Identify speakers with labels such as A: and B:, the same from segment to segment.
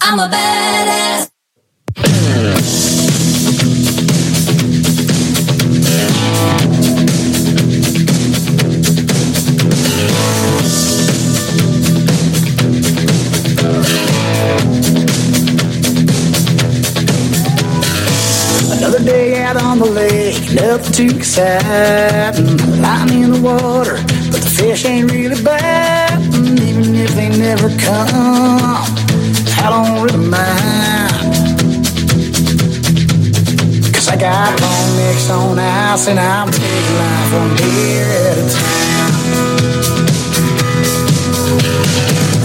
A: I'm a badass.
B: Another day out on the lake, nothing too exciting. Lying in the water, but the fish ain't really biting. Even if they never come, I don't really mind. Cause I got long necks on ice and I'm taking life one beer at a time.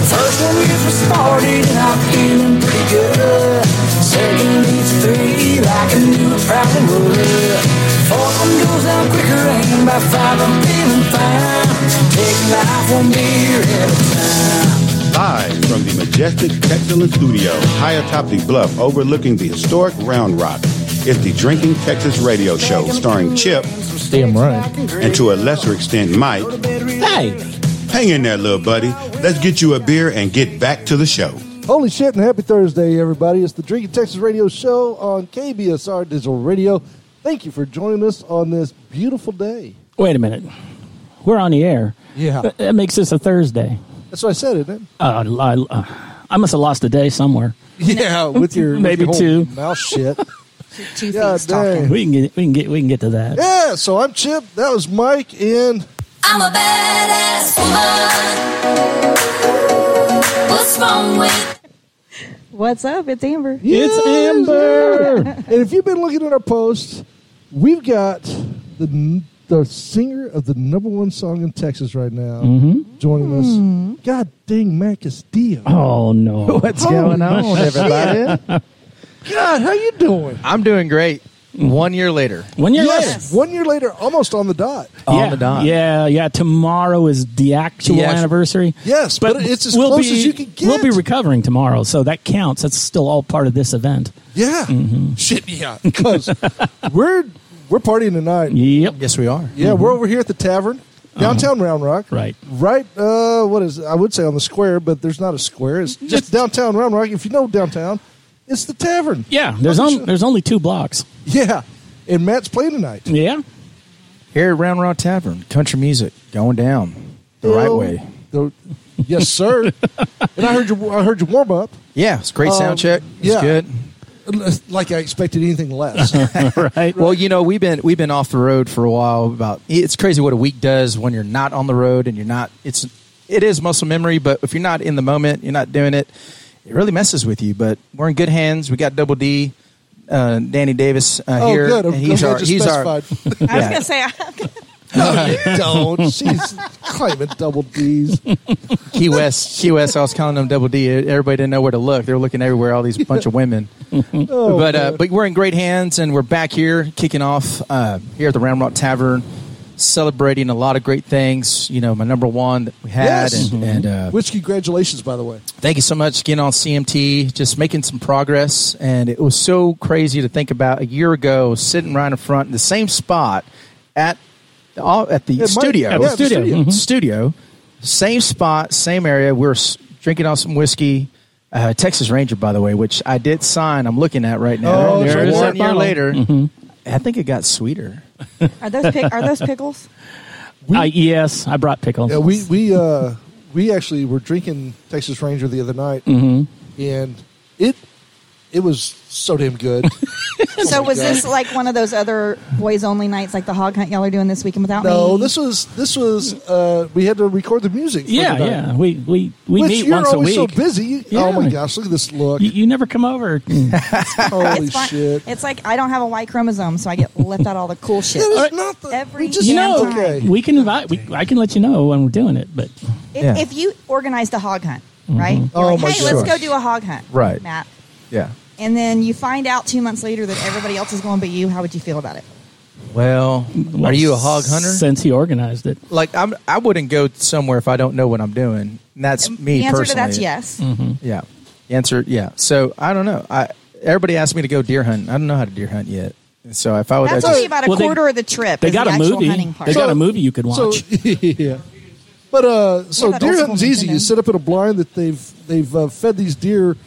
B: First one gets me started and I'm feeling pretty good. Second leads to three like I knew it probably would. Fourth one goes down quicker and by five I'm feeling fine. Take life one beer at a time.
C: Live from the majestic Texan studio, high atop the bluff overlooking the historic Round Rock, is the Drinking Texas radio show starring Chip
D: Damn right.
C: and to a lesser extent Mike.
D: Hey.
C: Hang in there, little buddy. Let's get you a beer and get back to the show.
E: Holy shit and happy Thursday, everybody. It's the Drinking Texas Radio Show on KBSR Digital Radio. Thank you for joining us on this beautiful day.
D: Wait a minute. We're on the air.
E: Yeah.
D: That- That makes this a Thursday.
E: That's what I said, isn't it?
D: Uh, I, uh, I must have lost a day somewhere.
E: Yeah, with your with
D: Maybe
E: your whole
D: two.
E: mouth shit.
F: Two
E: God
F: things
E: dang.
F: talking.
D: We can get we can get we can get to that.
E: Yeah, so I'm Chip. That was Mike, and
A: I'm a badass woman. What's wrong with
F: What's up? It's Amber.
D: It's Amber.
E: and if you've been looking at our posts, we've got the n- the singer of the number one song in Texas right now joining us. God dang, Mac Castillo.
D: Oh no.
G: What's going on, everybody?
E: God, how you doing?
G: I'm doing great. One year later.
D: When you're
E: Yes,
D: listening.
E: one year later, almost on the dot.
G: On
D: yeah,
G: the dot.
D: yeah, yeah. Tomorrow is the actual
G: The actu-
D: anniversary.
E: Yes, but it's as
D: we'll
E: close
D: be-
E: as you can get.
D: We'll be recovering tomorrow, so that counts. That's still all part of this event.
E: Yeah. Shit, yeah. Because we're we're partying tonight. Yeah,
D: Yep.
G: Yes, we are.
E: we're over here at the tavern, downtown Round Rock.
D: Right.
E: Right, uh, what is it? I would say on the square, but there's not a square. It's just downtown Round Rock. If you know downtown, it's the tavern.
D: Yeah. There's
E: Fucking
D: only
E: shit.
D: there's only two blocks.
E: Yeah. And Matt's playing tonight.
D: Yeah.
G: Here at Round Rock Tavern, country music going down the right
E: Bill-
G: way.
E: the- yes, sir. and I heard you I heard you warm up.
G: Yeah, it's a great
E: Um,
G: sound check. It's
E: yeah.
G: good.
E: Like I expected anything less.
D: right.
G: Well, you know, we've been we've been off the road for a while. About it's crazy what a week does when you're not on the road and you're not. It's it is muscle memory, but if you're not in the moment, you're not doing it. It really messes with you. But we're in good hands. We got Double D, uh, Danny Davis uh,
E: oh
G: here.
E: good. I'm,
G: and
E: I'm glad you specified.
G: yeah.
F: I was gonna say
E: Don't. She's claiming double D's.
G: Key West, Key West. I was calling them Double D. Everybody didn't know where to look. They were looking everywhere. All these bunch of women.
E: Oh,
G: but uh,
E: man.
G: but we're in great hands, and we're back here kicking off uh, here at the Round Rock Tavern, celebrating a lot of great things. You know, my number one that we had,
E: Yes.
G: and, and uh,
E: Which congratulations, by the way.
G: thank you so much getting on CMT, just making some progress. And it was so crazy to think about a year ago, sitting right in front in the same spot at the, all- at the
E: Mike-
G: studio,
E: At the Yeah, the studio. Mm-hmm. studio.
G: studio, same spot, same area. We were s- drinking on some whiskey. Uh, Texas Ranger, by the way, which I did sign. I'm looking at right now.
E: Oh,
G: There
E: there's Mm-hmm.
G: it is,
E: a
G: one year
D: bottle.
G: later. I think it got sweeter.
F: are those pick, are those pickles?
D: I, yes, I brought pickle.
E: Yeah, we we uh, we actually were drinking Texas Ranger the other night, and it it was so damn good.
F: so was this like one of those other boys only nights, like the hog hunt y'all are doing this weekend without me?
E: no, this was this was uh, we had to record the music. for
D: Yeah,
E: the night.
D: yeah. We we we
E: Which
D: meet
E: you're
D: once a
E: always
D: week.
E: so busy. You- Oh my
D: Yeah.
E: gosh, look at this look!
D: You, you never come over.
E: Holy
F: It's fine.
E: shit!
F: It's like I don't have a Y chromosome, so I get left out all the cool shit.
E: That is
F: If,
E: not the-
F: every
E: we just
F: You know-
E: okay.
D: We can invite. We, I can let you know when we're doing it. But
G: Yeah.
F: if you organized a hog hunt, right? You're
E: Oh,
F: like,
E: my
F: hey, let's go
E: gosh.
F: do a hog hunt,
G: Right.
F: Matt?
G: Yeah.
F: And then you find out two months later that everybody else is going but you. How would you feel about it?
G: Well,
D: well,
G: are you a hog hunter?
D: Since he organized it,
G: like I'm, I wouldn't go somewhere if I don't know what I'm doing. And that's me
F: the answer
G: personally.
F: to that's yes.
D: Mm-hmm.
G: Yeah. The answer, yeah. So I don't know. I everybody asked me to go deer hunting. I don't know how to deer hunt yet. And so if I would, I
F: That's
G: just,
F: only about a
D: Well, they-
F: quarter of the trip.
D: they
F: is
D: got
F: the
D: a
F: actual
D: movie.
F: Hunting part.
D: They got a movie you could
E: So
D: watch.
E: yeah, but uh, so
F: that
E: deer
F: old
E: hunting's
F: school
E: easy. You
F: Nintendo.
E: sit up in a blind that they've they've uh, fed these deer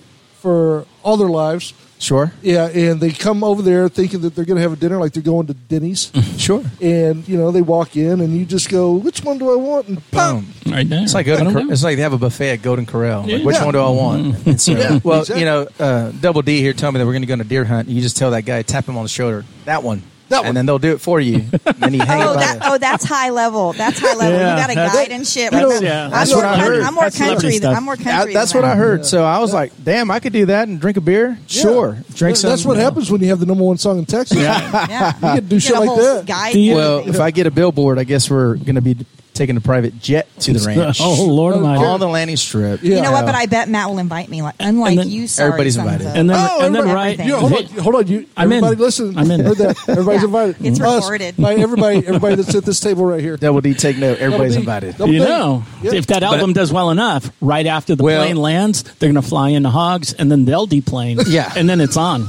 E: for all their lives.
G: Sure.
E: Yeah, and they come over there thinking that they're going to have a dinner, like they're going to Denny's.
G: Sure.
E: and you know they walk in, and you just go, "Which one do I want?" And boom.
G: Boom.
D: right there.
G: It's like
D: I
G: Golden
D: don't
G: Cor-
D: know.
G: it's like they have a buffet at Golden Corral. Like,
D: Yeah.
G: which
E: Yeah.
G: one do I want? And so- well,
E: exactly.
G: you know, uh, Double D here told me that we're going to go on a deer hunt. And you just tell that guy, tap him on the shoulder, that one,
E: That one.
G: and then they'll do it for you. and then you hang it
F: Oh,
G: by
F: that,
G: the-
F: oh, that's high level. That's high level.
D: Yeah,
F: you got to
D: that's-
F: guide and shit.
D: that's-
F: Like that.
D: yeah,
F: I'm
D: that's
F: more
D: what I
F: coun-
D: heard.
F: I'm more
D: That's celebrity
F: country.
D: stuff.
F: Than, I'm more
G: That-
F: country.
G: that's
F: than
G: what I
F: that.
G: heard. So I was like, damn, I could do that and drink a beer.
E: Yeah.
G: Sure, drink
E: Yeah,
G: some.
E: That's what happens when you have the number one song in Texas.
F: Yeah.
E: You could do
F: Get
E: shit
F: a
E: like
F: whole
E: that.
F: Guide
D: Do you-
G: Well, if I get a billboard, I guess we're going to be taking a private jet to the ranch.
D: Oh Lord
E: Oh,
D: Almighty!
G: on the landing strip.
E: Yeah.
F: you know what? But I bet Matt will invite me. Like, unlike
D: then-
F: you, sorry,
G: Everybody's
F: sons
G: invited.
F: of-
D: And then,
E: Oh,
D: and then
F: everybody-
D: right.
E: You know, hold on, hold on. You,
D: I'm in.
E: everybody, listen.
D: I'm in.
E: Heard that? Everybody's
F: Yeah.
E: invited.
F: It's
E: Us,
F: recorded.
E: by everybody, everybody that's at this table right here.
G: Double D, take note. Everybody's invited.
E: Double
D: you
E: D.
D: know,
E: Yeah.
D: if that album does well enough, right after the
G: Well-
D: plane lands, they're going to fly into hogs, and then they'll deplane.
G: Yeah.
D: and then it's on.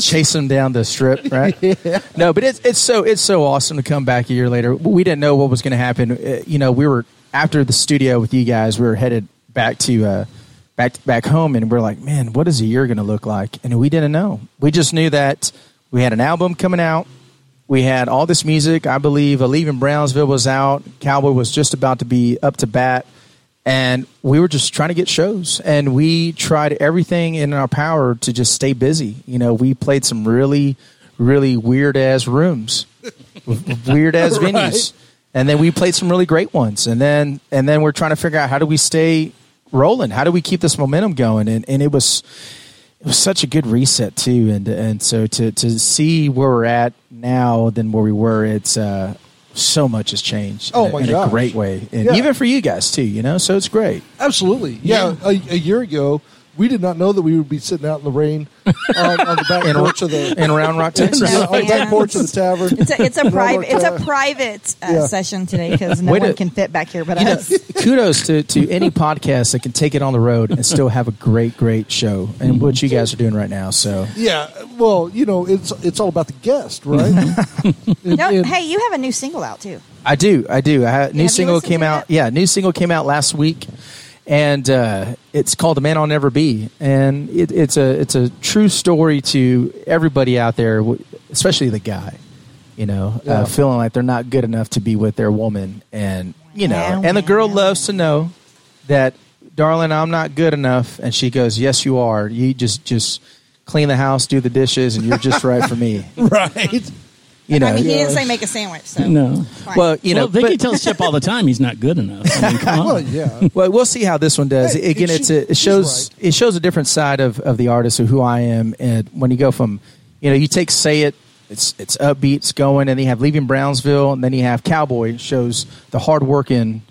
G: chase them down the strip, right? No, but it's it's so it's so awesome to come back a year later. We didn't know what was going to happen. Uh, you know, we were after the studio with you guys. We were headed back to uh, back back home, and we're like, man, what is a year going to look like? And we didn't know. We just knew that we had an album coming out. We had all this music. I believe A Leaving Brownsville was out. Cowboy was just about to be up to bat and we were just trying to get shows and we tried everything in our power to just stay busy you know we played some really really weird ass rooms weird ass venues and then we played some really great ones and then and then we're trying to figure out how do we stay rolling how do we keep this momentum going and and it was it was such a good reset too and and so to to see where we're at now than where we were it's uh so much has changed
E: Oh
G: in, a-
E: my
G: in a
E: gosh.
G: great way and
E: Yeah.
G: even for you guys too you know so it's great
E: Absolutely. Yeah. A, a year ago, we did not know that we would be sitting out in the rain on, on the back
G: in,
E: porch of the
G: in Round Rock, Texas.
E: yeah, on the back
F: Yeah.
E: porch of the tavern.
F: It's a, it's a
E: Round Rock
F: private it's a
E: Tavern.
F: private uh,
E: Yeah.
F: session today because no
G: Way
F: one
G: to-
F: can fit back here but
G: You know,
F: us.
G: kudos to, to any podcast that can take it on the road and still have a great, great show, and what you guys are doing right now. So,
E: Yeah. Well, you know, it's it's all about the guest, right?
G: Mm-hmm.
E: And-
F: No,
E: and-
F: hey, you have a new single out too.
G: I do, I do. I ha- new
F: you
G: single
F: listened
G: came
F: to
G: out.
F: that?
G: Yeah, new single came out last week, and uh, it's called "The Man I'll Never Be," and it, it's a it's a true story to everybody out there, w- especially the guy. You know,
E: Yeah.
G: uh, feeling like they're not good enough to be with their woman, and you know,
F: Wow,
G: and the girl
F: wow.
G: loves to know that, darling, I'm not good enough, and she goes, "Yes, you are. You just just clean the house, do the dishes, and you're just right for me."
E: right.
G: You know,
F: I mean, he didn't say make a sandwich. So
D: No.
F: fine.
G: well, you know,
D: well, Vicky
G: but-
D: tells Chip all the time he's not good enough. I mean, come on.
E: Well, yeah.
G: well, we'll see how this one does.
E: Hey,
G: Again,
E: it
G: it's
E: should-
G: a, it
E: she's
G: shows it shows a different side of, of the artist of who I am. And when you go from, you know, you take say it, it's it's upbeat, it's going, and then you have leaving Brownsville, and then you have Cowboy it shows the hardworking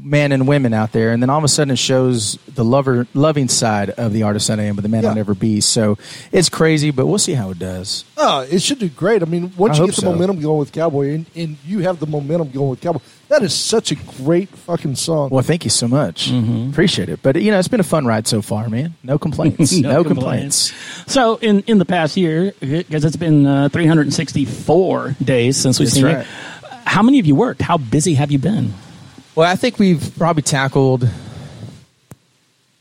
G: men and women out there, and then all of a sudden it shows the lover loving side of the artist that I am, but the man
E: Yeah.
G: I'll never be. So it's crazy, but we'll see how it does.
E: Oh, it should do great. I mean, once
G: I
E: you
G: hope
E: get the
G: so.
E: momentum going with Cowboy, and, and you have the momentum going with Cowboy, that is such a great fucking song.
G: Well, thank you so much. Appreciate it. But you know, it's been a fun ride so far, man. No complaints. no, complaints.
D: So in in the past year, because it's been uh, 364 days since we've
G: That's
D: seen
G: right.
D: it. How many of you worked? How busy have you been?
G: Well, I think we've probably tackled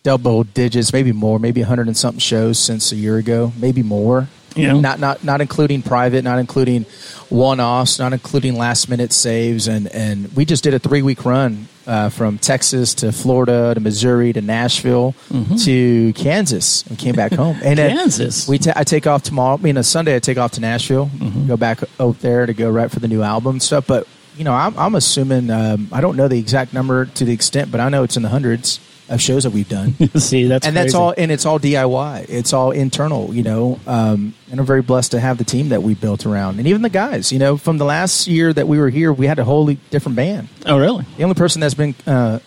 G: double digits, maybe more, maybe 100 and something shows since a year ago, maybe more.
D: Yeah.
G: Not not not including private, not including one-offs, not including last-minute saves, and and we just did a three-week run uh, from Texas to Florida to Missouri to Nashville to Kansas, and came back home. And then
D: Kansas. Mm-hmm.
G: we ta- I take off tomorrow. I mean, a Sunday I take off to Nashville, go back out there to go right for the new album and stuff. But you know, I'm, I'm assuming um, I don't know the exact number to the extent, but I know it's in the hundreds of shows that we've done
D: See, that's
G: and that's
D: crazy.
G: all and it's all DIY. It's all internal, you know. Um, and I'm very blessed to have the team that we built around, and even the guys. You know, from the last year that we were here, we had a wholly different band.
D: Oh, really?
G: The only person that's been uh,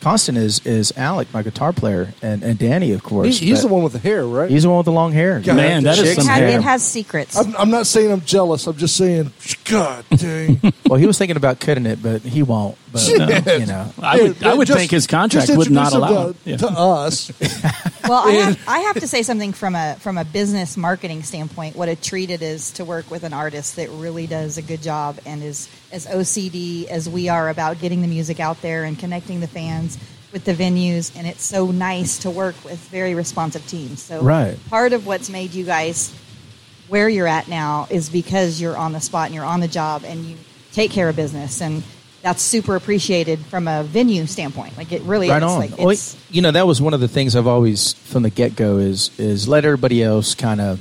G: constant is is Alec, my guitar player, and, and Danny, of
E: He-
G: course.
E: he's
G: But
E: the one with the hair, right?
G: He's the one with the long hair.
E: God,
D: Man, that is
G: Chicks
F: it,
D: some
F: has,
G: hair.
F: it has secrets.
E: I'm, I'm not saying I'm jealous. I'm just saying, God dang.
G: Well, he was thinking about cutting it, but he won't. But uh, you know,
D: I would,
E: Yeah,
D: I would
E: just-
D: think his contract
E: just
D: would not
E: introduce him
D: allow. it.
E: to,
D: Yeah.
E: to us.
F: well, I have, I have to say something from a from a business marketing standpoint. What a treat it is to work with an artist that really does a good job and is as OCD as we are about getting the music out there and connecting the fans with the venues, and it's so nice to work with very responsive teams. So
G: Right.
F: part of what's made you guys where you're at now is because you're on the spot and you're on the job and you take care of business and that's super appreciated from a venue standpoint. Like it really is.
G: right on.
F: Like
G: Well,
F: it's,
G: you know, that was one of the things I've always from the get go is is let everybody else kind of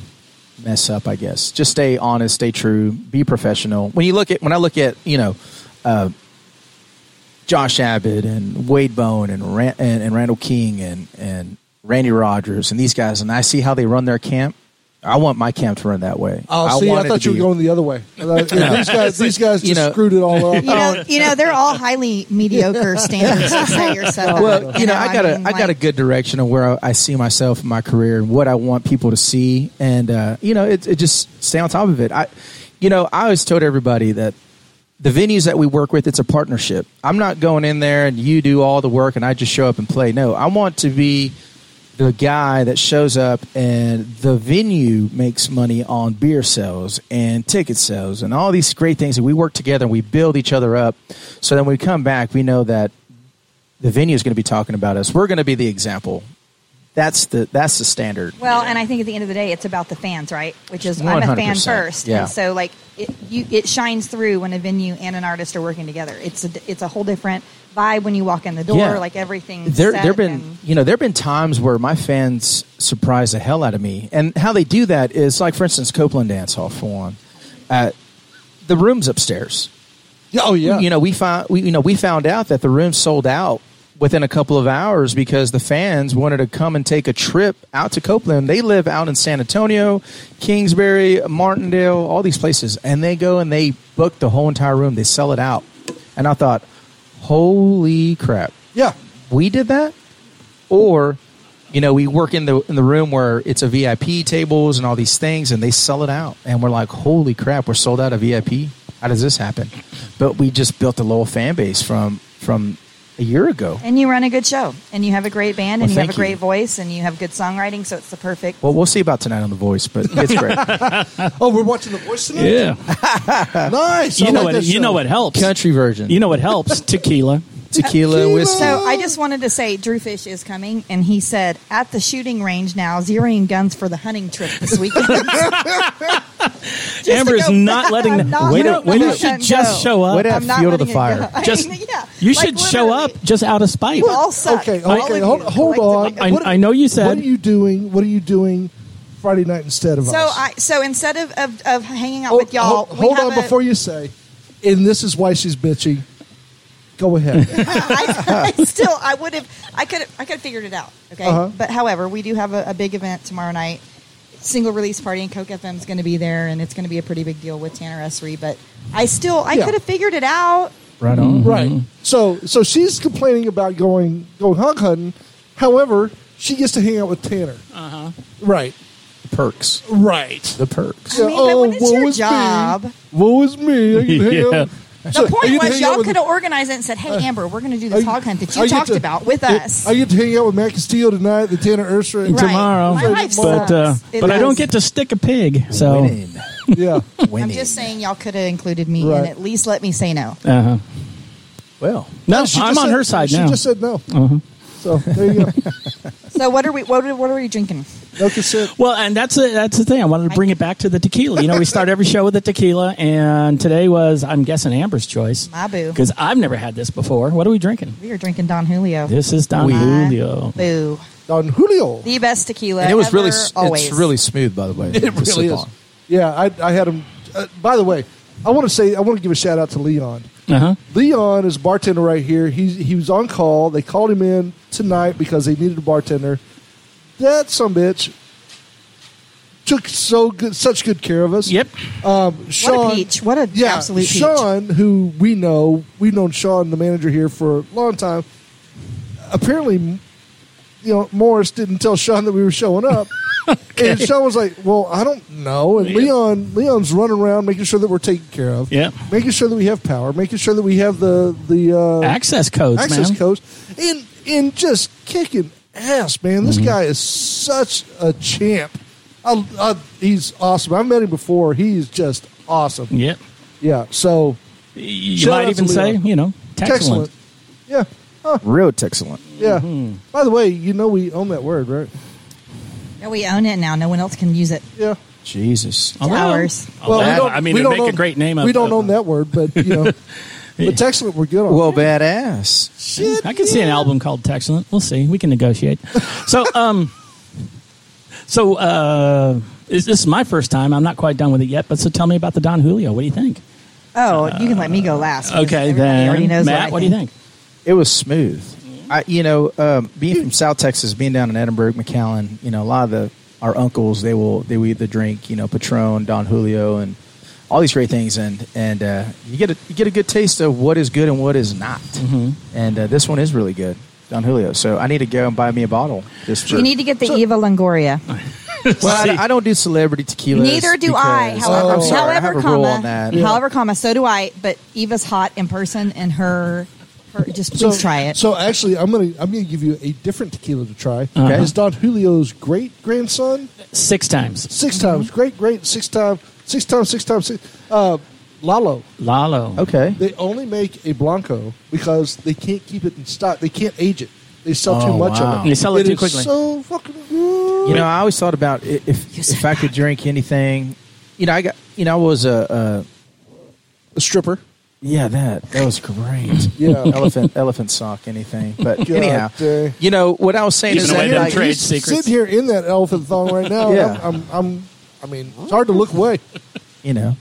G: mess up. I guess just stay honest, stay true, be professional. When you look at when I look at you know. Uh, Josh Abbott and Wade Bowen and, Ran- and and Randall King and and Randy Rogers and these guys, and I see how they run their camp. I want my camp to run that way.
E: Oh, see,
G: want
E: I
G: it
E: thought
G: to
E: you were
G: be-
E: going the other way. I thought, yeah, these guys, these guys
G: You
E: just
G: know-
E: screwed it all up.
F: you know, you know, they're all highly mediocre standards to set yourself.
G: well, you know, I got a I
F: mean,
G: got a
F: like-
G: good direction of where I, I see myself in my career and what I want people to see, and uh, you know, it, it just stay on top of it. I, you know, I always told everybody that the venues that we work with, it's a partnership. I'm not going in there and you do all the work and I just show up and play. No, I want to be the guy that shows up and the venue makes money on beer sales and ticket sales and all these great things that we work together and we build each other up so then we come back we know that the venue is going to be talking about us. We're going to be the example. That's the that's the standard.
F: Well, and I think at the end of the day, it's about the fans, right? Which is, i am a fan
G: 100%,
F: first,
G: yeah.
F: and so like it, you, it shines through when a venue and an artist are working together. It's a, it's a whole different vibe when you walk in the door.
G: Yeah.
F: Like everything.
G: there
F: said
G: there've been
F: and-
G: you know there've been times where my fans surprise the hell out of me, and how they do that is like for instance Copeland Dance Hall for one, uh, the rooms upstairs.
E: Yeah, oh yeah,
G: You know we found we you know we found out that the room sold out within a couple of hours because the fans wanted to come and take a trip out to Copeland. They live out in San Antonio, Kingsbury, Martindale, all these places, and they go and they book the whole entire room. They sell it out, and I thought, holy crap!
E: yeah.
G: we did that, or you know, we work in the in the room where it's a VIP tables and all these things, and they sell it out, and we're like, holy crap, we're sold out of VIP. How does this happen? But we just built a loyal fan base from from a year ago.
F: and you run a good show, and you have a great band,
G: Well,
F: and you have a
G: thank
F: great
G: you.
F: voice, and you have good songwriting. So it's the perfect.
G: Well, we'll see about tonight on The Voice, but it's great.
E: Oh, we're watching The Voice tonight.
D: Yeah,
E: nice. I
D: you know
E: like
D: what?
E: that
D: You
E: show.
D: know what helps.
G: Country version,
D: You know what helps. Tequila.
G: tequila, whiskey.
F: So I just wanted to say Drew Fish is coming, and he said at the shooting range now, zeroing guns for the hunting trip this weekend.
D: Amber is
F: go-
D: not letting.
F: I'm not
D: wait
F: letting
D: up! Wait
F: that
D: up! Should
F: go.
D: just show up.
G: Wait up!
F: I'm not
G: Fuel to the
F: letting it go.
G: fire.
F: I
D: Just
F: mean, yeah.
D: you
F: Like,
D: should show up
F: literally.
D: just out of spite.
F: You all suck.
E: Okay,
F: All of
E: okay.
F: you
E: Hold, hold on.
F: collectively.
D: I- I know you said-
E: What are you doing? What are you doing Friday night instead of
F: So
E: us?
F: I so instead of of, of hanging out
E: Oh,
F: with y'all,
E: Hold, hold on before
F: you.
E: you say. And this is why she's bitchy. Go ahead.
F: I, I still I would have I could I could have figured it out. Okay,
E: Uh-huh.
F: but however, we do have a, a big event tomorrow night. Single release party and Coke FM is going to be there, and it's going to be a pretty big deal with Tanner Essery. But I still I
E: Yeah.
F: could have figured it out.
G: right on.
E: right.
D: Mm-hmm.
E: So so she's complaining about going going hog hunting. However, she gets to hang out with Tanner. Uh
D: Uh-huh.
E: huh. Right.
G: Perks,
E: Right. Oh,
G: the perks.
F: I mean, but when it's your job,
E: me. Woe is me. I can hang
D: Yeah.
E: out.
F: the point
E: you
F: was
E: hang out
F: y'all
E: with-
F: could have organized it and said, "Hey, Amber, we're going to do
E: I-
F: this hog hunt that
E: I
F: you
E: get
F: talked
E: to-
F: about with
E: I-
F: us."
E: I get to hang out with Mac Castillo tonight, the Tanner Ursula.
F: Right.
D: tomorrow.
F: My life
D: but
F: sucks.
D: uh,
F: It
D: but I don't
F: does.
D: get to stick a pig. So
G: Winning,
E: Yeah.
G: winning.
F: I'm just Oh. saying y'all could have included me
E: Right.
F: and at least let me say no.
D: uh-huh.
G: Well,
D: no,
E: She
D: I'm
E: just
D: on
E: said-
D: her side
E: she
D: now. Uh-huh.
E: just said no. So there you go.
F: So what are we? What are, what are we drinking?
E: No consent.
D: Well, and that's the that's the thing. I wanted to bring it back to the tequila. You know, we start every show with the tequila, and today was, I'm guessing, Amber's choice.
F: My boo.
D: Because I've never had this before. What are we drinking?
F: We are drinking Don Julio.
D: This is Don
G: We-
F: My
D: Julio.
F: Boo.
E: Don Julio.
F: The best tequila.
G: and it was
F: ever,
G: really s-
F: always.
G: it's really smooth, by the way.
E: It
G: to sip
E: really is.
G: on.
E: Yeah, I, I had him. Uh, by the way, I want to say I want to give a shout out to Leon.
D: Uh huh.
E: Leon is a bartender right here. He he was on call. They called him in tonight because they needed a bartender. That some bitch took so good, such good care of us.
D: Yep.
E: Um, Sean,
F: peach. What a absolute peach.
E: Sean, who we know, we've known Sean, the manager here, for a long time. Apparently, m- you know, Morris didn't tell Sean that we were showing up, and Sean was like, "Well, I don't know." And
D: Yeah.
E: Leon, Leon's running around making sure that we're taken care of,
D: Yeah.
E: making sure that we have power, making sure that we have the the uh,
D: Access codes,
E: access
D: man.
E: codes, and and just kicking ass, man.
D: Mm-hmm.
E: This guy is such a champ. I, I, he's awesome. I've met him before. He's just awesome.
D: Yep.
E: Yeah. So
D: You
E: Shout out
D: might
E: to
D: even
E: Leo.
D: say, you know,
E: excellent.
D: excellent.
E: Yeah.
G: Real excellent.
E: Yeah.
D: Mm-hmm.
E: By the way, you know we own that word, right?
F: No, we own it now. No one else can use it.
E: Yeah.
G: Jesus.
F: It's ours.
E: we
D: that-
E: don't-
D: I mean,
E: we
D: it'd
E: don't
D: make a
E: own-
D: great name
E: We
D: of-
E: don't
D: of-
E: own that word, but you know, but excellent. We're good on.
G: Well, badass.
E: shit.
D: I can see an album called Texlant. We'll see. We can negotiate. So, um, so uh, is this is my first time? I'm not quite done with it yet. But so tell me about the Don Julio. What do you think?
F: Oh, you can let me go last. because
D: Uh, Okay,
F: everybody already
D: then
F: knows
D: Matt,
F: I
D: what do you think?
G: It was smooth.
F: Mm-hmm.
G: I, you know, um, being from South Texas, being down in Edinburgh, McAllen, you know, a lot of the our uncles they will they will either drink, you know, Patron, Don Julio, and all these great things, and and uh, you get a you get a good taste of what is good and what is not.
F: Mm-hmm.
G: And uh, this one is really good, Don Julio. So I need to go and buy me a bottle. Just for,
F: You need to get the Eva Longoria.
G: Well, I, I don't do celebrity tequila.
F: Neither do I. However,
G: I'm Oh, sorry,
F: however,
G: I have a
F: comma,
G: rule on that.
F: however, comma, so do I. But Eva's hot in person, and her, her just please try it.
E: So actually, I'm gonna I'm gonna give you a different tequila to try.
D: Uh-huh.
G: Okay.
E: It's Don Julio's great grandson,
D: Six times.
E: six times great great six time six times six times six. Uh, Lalo.
D: Lalo.
G: Okay.
E: They only make a blanco because they can't keep it in stock. They can't age it. They sell too
G: Oh,
E: much
G: wow.
E: of it.
D: They sell it too
E: is
D: quickly.
E: So fucking good.
G: You know, I always thought about i- if if I could drink anything. You know, I got. You know, I was a,
E: A stripper.
G: a yeah. That that was great.
E: Yeah.
G: elephant elephant sock anything. But
E: God
G: anyhow,
E: dang.
G: you know what I was saying is
D: Giving away
G: that
D: them
G: like,
D: trade
E: you
D: secrets.
E: Sit here in that elephant thong right now. and
G: Yeah.
E: I'm, I'm, I'm. I mean, it's hard to look away.
G: you know.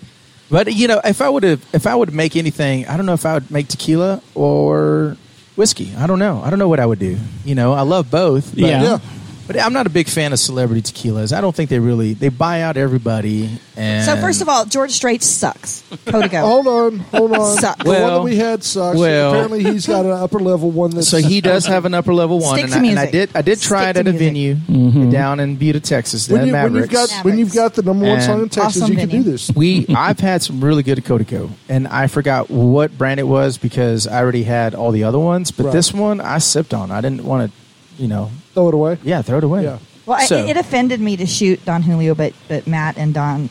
G: But you know, if I would have, if I would make anything, I don't know if I would make tequila or whiskey. I don't know. I don't know what I would do. You know, I love both. But,
D: Yeah.
E: Yeah.
G: But I'm not a big fan of celebrity tequilas. I don't think they really they buy out everybody. And
F: so first of all, George Strait sucks.
G: Oh.
F: Codigo.
E: Hold on, hold on.
F: Sucks.
E: The one that
G: Well,
E: we had sucks.
G: well.
E: Apparently, he's got an upper level one that's
G: So he does have an upper level one,
F: Stick
G: and
F: to
G: I, and I
F: music.
G: did I did try
F: Stick
G: it at
F: to
G: a
F: music.
G: venue down in Butte, Texas.
E: When,
G: the
E: you, when you've
G: Mavericks.
E: got when you've got the number one
G: And-
E: song in Texas,
F: Awesome
E: you can do
F: venue.
E: this.
G: we I've had some really good Kodiko, and I forgot what brand it was because I already had all the other ones, but
E: Right.
G: this one I sipped on. I didn't want to, you know,
E: Throw it away.
G: yeah, throw it away.
E: Yeah.
F: Well, I
G: So-
F: it offended me to shoot Don Julio, but but Matt and Don,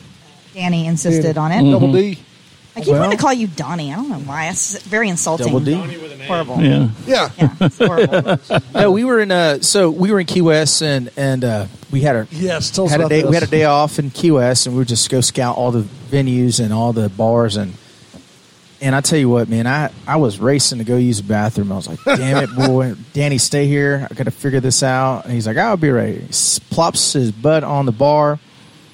F: Danny insisted on it.
E: Double
G: Mm-hmm.
E: D.
D: Mm-hmm.
F: I keep
G: Well-
F: wanting to call you Donnie. I don't know why. It's very insulting.
G: Double D.
F: Horrible.
D: Yeah.
E: Yeah.
F: Yeah, it's horrible.
G: No, we were in uh so we were in Key West and and uh, we had our
E: Yes. Tell us
G: had a
E: about
G: day,
E: this.
G: we had a day off in Key West, and we would just go scout all the venues and all the bars and. And I tell you what, man, I, I was racing to go use the bathroom. I was like, damn it, boy. Danny, stay here. I got to figure this out. And he's like, I'll be right here. He s- plops his butt on the bar.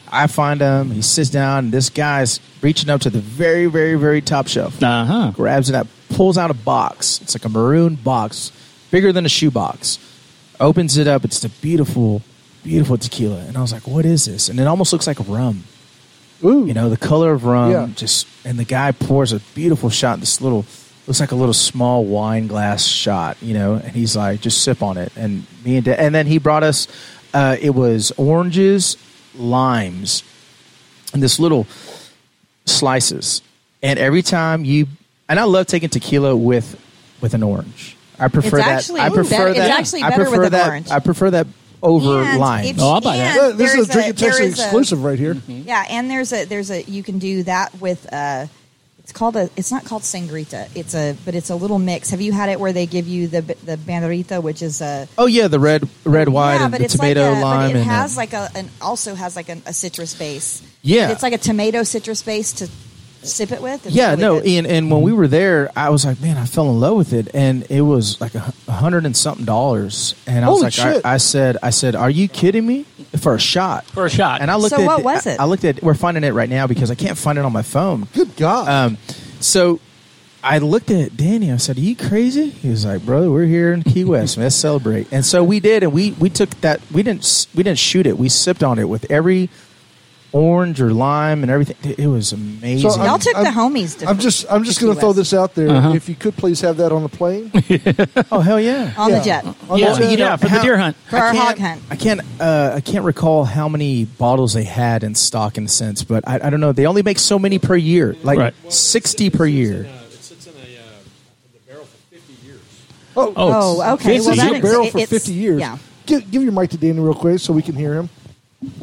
G: I find him. He sits down. And this guy's reaching up to the very, very, very top shelf
D: Uh huh.
G: grabs it up, pulls out a box. It's like a maroon box, bigger than a shoebox. Opens it up. It's the beautiful, beautiful tequila. And I was like, what is this? And it almost looks like rum.
E: Ooh.
G: You know, the color of rum.
E: Yeah.
G: Just and the guy pours a beautiful shot. This little looks like a little small wine glass shot. You know, and he's like, just sip on it. And me and Da- and then he brought us. Uh, it was oranges, limes, and this little slices. And every time you and I love taking tequila with with an orange. I prefer
F: It's
G: that.
F: actually
G: I prefer
F: better- it's
G: that.
F: actually
G: I
F: better
G: prefer
F: with an
G: that.
F: orange.
G: I prefer that over
F: And
G: lime.
F: if-
D: Oh, I'll buy that.
F: and
E: Look, this
F: there's
E: is a Drinking
F: there
E: Texas
F: is a-
E: exclusive right here.
G: Mm-hmm.
F: Yeah, and there's a there's a you can do that with uh it's called a it's not called sangrita. It's a but it's a little mix. Have you had it where they give you the the banderita which is a
G: oh yeah, the red, red, white,
F: yeah,
G: and
F: but
G: the
F: it's
G: tomato
F: like a,
G: lime.
F: but it
G: and uh,
F: has like a an also has like an, a citrus base.
G: Yeah.
F: It's like a tomato citrus base to sip it with. It's
G: yeah,
F: really
G: no,
F: good.
G: and and when we were there, I was like, man, I fell in love with it, and it was like a hu- a hundred and something dollars, and I
E: Holy
G: was like,
E: shit.
G: I, I said, I said, are you kidding me? For a shot,
D: For a shot.
G: and I looked
F: So
G: at
F: what was it?
G: I, I looked at. We're finding it right now because I can't find it on my phone.
E: Good God.
G: Um, so I looked at Danny. I said, "Are you crazy?" He was like, "Brother, we're here in Key West. man. Let's celebrate." And so we did, and we we took that. We didn't s- we didn't shoot it. We sipped on it with every orange or lime and everything. It- It was amazing.
E: So
F: Y'all
E: I'm-
F: took the
E: I'm-
F: homies to
E: I'm just I'm just
F: to
E: going to
F: Key
E: throw
F: West.
E: this out there. If you could please have that on the plane.
G: oh hell yeah!
F: on
E: yeah.
F: the jet.
E: On
D: Yeah,
E: the-
D: you know, for the
G: uh, how-
D: deer hunt.
F: For
G: I
F: our
G: can't-
F: hog hunt.
G: I can't. Uh, I can't recall how many bottles they had in stock in a sense, but I, I don't know. They only make so many per year, like
D: Right.
G: sixty per year.
H: It sits in a, the barrel for 50 years.
F: Oh, okay.
D: it's
F: Well,
E: It's
F: that
E: in a
F: ex-
E: barrel
F: it-
E: for
F: it's-
E: 50 years.
F: Yeah.
E: Give, give your mic to Danny real quick so we can hear him.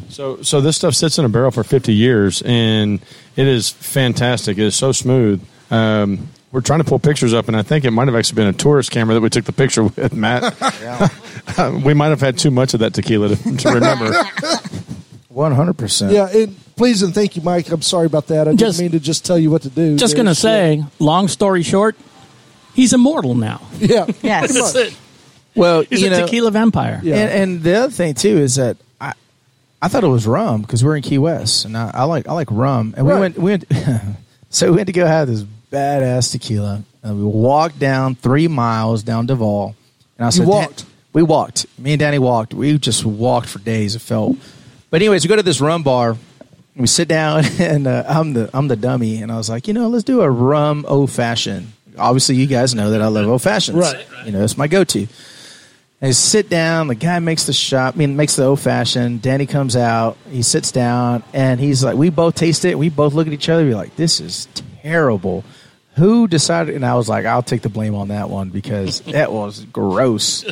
H: So, so this stuff sits in a barrel for 50 years, and it is fantastic. It is so smooth. Um, we're trying to pull pictures up, and I think it might have actually been a tourist camera that we took the picture with, Matt. we might have had too much of that tequila to, to remember.
G: One hundred percent.
E: Yeah, and please and thank you, Mike. I'm sorry about that. I didn't
D: Just-
E: mean to just tell you what to do.
D: Just
E: there.
D: going to say, long story short, he's immortal now.
E: yeah,
F: Yes.
E: Pretty much.
G: Well,
D: He's
G: you
D: a
G: know,
D: tequila vampire.
E: Yeah.
G: And, and the other thing too is that I, I thought it was rum because we're in Key West, and I, I like I like rum. And
E: Right.
G: we went we went, so we went to go have this badass tequila, and we walked down three miles down Duval, and I said, "Dan-"
E: walked?
G: We walked. Me and Danny walked. We just walked for days. It felt. But anyways, we go to this rum bar. We sit down, and uh, I'm the I'm the dummy, and I was like, you know, let's do a rum old fashioned. Obviously, you guys know that I love old fashions.
E: Right.
G: You know, it's my go to. I sit down. The guy makes the shot. I mean, makes the old fashioned. Danny comes out. He sits down, and he's like, "We both taste it. We both look at each other. We're like, this is terrible. Who decided?" And I was like, "I'll take the blame on that one because that was gross.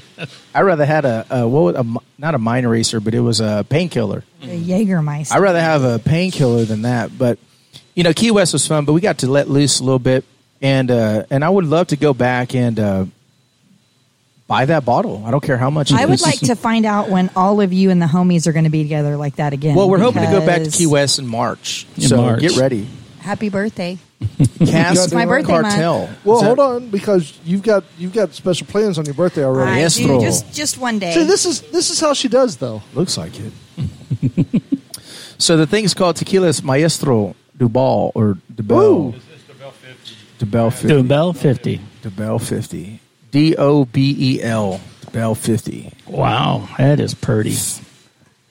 G: I rather had a, a what? Was, a, mi- not a mind eraser, but it was a painkiller.
F: The Jägermeister.
G: I'd rather have a painkiller than that. But you know, Key West was fun, but we got to let loose a little bit, and uh, and I would love to go back and uh, buy that bottle. I don't care how much. it
F: I would
G: is.
F: like to find out when all of you and the homies are going to be together like that again.
G: Well, we're hoping to go back to
F: because
G: Key West in March.
D: In
G: so
D: March.
G: get ready.
F: Happy birthday.
G: Cast
E: It's my
F: birthday month.
G: cartel.
E: Well,
G: Is that-
E: hold on because you've got you've got special plans on your birthday already.
F: I do,
G: Maestro.
F: just just one day.
E: See, this is this is how she does though.
G: Looks like it. so the thing is called Tequila's Maestro Duval or
E: Ooh.
G: Dubel. Dubel 50.
D: To Bell 50.
G: Dubel 50. D O B E L. Dubel 50.
D: Wow, that is purdy.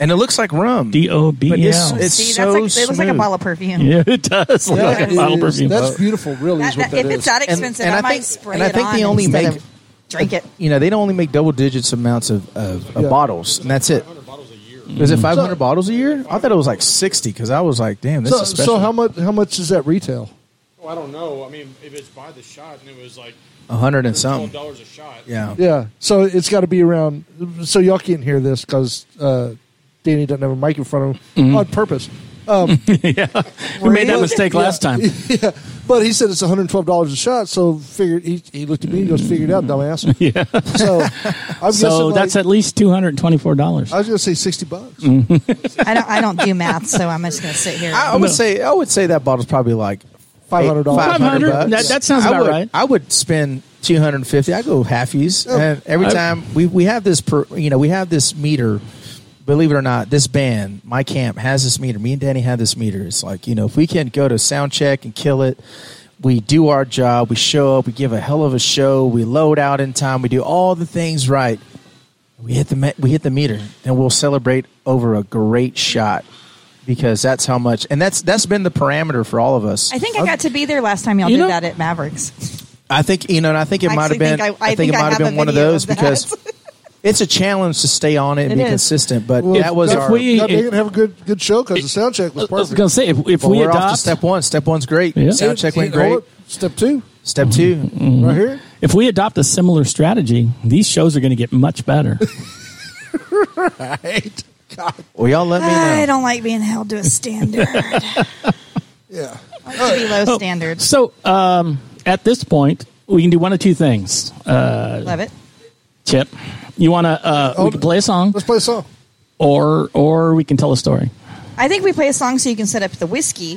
G: And it looks like rum.
D: D O B
G: But
D: E
G: it's-
D: L.
G: it's
F: See,
G: so
F: that's like, it looks like a
G: smooth.
F: bottle of perfume.
D: Yeah, it does look like
E: That
D: a bottle
E: is-
D: perfume.
E: That's beautiful, really.
F: That-
E: is what
F: that- if
E: that
F: it's
E: is.
F: that expensive,
G: and
F: I,
G: I
F: might
G: think-
F: spray
G: and I
F: it
G: think they
F: on
G: only
F: instead
G: make-
F: of drink it.
G: You know, they don't only make double digits amounts of, of, of
E: Yeah.
G: bottles, and that's it. Mm-hmm. Is it 500 bottles a year? I thought it was like 60 because I was like, damn, this
E: So,
G: is special.
E: so how much how much is that retail?
H: Oh, I don't know. I mean, if it's by the shot and it was like
G: 100 and something.
H: dollars a shot.
G: Yeah.
E: Yeah, so it's got to be around. So y'all can't hear this because uh, Danny doesn't have a mic in front of him on purpose.
D: we Mm-hmm. made that
E: Really?
D: mistake
E: Yeah.
D: last time.
E: yeah, but he said it's one hundred twelve dollars a shot. So figured he, he looked at me and goes, "Figured out, dumbass." Yeah. So I'm
D: So
E: guessing
D: that's Mm.
E: like,
D: at least two hundred twenty-four dollars.
E: I was gonna say sixty bucks.
F: I don't I don't do math, so I'm just going to sit here.
G: I, I would say I would say that bottle's probably like
E: Five hundred dollars.
D: 500?
G: bucks.
D: That- that sounds
G: I
D: about
G: would-
D: right. Oh.
G: I would spend two hundred and fifty. I go halfies, and every time we we have this per, you know we have this meter. Believe it or not, this band, my camp, has this meter. Me and Danny have this meter. It's like you know if we can go to sound check and kill it. We do our job. We show up. We give a hell of a show. We load out in time. We do all the things right. We hit the me- we hit the meter, and we'll celebrate over a great shot because that's how much. And that's that's been the parameter for all of us.
F: I think I got to be there last time y'all
D: You
F: did
D: know-
F: that at Mavericks.
G: I think you know, and I think it might have
F: actually
G: been.
F: think I-
G: I,
F: I
G: think,
F: think
G: it
F: I
G: might have
F: have a
G: been one of
F: video of
G: those
F: that.
G: because it's a challenge to stay on it and
F: It
G: be
F: is.
G: consistent. But
E: Well,
G: that was
E: if
G: our.
D: we-
E: God dang it, have a good good show because the sound check was
D: I was
E: perfect.
D: gonna say if, if
G: well,
D: we
G: we're off to
D: adopt
G: step one. Step one's great.
D: Yeah.
G: Sound check went
E: You know
G: great.
E: what? Step two,
G: Step 2
D: Mm-hmm.
E: right here.
D: if we adopt a similar strategy, these shows are going to get much better.
E: Right. God.
G: Well, y'all let me know.
F: I don't like being held to a standard. I
E: Yeah.
F: like to be low standard.
D: so um, at this point, we can do one of two things. Uh,
F: Love it.
D: Chip, you want to? Uh, we
E: Oh,
D: can play a song,
E: Let's play a song.
D: or or we can tell a story.
F: I think we play a song so you can set up the whiskey.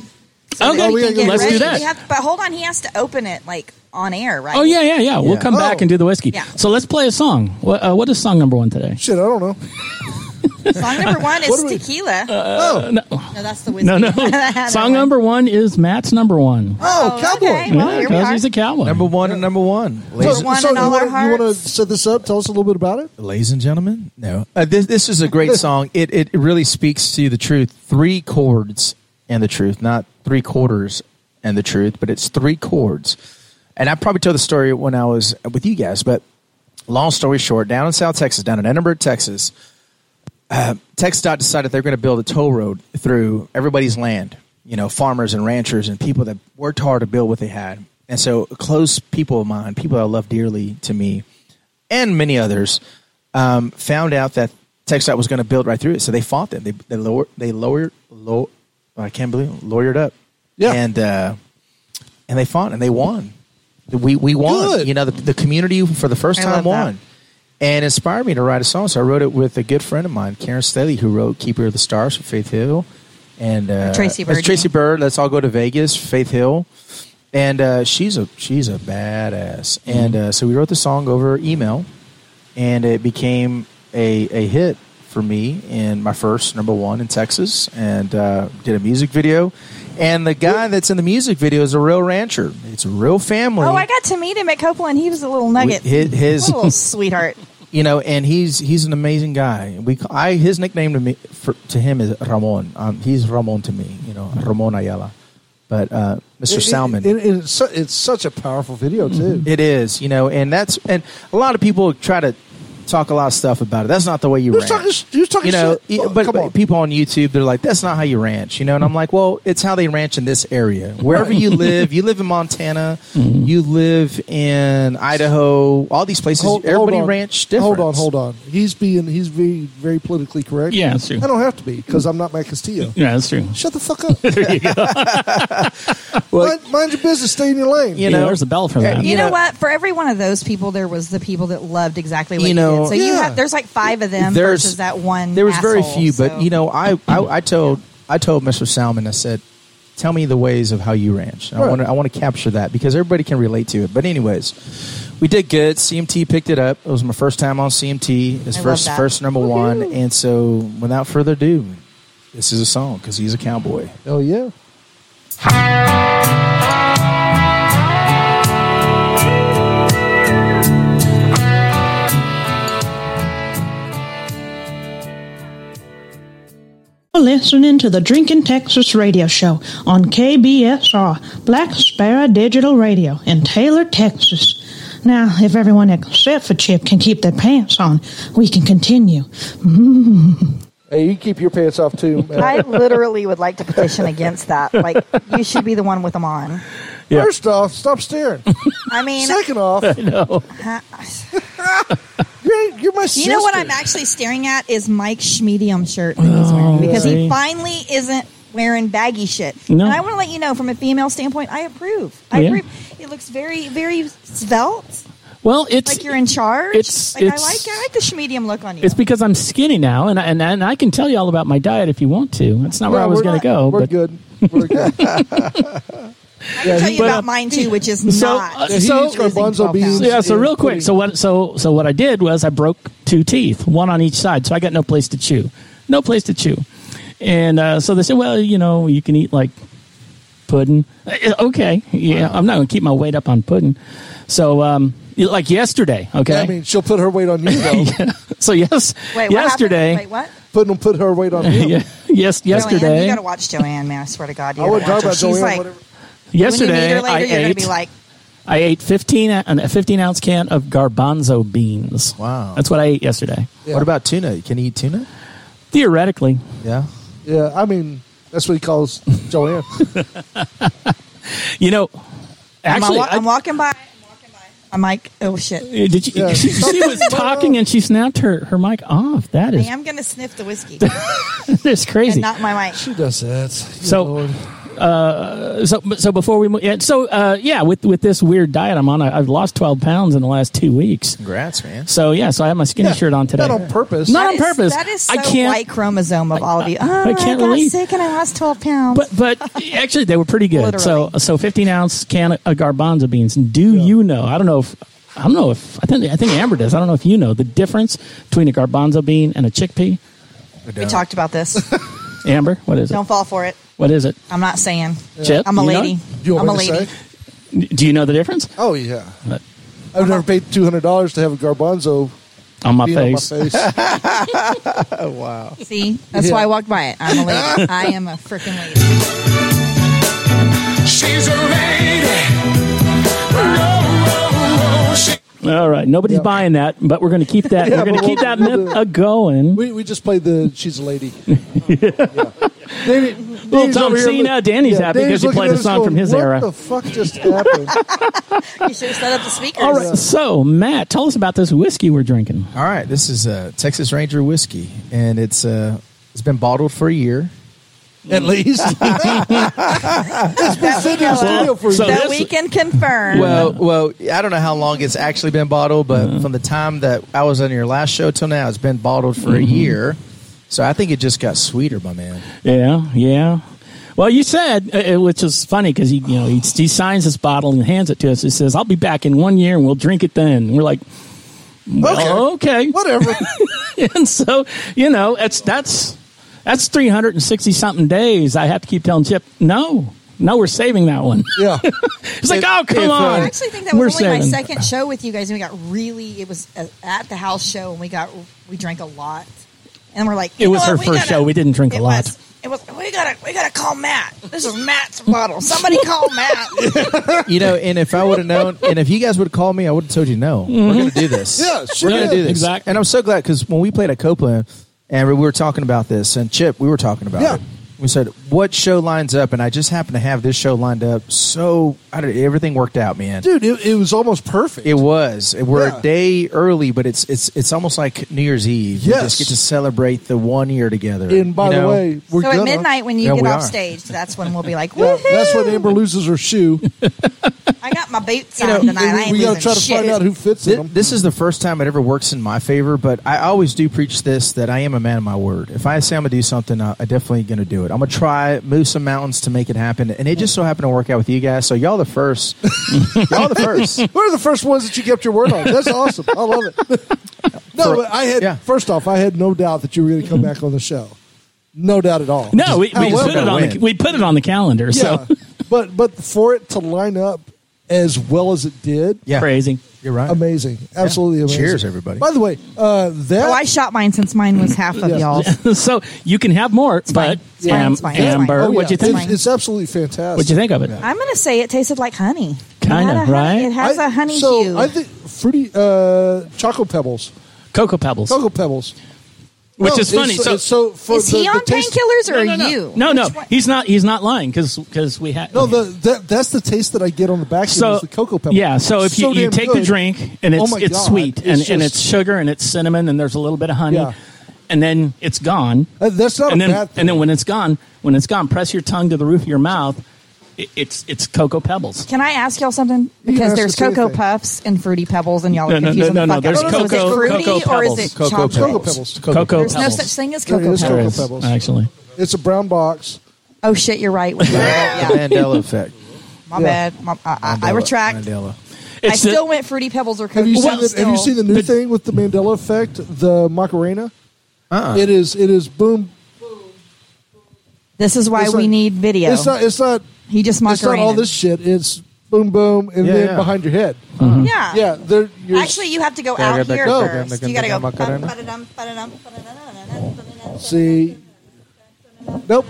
F: so
D: Okay, Oh,
F: that we
E: yeah,
F: can
E: yeah,
F: get
D: let's do
F: ready.
D: that.
F: We have- but hold on, he has to open it like on air, right?
D: Oh yeah, yeah, yeah. We'll
G: Yeah.
D: come back
E: Oh.
D: and do the whiskey.
F: Yeah.
D: So let's play a song. What, uh, what is song number one today?
E: Shit, I don't know.
F: Song number one is
E: do we-
F: tequila.
E: oh,
F: no, that's the whiskey.
D: Uh, No, no.
F: That
D: song
F: one.
D: number one is Matt's number one.
E: oh,
F: Oh,
E: cowboy.
F: okay. Well,
D: Yeah,
F: here we
D: 'cause
F: are.
D: he's a cowboy.
G: Number one and number one, ladies,
F: one in
E: you
F: all our
E: wanna, you wanna
F: hearts.
E: set this up? Tell us a little bit about it.
G: ladies and gentlemen. No, uh, this this is a great song. It it really speaks to the truth. Three chords and the truth, not three quarters and the truth, but it's three chords. And I probably told the story when I was with you guys, but long story short, down in South Texas, down in Edinburgh, Texas, TxDOT decided they're going to build a toll road through everybody's land, you know, farmers and ranchers and people that worked hard to build what they had. And so, close people of mine, people I love dearly to me, and many others, um, found out that TxDOT was going to build right through it. So they fought them. They they lower they lowered low. I can't believe it, lawyered up.
E: Yeah.
G: and uh, and they fought and they won. We we won.
E: Good.
G: You know, the, the community for the first
F: I
G: time
F: love that.
G: won, and inspired me to write a song. So I wrote it with a good friend of mine, Karen Staley, who wrote "Keeper of the Stars" for Faith Hill, and uh,
F: Tracy
G: it's
F: Byrd, you
G: Tracy
F: mean?
G: Bird. Let's all go to Vegas, Faith Hill, and uh, she's a she's a badass.
F: Mm-hmm.
G: And uh, so we wrote the song over email, and it became a a hit for me in my first number one in Texas, and uh, did a music video. And the guy that's in the music video is a real rancher. It's a real family.
F: Oh, I got to meet him at Copeland. He was a little nugget.
G: his- his-
F: What a little sweetheart.
G: you know, and he's he's an amazing guy. We ca- I his nickname to me for, to him is Ramon. Um, he's Ramon to me. You know, Ramon Ayala. But uh, Mr.
E: It-
G: Salmon,
E: It, it- it's, su- it's such a powerful video too.
G: it is. You know, and that's and a lot of people try to talk a lot of stuff about it. That's not the way you
E: Who's
G: ranch.
E: talking sh- who's talking
G: you know,
E: shit?
G: y-
E: Fuck,
G: but,
E: come
G: but
E: on.
G: people on YouTube, they're like, "That's not how you ranch," you know. And I'm like, "Well, it's how they ranch in this area. Wherever you live, you live in Montana,
E: Mm-hmm.
G: you live in Idaho, all these places. everybody
E: on.
G: ranch different.
E: Hold on, hold on. He's being he's very very politically correct.
D: Yeah, that's true.
E: I don't have to be because I'm not Matt Castillo.
D: Yeah, that's true.
E: Shut the fuck up. mind, mind your business. Stay in your lane.
G: You
D: You know,
G: know,
D: there's a bell for that.
F: You,
G: You
F: know,
G: know-
F: what? For every one of those people, there was the people that loved exactly what
G: You
F: you,
G: know,
F: did. So you
E: Yeah.
F: have there's like five of them versus that one.
G: There was very
F: asshole,
G: few,
F: so-
G: but you know, I I, I told I told Mr. Salmon, I said, "Tell me the ways of how you ranch." And I
E: Right.
G: want to I want to capture that because everybody can relate to it. But anyways, we did good. CMT picked it up. It was my first time on CMT. It's
F: I love
G: first
F: that.
G: first number one, and so without further ado, this is a song because he's a cowboy.
E: Oh yeah.
I: You're listening to the Drinkin' Texas radio show on KBSR, Black Sparrow Digital Radio in Taylor, Texas. Now, if everyone except for Chip can keep their pants on, we can continue.
E: Hey, you keep your pants off too. Matt.
F: I literally would like to petition against that. Like, you should be the one with them on.
H: Yeah.
E: First off, stop staring.
F: I mean,
E: Second off, you're, you're my sister.
F: you know what I'm actually staring at is Mike Schmedium shirt that he's wearing because he
D: see.
F: finally isn't wearing baggy shit.
D: No.
F: And I want to let you know, from a female standpoint, I approve. I
D: Yeah.
F: approve. It looks very, very svelte.
D: Well, it's
F: Like you're in charge.
D: It's-
F: like
D: it's-
F: I like I like the schmedium look on you.
D: it's because I'm skinny now, and I, and, and I can tell you all about my diet if you want to. That's not where I was going to go.
E: We're
D: but
E: good. We're good.
F: I can tell you
D: but,
F: about
D: uh,
F: mine too, which is
D: so, uh,
F: not.
E: Yeah, he
D: So-
E: eats garbanzo
F: Twelve
E: beans.
F: pounds.
D: yeah. So
E: and
D: real quick.
E: pudding.
D: So what? So so what I did was I broke two teeth, one on each side. So I got no place to chew, no place to chew. And uh, so they said, well, you know, you can eat like pudding. Uh, Okay, yeah, I'm not going to keep my weight up on pudding. So um, like yesterday, okay.
E: I mean, she'll put her weight on you though.
D: so yes,
F: Wait, what
D: yesterday,
F: Happened? Wait, what?
E: Putting put her weight on him.
D: yeah, yes,
F: Joanne, you
D: yesterday,
F: gotta watch Joanne, man. I swear to God, you
E: I
F: gotta
E: wouldn't
F: watch
E: talk
F: her.
E: about
F: She's
E: Joanne.
F: like,
E: whatever.
D: yesterday
F: when you meet her later,
D: I
F: you're gonna
D: ate.
F: be like,
D: I ate 15 a- a 15 ounce can of garbanzo beans.
G: Wow.
D: That's what I ate yesterday.
G: What about tuna? Can you eat tuna?
D: Theoretically,
G: Yeah.
E: Yeah, I mean, that's what he calls Joanne.
D: you know,
F: I'm,
D: actually,
F: wa- I'm
D: I- uh,
F: walking by. I'm walking by. I'm like, oh shit.
D: did you,
E: Yeah.
D: she, she was talking and she snapped her, her mic off. That
F: I
D: is
F: am gonna sniff the whiskey
D: that's crazy.
F: and not my mic.
E: She does that.
D: So- uh, so but- so before we move, yeah, so uh, yeah, with with this weird diet I'm on, I, I've lost 12 pounds in the last two weeks.
G: Congrats, man.
D: So yeah, so I have my skinny shirt on today.
E: Not on purpose.
D: Not
F: That
D: on
F: is-
D: purpose.
F: That is so
D: I can't.
F: white chromosome of all of you. Oh, I,
D: can't
F: got
D: believe-
F: sick and I lost 12 pounds.
D: But but actually, they were pretty good. So
F: Literally.
D: so fifteen ounce can of uh, garbanzo beans. Do you know? I don't know if I don't know if I think I think Amber does. I don't know if you know the difference between a garbanzo bean and a chickpea.
F: we talked about this.
D: Amber, what is it?
F: Don't fall for it.
D: What is it?
F: I'm not saying.
D: Chip,
F: I'm a
D: you know
F: lady.
E: you
F: I'm
E: want
F: a
E: me to
F: lady.
E: say?
D: it? Do you know the difference
E: Oh yeah.
D: But-
E: I've never paid two hundred dollars to have a garbanzo
D: on my
E: bean
D: face?
E: on my face.
F: See, that's why I walked by it. I'm a lady. I am a freaking lady.
B: She's a lady. Whoa, whoa, whoa. She-
D: All right, nobody's buying that, but we're going to keep that.
E: Yeah,
D: we're going to
E: but
D: keep
E: we'll-
D: that myth a going.
E: we we just played the she's a lady. yeah. Danny- Danny's
D: Tom
E: over here
D: Cena,
E: look-
D: Danny's happy because you
E: looking
D: played
E: at
D: a
E: us
D: song from his
E: what
D: era."
E: the fuck just happened?
F: You should have set up the speakers.
D: All right, so Matt, tell us about this whiskey we're drinking.
G: All right, this is uh, Texas Ranger whiskey, and it's uh, it's been bottled for a year,
E: at least.
F: That, we, know
E: studio
F: of,
E: for
D: So
F: that
D: this-
F: we can confirm.
G: Well, well, I don't know how long it's actually been bottled, but from the time that I was on your last show till now, it's been bottled for a year. So I think it just got sweeter, my man.
D: Yeah, yeah. Well, you said, uh, uh, which is funny because he, you know, he, he signs this bottle and hands it to us. He says, "I'll be back in one year and we'll drink it then." And we're like, well, okay.
E: Whatever.
D: and so you know, it's that's that's three hundred and sixty something days. I have to keep telling Chip, no, no, we're saving that one.
E: Yeah.
D: It's like,
G: If-
D: oh, come
G: if, uh,
D: on.
F: I actually think that was
D: We're
F: only my
D: saving.
F: second show with you guys, and we got really. It was uh, at the house show, and we got we drank a lot, and we're like,
D: It
F: you
D: was
F: know
D: her
F: what, we
D: first
F: gotta-
D: show. We didn't drink a
F: it
D: lot.
F: was- it was. We gotta. We gotta call Matt. This is Matt's bottle. Somebody call Matt.
G: You know, and if I would have known, and if you guys would have called me, I would have told you no. We're going to do this.
E: Yeah, sure
G: we're going
D: did.
G: to do this.
D: Exactly.
G: And I'm so glad because when we played at Copeland, and we were talking about this, and Chip, we were talking about
E: Yeah.
G: it. We said what show lines up, and I just happened to have this show lined up. So I don't, everything worked out, man.
E: Dude, it, it was almost perfect.
G: It was. We're
E: Yeah.
G: a day early, but it's it's it's almost like New Year's Eve. We
E: Yes.
G: just get to celebrate the one year together.
E: and by
G: you
E: the
G: know?
E: way, we're
F: so
E: gonna,
F: at midnight when you
G: Yeah,
F: get
G: we
F: off
G: are.
F: stage, that's when we'll be like,
E: Yeah,
F: woohoo!
E: that's when Amber loses her shoe.
F: I got my boots
E: You know,
F: on tonight. I
E: we-
F: ain't
E: we gotta
F: losing
E: try to
F: shit.
E: find out who fits in
G: Thi-
E: 'em.
G: this is the first time it ever works in my favor, but I always do preach this that I am a man of my word. If I say I'm going to do something, I- I'm definitely going to do it. I'm going to try, move some mountains to make it happen. And it just so happened to work out with you guys. So y'all the first. y'all the first.
E: We're the first ones that you kept your word on. That's awesome. I love it. No, but I had
G: yeah.
E: first off, I had no doubt that you were going to come back on the show. No doubt at all.
D: No, we, we
E: However-
D: put it on the
G: win.
D: we put it on the calendar.
E: Yeah,
D: So
E: but but for it to line up as well as it did,
G: Yeah.
D: crazy.
G: You're right.
E: amazing, absolutely amazing.
G: Cheers, everybody.
E: By the way, uh, that
F: Oh, I shot mine since mine was half of
E: Yeah.
F: y'all's.
D: so you can have more, but
F: fine. It's fine,
D: Am-
F: it's fine, it's fine.
D: Amber,
E: Oh, yeah.
D: what'd you
E: It's-
D: think?
E: It's, absolutely fantastic.
D: What'd you think of it?
F: I'm gonna say it tasted like honey. It
D: Kinda,
F: had a honey-
D: right?
F: It has
E: I-
F: a honey
E: so
F: hue.
E: I think fruity uh, choco pebbles,
D: Cocoa Pebbles,
E: cocoa pebbles,
D: which
E: No,
D: is funny.
E: it's-
D: So,
E: it's so for
F: is
E: the,
F: he
E: the
F: on
E: taste-
F: painkillers or
D: no, no,
F: are you?
D: no, no,
F: Which one-
D: he's not. He's not lying because we had
E: No, the, that, that's the taste that I get on the back end is the cocoa pebble.
D: Yeah, so if you, you
E: damn
D: take the
E: good.
D: drink and
E: Oh
D: it's
E: my
D: it's
E: God,
D: sweet
E: it's
D: and, and
E: just-
D: it's sugar and it's cinnamon and there's a little bit of honey,
E: Yeah.
D: and then it's gone.
E: Uh, that's not
D: and
E: a
D: then
E: bad thing.
D: and then when it's gone, when it's gone, press your tongue to the roof of your mouth. It, it's it's cocoa pebbles.
F: Can I ask y'all something?
E: can
F: Because
E: ask
F: there's
E: us anything.
F: cocoa puffs and fruity pebbles, and y'all
D: No,
F: are
D: no,
F: confusing
D: no, no,
F: the
D: no,
F: fuck out
D: there's
F: of me. So
D: cocoa-
F: is it fruity
D: cocoa
F: or
D: pebbles.
F: is it
G: Cocoa
F: chocolate?
E: Cocoa
G: pebbles.
E: pebbles.
D: Cocoa
F: There's
D: pebbles.
F: no such thing as
E: There
F: cocoa
E: is
D: There
E: cocoa
F: pebbles.
D: is,
E: pebbles.
D: actually.
E: It's a brown box.
F: Oh shit, you're right. yeah,
G: Mandela effect.
F: my
E: Yeah.
F: bad. My- I, I, I
G: Mandela-
F: retract.
G: Mandela.
F: I
D: It's the-
F: still went fruity pebbles or cocoa.
E: Have you seen
F: pebbles
E: the, Have you
F: still.
E: seen the new thing with the Mandela effect, the Macarena? Uh-uh. It is. It is boom.
F: This is why
E: It's
F: we
E: not-
F: need video.
E: It's not. It's not.
F: he just
E: It's not
F: macarena.
E: all this shit. It's boom, boom, and
G: Yeah,
E: then
G: yeah.
E: behind your head.
D: Uh-huh.
F: Yeah.
E: Yeah. There. You're,
F: Actually, you have to go
G: Yeah,
F: out
G: go
F: here
G: back, go back,
F: first.
G: go
F: You got to go.
G: back, go back.
F: Ba-da-dum, ba-da-dum, ba-da-dum, ba-da-dum.
E: see. Nope.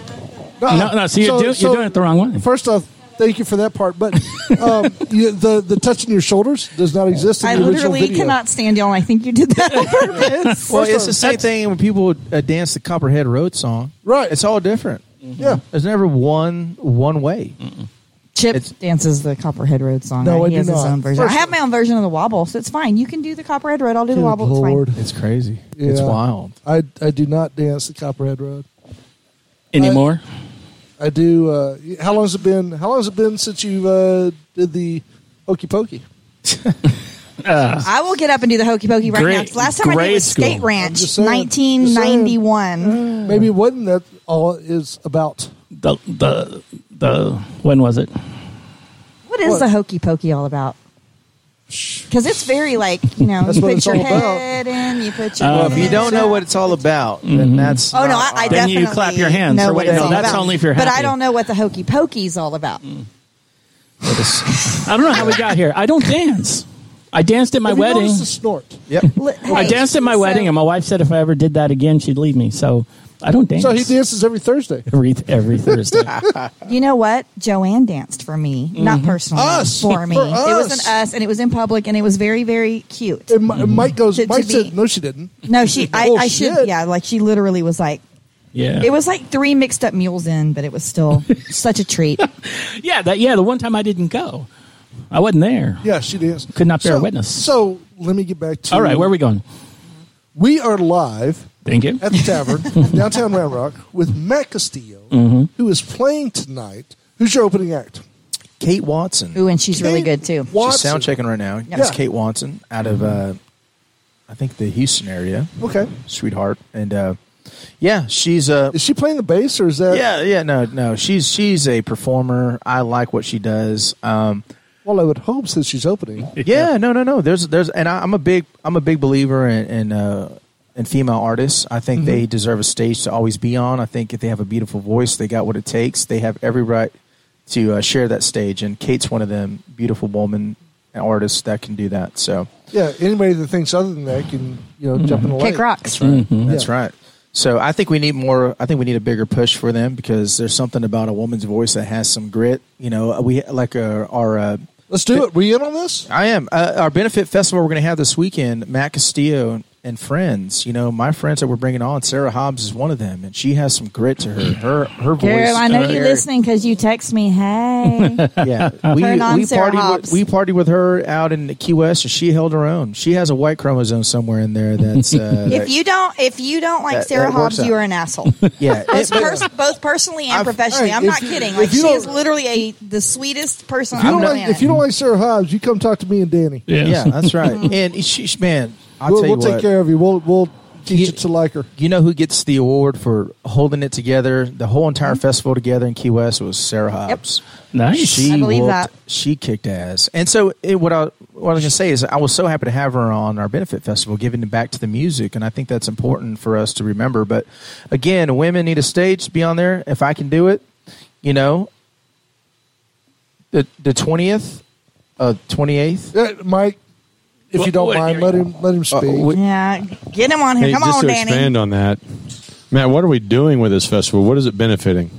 D: No, no. So you're,
E: So-
D: do,
E: so-
D: you're doing it the wrong way.
E: First off, thank you for that part, but um, you, the the touching your shoulders does not exist in
F: I
E: the original
F: literally
E: video.
F: cannot stand y'all. and I think you did that on purpose.
G: Well, it's the same thing when people uh, dance the Copperhead Road song.
E: Right.
G: It's all different.
E: Yeah.
G: There's never one one way.
F: Chip
G: It's-
F: dances the Copperhead Road song.
E: No,
F: right?
E: I
F: he
E: do
F: has his
E: not.
F: own version.
E: First
F: I have my own version of the wobble, so it's fine. You can do the Copperhead Road. I'll do the wobble. It's
G: It's crazy. It's
E: Yeah.
G: wild.
E: I I do not dance the Copperhead Road.
D: Anymore?
E: I do. Uh, how long has it been? How long has it been since you uh, did the Hokey Pokey?
F: fine. I will get up and do the hokey pokey right
D: Grade-
F: now. 'cause Last time I did
D: grade
F: was
D: school.
F: Skate Ranch,
E: just saying. Just saying.
F: 1991.
E: Maybe it wasn't that all it is about.
D: The, the, the, when was it?
F: What is
E: What?
F: the hokey pokey all about? Because it's very like you know,
E: That's
F: you
E: what
F: put
E: it's
F: your
E: all about.
F: head in, you put your.
D: Um,
G: Well, if you don't know what it's all about, then that's.
F: Oh no,
G: not
F: I, I
G: all-
D: Then you
F: definitely
D: clap your hands
F: know
D: or
F: what
D: wait,
F: it's
D: no,
F: all
D: that's
F: about.
D: only if you're
F: But I
D: happy.
F: don't know what the hokey pokey's all about.
D: I don't know how we got here. I don't dance. I danced at my
E: Have you
D: wedding.
E: noticed the snort.
G: Yep.
F: Li-
D: I
F: hey,
D: danced at my
F: so-
D: wedding, and my wife said if I ever did that again, she'd leave me. So I don't dance.
E: So he dances every Thursday.
D: every every Thursday.
F: You know what? Joanne danced for me, not personally,
E: Mm-hmm. Us.
F: for me.
E: For
F: It
E: us.
F: was an us, and it goes in public, and it was very, very cute.
E: And Mi- Mike goes.
F: To- to
E: Mike
F: be-
E: said, "No, she didn't."
F: No, she, I,
E: Oh,
F: I should,
E: shit.
F: yeah, like she literally was like,
D: Yeah,
F: it was like three mixed up mules in, but it was still such a treat.
D: Yeah, that yeah. The one time I didn't go, I wasn't there.
E: Yeah, she danced.
D: Could not bear
E: so,
D: witness.
E: So let me get back to.
D: All right, where are we going?
E: We are live
D: Thank you.
E: at the tavern in downtown Round Rock with Matt Castillo,
D: Mm-hmm.
E: who is playing tonight. Who's your opening act?
G: Kate Watson.
F: Ooh, and she's really
E: Kate
F: good too.
E: Watson.
G: She's sound checking right now. It's
E: Yeah.
G: Kate Watson out of, uh, I think, the Houston area.
E: Okay.
G: Sweetheart. And uh, yeah, she's uh,
E: Is she playing the bass or is that
G: yeah, yeah, no, no. She's she's a performer. I like what she does. Um,
E: Well, I would hope since she's opening.
G: yeah, no, no, no. There's there's, and I, I'm a big I'm a big believer in in, uh, in female artists. I think they deserve a stage to always be on. I think if they have a beautiful voice, they got what it takes. They have every right to uh, share that stage. And Kate's one of them beautiful woman and artists that can do that. So
E: Yeah, anybody that thinks other than that can, you know, jump in the lake.
F: Kick rocks.
E: Mm.
D: Mm-hmm.
G: That's right. So I think we need more. I think we need a bigger push for them because there's something about a woman's voice that has some grit. You know, we like uh, our. Uh,
E: Let's do it. Were you in on this?
G: I am uh, our benefit festival we're going to have this weekend. Matt Castillo and, and friends. You know, my friends that we're bringing on. Sarah Hobbs is one of them, and she has some grit to her. Her her voice.
F: Girl, I know
G: uh,
F: you're listening because you text me, hey.
G: Yeah, we
F: Turn on
G: we
F: Sarah
G: partied
F: Hobbs.
G: with, we partied with her out in Key West, and she held her own. She has a white chromosome somewhere in there. That's uh,
F: if you don't, if you don't like
G: That-
F: Sarah
G: that works
F: Hobbs, you
G: out.
F: are an asshole.
G: yeah,
F: Both,
G: it-
F: pers- both personally and
G: I've-
F: professionally.
E: hey,
F: I'm
E: if
F: not
E: you-
F: kidding.
E: if
F: Like
E: you
F: she is
E: don't-
F: literally a the sweetest person
E: If you,
F: on
E: don't
F: the
E: like,
F: planet.
E: if you don't like Sarah Hobbs, you come talk to me and Danny.
D: Yes.
G: Yeah, that's right. and she, she- man, I'll
E: we'll
G: tell you
E: we'll take
G: what,
E: care of you. We'll we'll teach
G: You-
E: you to like her.
G: You know who gets the award for holding it together, the whole entire
F: Mm-hmm.
G: festival together in Key West was Sarah Hobbs.
D: Nice.
G: She
F: I believe
G: whooped-
F: that.
G: She kicked ass. And so it, what I what I was going to say is I was so happy to have her on our benefit festival, giving back to the music, and I think that's important for us to remember. But again, women need a stage to be on there. If I can do it, you know, the the twentieth, uh, twenty eighth.
E: Uh, Mike, if you
D: What-
E: don't
D: what-
E: mind, let him
F: Uh,
E: let him speak.
F: yeah, get him on here.
H: Hey,
F: Come
H: just
F: on,
H: to
F: Danny.
H: expand on that, Matt, what are we doing with this festival? What is it benefiting?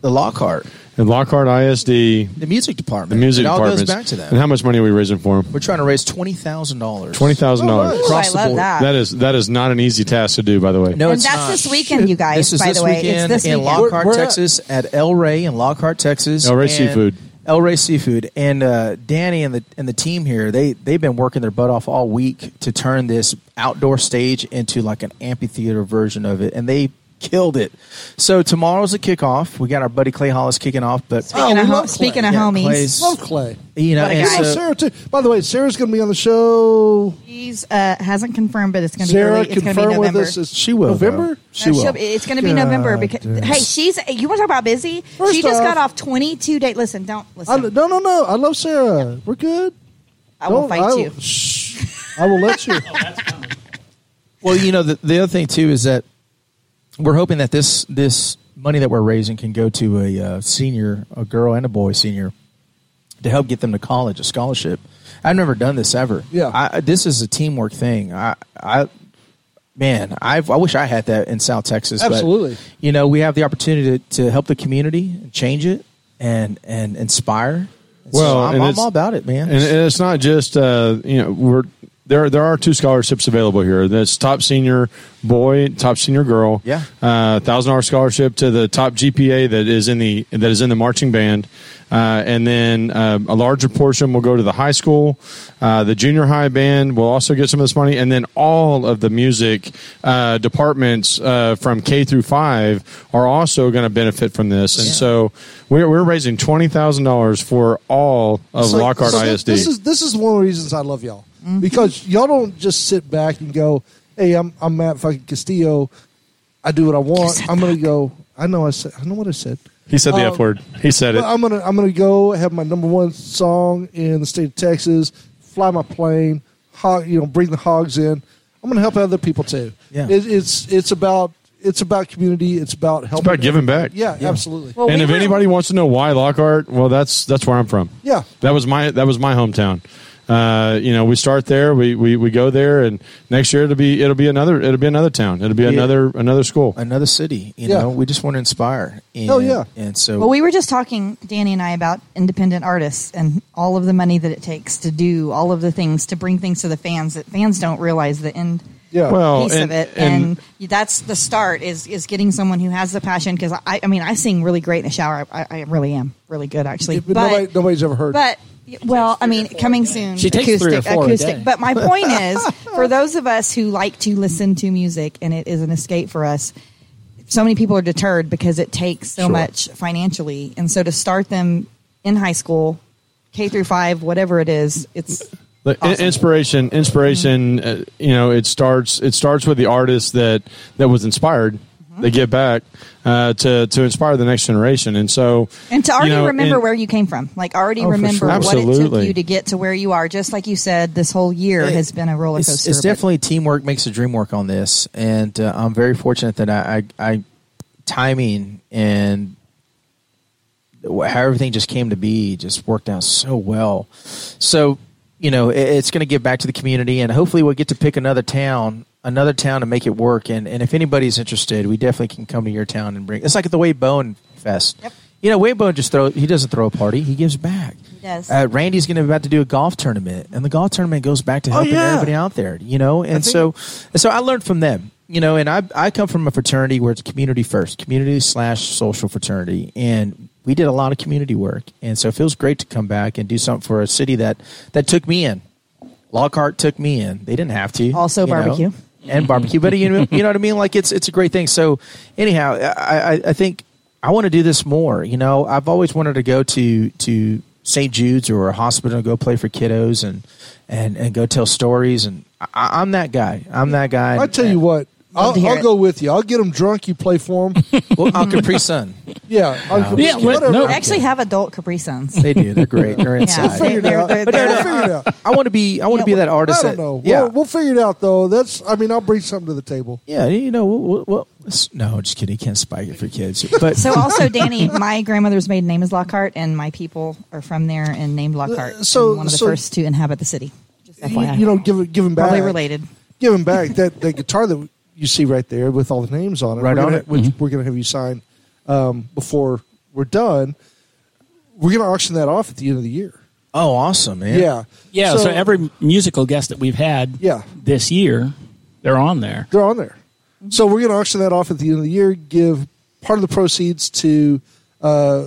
G: The Lockhart,
H: And Lockhart ISD,
G: the music department,
H: the music
G: it all
H: department.
G: goes back to that.
H: And how much money are we raising for them?
G: We're trying to raise twenty thousand dollars.
H: Twenty thousand
E: Oh,
H: dollars.
E: nice.
F: Ooh, I
G: across the
F: love
G: board.
F: that.
H: That is that is not an easy task to do, by the way.
G: No,
F: and
G: it's
F: that's
G: not.
F: this weekend, you guys.
G: This is
F: by
G: this
F: the way,
G: weekend
F: it's this
G: in
F: weekend.
E: We're-
G: Lockhart,
E: we're at-
G: Texas, at El Rey in Lockhart, Texas.
H: El Rey
G: and
H: Seafood.
G: El Rey Seafood and uh, Danny and the and the team here. They they've been working their butt off all week to turn this outdoor stage into like an amphitheater version of it, and they killed it. So tomorrow's the kickoff. We got our buddy Clay Hollis kicking off, but
E: Oh,
F: Speaking,
E: we
F: of,
E: love
F: hom- speaking of
G: Yeah,
F: homies,
G: Clay's-
E: Love Clay.
G: you know,
F: What a
G: and
F: guy.
E: Love
G: so-
E: Sarah too. By the way, Sarah's going to be on the show.
F: he's uh, hasn't confirmed, but it's going to be
E: Sarah,
F: early. It's going to be
E: confirm with
F: November.
E: us. Is
G: She will,
E: November.
G: though. She
F: No,
G: will.
F: she'll be- It's going to be
E: God
F: November because
E: damn.
F: hey, she's you want to talk about busy?
E: First
F: she just
E: off-
F: got off twenty two days. Listen, don't
E: I,
F: listen.
E: no, no, no. I love Sarah. We're good.
F: I, will
E: Don't-
F: fight
E: I
F: you.
E: Shh. I will let you.
G: Well, you know, the, the other thing too is that we're hoping that this this money that we're raising can go to a uh, senior, a girl and a boy senior, to help get them to college, a scholarship. I've never done this ever.
E: Yeah.
G: I, this is a teamwork thing. I, I, man, I've, I wish I had that in South Texas. but,
E: Absolutely.
G: you know, we have the opportunity to, to help the community, and change it, and and inspire. so
H: Well,
G: I'm,
H: and
G: I'm
H: it's-
G: all about it, man.
H: And, and it's not just uh, you know we're there. There are two scholarships available here. That's top senior boy, top senior girl.
G: Yeah.
H: uh, thousand dollar scholarship to the top GPA that is in the that is in the marching band, uh, and then um, a larger portion will go to the high school. Uh, the junior high band will also get some of this money, and then all of the music uh, departments uh, from K through five are also going to benefit from this. And
G: Yeah.
H: so we're, we're raising twenty thousand dollars for all of
E: It's like-
H: Lockhart
E: so thi-
H: ISD.
E: This is this is one of the reasons I love y'all
F: Mm-hmm.
E: because y'all don't just sit back and go, "Hey, I'm I'm Matt fucking Castillo. I do what I want. I'm gonna go. I know I said I know what I said.
H: he said the F word. He said it.
E: But uh, I'm gonna I'm gonna go have my number one song in the state of Texas. Fly my plane. Hog, you know, bring the hogs in. I'm gonna help other people too.
G: Yeah.
E: it, it's it's about it's about community. It's about helping.
H: about giving back.
E: Yeah, absolutely.
F: Well,
H: and
F: we
H: if
F: were-
H: anybody wants to know why Lockhart, well, that's that's where I'm from.
E: Yeah.
H: that was my that was my hometown. Uh, you know, we start there, we, we we go there, and next year it'll be it'll be another it'll be another town, it'll be another another school.
G: another city, you
E: Yeah.
G: know, we just want to inspire. And,
E: Oh, yeah.
G: and so
F: Well, we were just talking, Danny and I, about independent artists and all of the money that it takes to do all of the things to bring things to the fans that fans don't realize the end
E: Yeah.
H: Well,
F: piece
H: and,
F: of it, and, that's the start is is getting someone who has the passion. Because I, I mean, I sing really great in the shower. I, I really am really good, actually.
E: But nobody, nobody's ever heard.
F: But Well, I mean, coming soon.
D: She takes three or four a
F: acoustic.
D: day.
F: But my point is, for those of us who like to listen to music and it is an escape for us, so many people are deterred because it takes so much financially, and so to start them in high school, K through five, whatever it is, it's
H: The in- inspiration, inspiration. Uh, you know, it starts. It starts with the artist that that was inspired.
E: Mm-hmm.
H: They give back uh, to to inspire the next generation, and so
F: and to already
H: you know,
F: remember
H: and-
F: where you came from, like already
E: Oh, for
F: remember
E: sure.
F: what it took
H: Absolutely.
F: you to get to where you are. Just like you said, this whole year has been a roller coaster.
G: It's, it's
F: but-
G: definitely teamwork makes the dream work on this, and uh, I'm very fortunate that I, I, I timing and wh- how everything just came to be just worked out so well. So you know, it, it's going to give back to the community, and hopefully, we'll get to pick another town. Another town to make it work, and, and if anybody's interested, we definitely can come to your town and bring. It's like at the Wade Bone Fest.
F: Yep.
G: You know, Wade Bone just throw. He doesn't throw a party. He gives back. He
F: does.
G: Uh, Randy's going to about to do a golf tournament, and the golf tournament goes back to helping
E: yeah.
G: everybody out there, you know. And so, so I learned from them, you know. And I I come from a fraternity where it's community first, community slash social fraternity, and we did a lot of community work. And so it feels great to come back and do something for a city that that took me in. Lockhart took me in. They didn't have to.
F: Also
G: you know,
F: barbecue.
G: and barbecue, but you know, you know what I mean. Like it's it's a great thing. So anyhow, I I, I think I want to do this more. You know, I've always wanted to go to to St. Jude's or a hospital and go play for kiddos and and and go tell stories. And I, I'm that guy. I'm that guy.
E: I tell you what,
F: Love to
E: I'll,
F: hear
E: I'll
F: it.
E: go with you. I'll get them drunk. You play for them.
G: well, I'm Capri Sun.
E: yeah. I'll,
D: Yeah, what-
E: whatever.
D: no.
F: They actually have adult Capri Suns.
G: They do. They're great. They're
F: Yeah,
G: inside.
F: they- they're- they're-
E: But
F: they're-
E: no, no, figure it out.
G: I want to be. I want to be that artist.
E: I don't
G: that-
E: know.
G: Yeah.
E: We'll, we'll figure it out though. That's. I mean, I'll bring something to the table.
G: yeah, you know, we'll, we'll, we'll- s- no, just kidding. You can't spike it for kids. But
F: So also, Danny, my grandmother's maiden name is Lockhart, and my people are from there and named Lockhart.
E: Uh, so-
F: and one of the
E: so-
F: first to inhabit the city. Just
E: You,
F: FYI,
E: you know, give give them back.
F: probably related.
E: Give them back that that guitar that you see right there with all the names on it.
G: Right
E: we're
G: on
E: gonna,
G: it. Mm-hmm.
E: Which we're going to have you sign um, before we're done. We're going to auction that off at the end of the year.
G: oh, awesome, man.
E: Yeah.
D: Yeah, so, every musical guest that we've had
E: Yeah.
D: this year, they're on there.
E: they're on there.
D: Mm-hmm.
E: So we're going to auction that off at the end of the year. Give part of the proceeds to uh,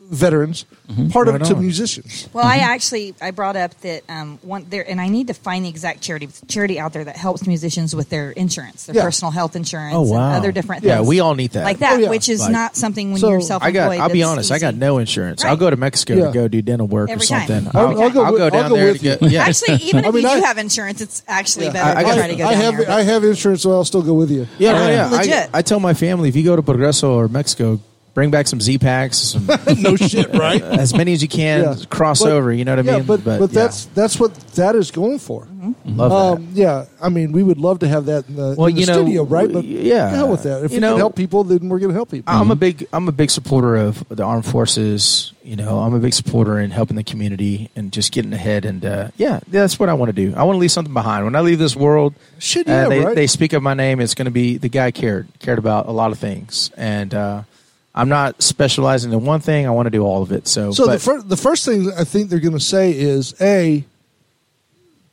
E: veterans,
G: Mm-hmm.
E: part of it to musicians.
F: Well, I actually I brought up that um, one there, and I need to find the exact charity charity out there that helps musicians with their insurance, their
E: Yeah.
F: personal health insurance,
G: Oh, wow.
F: and other different
G: Yeah,
F: things.
G: we all need that.
F: like that,
E: Oh, yeah.
F: which is
G: Like-
F: not something when
E: So,
F: you're self
G: I
F: employed.
G: got. I'll be honest. I got no insurance. I'll
F: Right.
G: go to Mexico
E: Yeah.
G: to go do dental work
F: Every
G: or
F: time.
G: something.
F: I'll- I'll go
G: I'll
E: with-
G: down
E: I'll go
G: there
E: with
G: to get.
E: you.
G: Yeah.
F: Actually, even
E: I
F: if
E: mean,
F: you do
E: I-
F: have insurance, it's actually better
G: I-
F: to
G: I-
F: try to go
E: I
F: down
E: have
F: there, but-
E: I have insurance, so I'll still go with you.
G: yeah, no, yeah.
F: Legit.
G: I, I tell my family if you go to Progreso or Mexico, bring back some Z packs, some
E: no shit, right?
G: as many as you can,
E: Yeah.
G: cross
E: But-
G: over. You know what I
E: yeah,
G: mean?
E: but but,
G: yeah.
E: that's that's what that is going for.
F: Mm-hmm.
G: love that.
E: Um, yeah, I mean, we would love to have that in the,
G: Well,
E: in the
G: you know,
E: studio, right? But
G: yeah.
E: to hell with that. If
G: You
E: we
G: know- Oh,
E: can help people, then we're going to help people.
G: I'm a big I'm a big supporter of the armed forces. You know, I'm a big supporter in helping the community and just getting ahead. And uh, yeah, that's what I want to do. I want to leave something behind when I leave this world.
E: Shit,
G: uh,
E: yeah,
G: they,
E: right?
G: they speak of my name. It's going to be the guy cared cared about a lot of things, and uh, I'm not specializing in one thing. I want to do all of it. So,
E: So the
G: but-
E: first the first thing I think they're going to say is a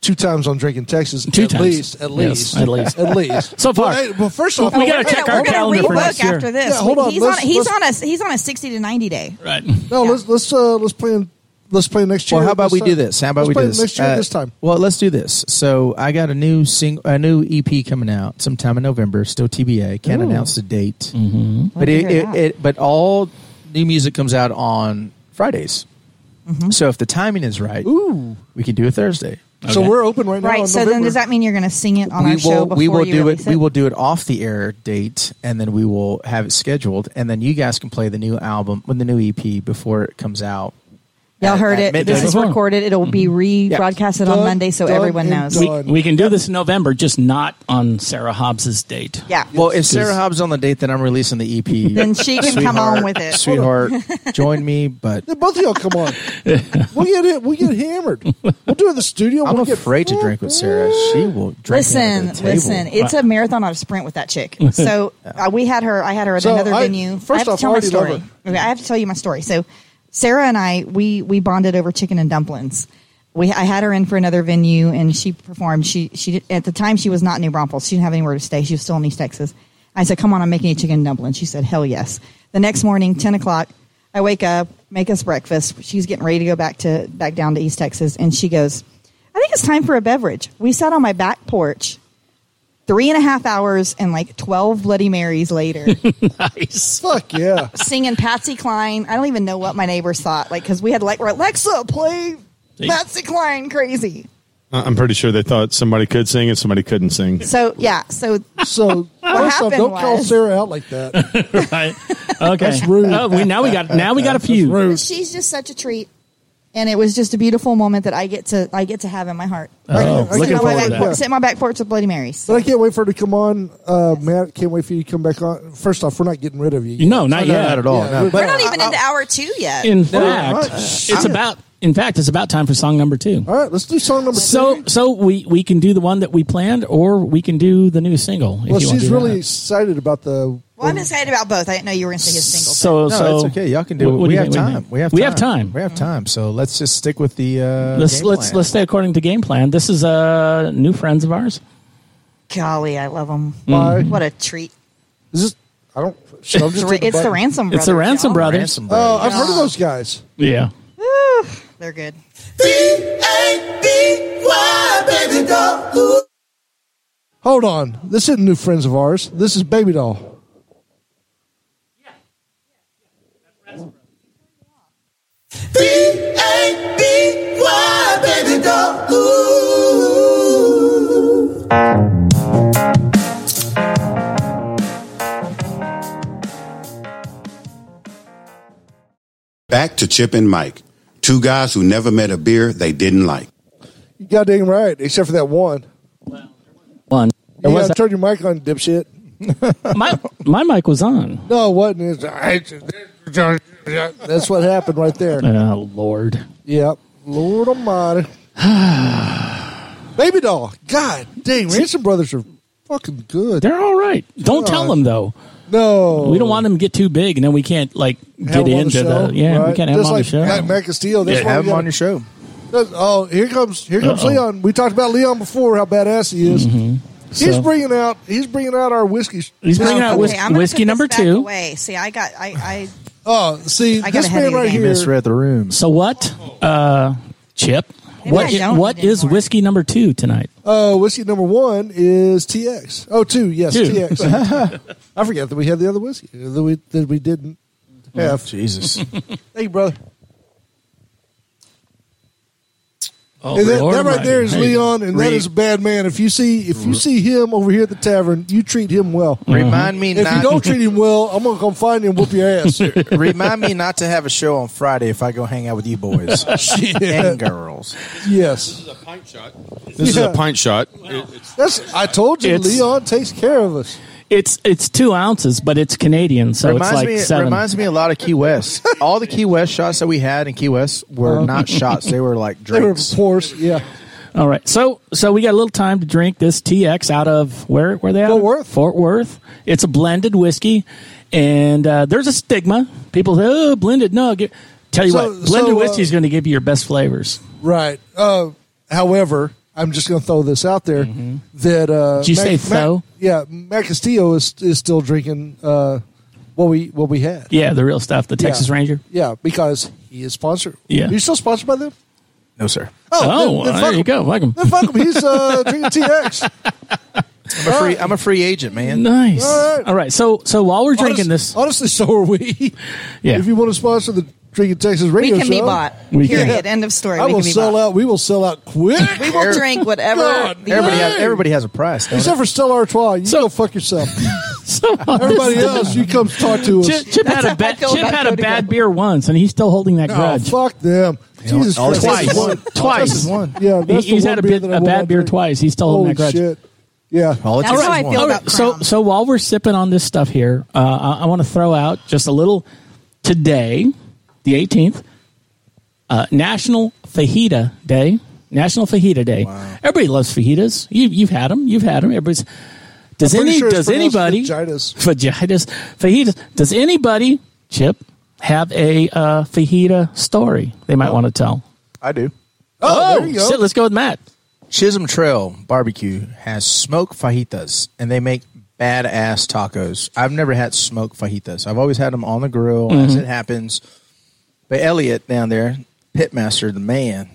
E: two times on drinking Texas
D: Two
E: at
D: times.
E: least at
D: Yes,
E: least
D: at least.
E: at least
D: So far.
E: Well, hey, well first off,
D: We
F: Oh,
D: gotta
F: we're
D: check
F: gonna-
D: our
F: we're gonna
D: calendar for
F: rebook
D: next year.
F: After this,
E: Yeah, hold on,
F: he's
E: let's-
F: on he's on a
E: let's-
F: he's on a sixty to ninety day.
D: Right.
E: no let's let's uh, let's plan let's play next year.
G: Well, how about
E: Let's,
G: we
E: uh,
G: do this? How about
E: let's
G: we
E: play
G: do this
E: next year
G: Uh,
E: this time?
G: Well, let's do this. So I got a new sing, a new EP coming out sometime in November. Still TBA. Can't announce the date. Mm-hmm. But
F: Love
G: it,
F: to hear
G: it,
F: that.
G: it- but all new music comes out on Fridays.
F: Mm-hmm.
G: So if the timing is right,
E: Ooh,
G: we can do it Thursday.
E: so
D: Okay.
E: we're open right now.
F: Right.
E: on
F: So then,
E: November.
F: does that mean you're going to sing it on
G: we
F: our show
G: will
F: before
G: we will
F: you
G: do it,
F: release
G: we will do it off the air date and then we will have it scheduled and then you guys can play the new album when the new EP before it comes out.
F: Y'all heard
G: at
F: it.
G: midnight.
F: This is
D: Before.
F: recorded. It'll be
G: Mm-hmm.
F: rebroadcasted on
E: Done,
F: Monday, so
E: done,
F: everyone
E: and
F: knows.
E: done.
D: We, we can do this in November, just not on Sarah Hobbs's date.
F: yeah.
G: Well, if Sarah Hobbs is on the date that I'm releasing the EP,
F: Then she can come
G: sweetheart-
F: on with it.
G: Sweetheart, join me, but
E: Yeah, both of y'all come on. we'll get it. We'll get hammered. We'll do it in the studio.
G: I'm
E: we'll get-
G: afraid to drink with Sarah. She will drink.
F: listen,
G: me under the table.
F: listen. It's a marathon, not a sprint with that chick. So uh, we had her. I had her at
E: So
F: another
E: I-
F: venue.
E: first
F: I have
E: off,
F: to tell
E: I
F: my
E: already love
F: story. Okay, I have to tell you my story. So Sarah and I, we we bonded over chicken and dumplings. We, I had her in for another venue, and she performed. She she did, at the time she was not in New Braunfels. She didn't have anywhere to stay. She was still in East Texas. I said, "Come on, I'm making you chicken and dumplings." She said, "Hell yes." The next morning, ten o'clock, I wake up, make us breakfast. She's getting ready to go back to back down to East Texas, and she goes, "I think it's time for a beverage." We sat on my back porch, three and a half hours, and like twelve Bloody Marys later,
D: Nice.
E: Fuck yeah.
F: singing Patsy Cline. I don't even know what my neighbors thought, like because we had like we're like, Alexa play Patsy Cline crazy.
H: I- I'm pretty sure they thought somebody could sing and somebody couldn't sing.
F: So yeah, so
E: So first off,
F: happened
E: don't call
F: was-
E: Sarah out like that.
D: right. Okay.
E: That's rude.
D: Oh, we now we got now we got a few.
E: Rude.
F: she's just such a treat. And it was just a beautiful moment that I get to I get to have in my heart.
D: Oh,
E: I
D: looking
E: can't
F: sit, on my
D: forward
E: wait
D: to
F: back
E: that.
D: that.
F: porch, sit on my back porch with Bloody Marys.
E: But I can't wait for her to come on, uh, Matt. Can't wait for you to come back on. First off, we're not getting rid of you. yet.
D: No, not yet.
G: Not at all.
E: Yeah,
G: no.
E: we're-
G: But
F: We're not even into hour two yet.
D: In fact,
E: right.
D: it's about in fact it's about time for song number two.
E: All right, let's do song number
D: So
E: two.
D: so we we can do the one that we planned, or we can do the new single. If
E: Well,
D: you wanna
E: she's
D: do
E: really
D: that.
E: excited about the.
F: well, I'm excited about both. I didn't know you were going to say his single.
D: so
G: no,
D: so.
G: it's okay. Y'all can do
D: what-
G: it.
D: what
G: we,
D: do you
G: have
D: think
G: time.
D: need?
G: we have time.
D: we have time.
G: We have time. So let's just stick with the. Uh,
D: Let's
G: game
D: let's
G: plan.
D: let's stay according to game plan. This is uh new friends of ours.
F: golly, I love them.
D: Mm.
E: Why?
F: What a treat!
E: Is this? I don't. shit, I'm just
F: It's,
E: taking a
F: the
E: bite.
F: ransom. Brothers,
D: It's the Ransom
F: y'all.
D: Brothers.
G: Ransom Brothers.
E: Oh, I've heard of those guys.
D: Yeah.
F: They're good.
E: Hold on, this isn't new friends of ours. This is Baby Doll.
C: Back to Chip and Mike, two guys who never met a beer they didn't like.
E: You goddamn right, except for that one.
D: One. There
E: Yeah,
D: was
E: turn your mic on, dipshit.
D: my my mic was on.
E: No, it wasn't. It's- That's what happened right there.
D: Oh Lord.
E: Yep. Lord Almighty. Baby doll. God dang, Ransom Brothers are fucking good.
D: They're all right. Don't tell
G: Uh,
D: them though.
E: No,
D: We don't want them to get too big, and then we can't like
E: Have
D: get
E: them on
D: into the,
E: show,
D: yeah. We
E: right?
D: can't have
E: Just
D: them on
E: like
D: the show.
E: Matt Mac and Steel. That's
G: Yeah,
E: why
G: have
E: we
G: them
E: got-
G: on your show.
E: that's- oh, here comes here comes
D: Uh-oh. Mm-hmm.
E: Leon. We talked about Leon before. How badass he is. He's
D: So-
E: bringing out he's bringing out our whiskey.
D: He's bringing out
F: Okay,
D: whis-
F: I'm gonna
D: whiskey
F: put this
D: number
F: back
D: two.
F: Away. See, I got I,
E: Oh, see
F: I got
E: this
F: ahead
E: man
F: of the
E: right
F: game.
E: here.
G: Misread the room.
D: So what, uh, Chip?
F: Maybe
D: What
F: I
D: is,
F: don't
D: what
F: need
D: is
F: anymore.
D: whiskey number two tonight?
E: Uh, whiskey number one is TX. Oh, two. Yes,
D: Two.
E: TX. I forgot that we had the other whiskey that we that we didn't have.
G: Jesus.
E: Thank you, brother.
D: Oh,
E: And that, that right there is Leon, and that is a bad man. If you see if you see him over here at the tavern, you treat him well.
G: Remind me
E: Mm-hmm. If you don't
G: not.
E: treat him well, I'm gonna come find you and whoop your ass.
G: remind me not to have a show on Friday if I go hang out with you boys and girls.
E: yes,
H: This is a pint shot. This
E: Yeah.
H: is a pint shot.
E: that's. I told you,
D: It's-
E: Leon takes care of us.
D: It's it's two ounces, but it's Canadian, so
G: reminds
D: it's like
G: me.
D: seven.
G: Reminds me a lot of Key West. All the Key West shots that we had in Key West were not shots; they were like
E: They were
G: drinks.
E: pours. Yeah,
D: All right, so so we got a little time to drink this TX out of where where they at?
E: Fort Worth.
D: Fort Worth. It's a blended whiskey, and uh, there's a stigma. People say, "Oh, blended." No, get, tell you
E: So-
D: what, blended
E: so, uh,
D: whiskey is going to give you your best flavors.
E: right. Uh, however, I'm just gonna throw this out there that uh,
D: Mm-hmm. Did you say throw?
E: yeah, Matt Castillo is is still drinking uh, what we what we had.
D: Yeah, the real stuff. The Texas
E: Yeah.
D: Ranger.
E: Yeah, because he is sponsored.
D: Yeah.
E: you still sponsored by them.
G: No, sir.
D: Oh,
E: then- then
D: there
E: fuck
D: you
E: him.
D: go. Like 'em.
E: Then fuck him. He's uh, drinking Uh, TX.
G: I'm a
E: Oh.
G: free. I'm a free agent, man.
D: Nice. All
E: All
D: right.
E: right.
D: So so while we're drinking
E: Honest-
D: this,
E: Honestly, so are we.
D: Yeah.
E: If you want to sponsor the Drinking Texas
F: we
E: radio
F: can be
E: show,
F: bought.
D: We can.
F: Period. End of story.
E: I
F: we
E: will
F: can be
E: sell
F: bought.
E: out. We will sell out quick.
F: We will drink whatever.
E: God,
F: the-
G: Everybody has. Everybody has a price. don't
E: Except
G: they?
E: for Stella Artois, you
D: So-
E: go fuck yourself.
D: so on this-
E: Everybody else, you come talk to us.
D: Chip, Chip had a bad
F: feel
D: Chip
F: about
D: had a
F: Cody
D: bad
F: Garbrandt.
D: beer once, and he's still holding that
E: no,
D: grudge.
E: Oh, fuck them. Jesus
G: all it
E: Christ, that's
G: takes is
E: one.
G: one.
D: Twice.
G: Texas won.
E: Yeah,
D: He-
E: that's the
D: he's
E: one
D: had a,
E: beer
D: bit,
E: that I
D: a
E: will
D: bad
E: not
D: beer
E: drink.
D: twice. He's still holding
E: Holy
D: that grudge.
E: shit! Yeah.
G: All it
F: That's
G: takes
F: how
G: is
F: I
G: one.
F: feel
D: All
F: about-
D: right, so
F: Crown.
D: so while we're sipping on this stuff here, uh, I, I want to throw out just a little today, the 18th, uh, National Fajita Day. National Fajita Day. Everybody loves fajitas. You, you've had them. You've had them. Everybody's. Does
E: I'm pretty
D: any
E: sure it's
D: does
E: pronounced
D: anybody
E: fajitas.
D: fajitas fajitas does anybody Chip have a uh, fajita story they might want to tell?
G: I do.
E: Oh, there you go.
D: shit, let's go with Matt.
G: Chisholm Trail Barbecue has smoke fajitas, and they make badass tacos. I've never had smoke fajitas. I've always had them on the grill as it happens. But Elliot down there, pitmaster, the man,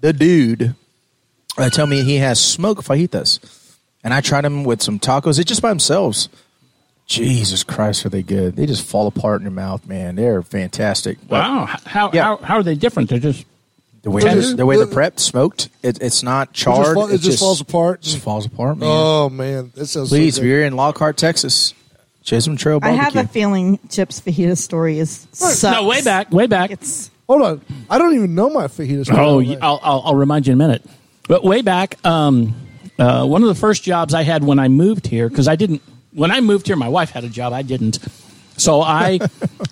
G: the dude, uh, tell me he has smoke fajitas, and I tried them with some tacos. It just by themselves. Jesus Christ, are they good? They just fall apart in your mouth, man. They're fantastic. But
D: Wow. How,
G: Yeah.
D: how, how are they different? They're just
G: the way
E: They're
G: they're,
E: just-
G: the way they're
E: they're-
G: prepped, smoked. It, it's not
E: fall-
G: charred.
E: it just falls apart.
G: Just falls apart, man.
E: Oh man, that sounds. so
G: Please,
E: good.
G: if you're in Lockhart, Texas, Chisholm Trail
F: I
G: Barbecue.
F: have a feeling Chip's fajita story is sucks.
D: no way back, way back.
F: It's
E: Hold on, I don't even know my fajitas.
D: Oh,
E: by the
D: y-
E: way.
D: I'll, I'll, I'll remind you in a minute. But way back, um, uh, one of the first jobs I had when I moved here, because I didn't, when I moved here, my wife had a job, I didn't. So I,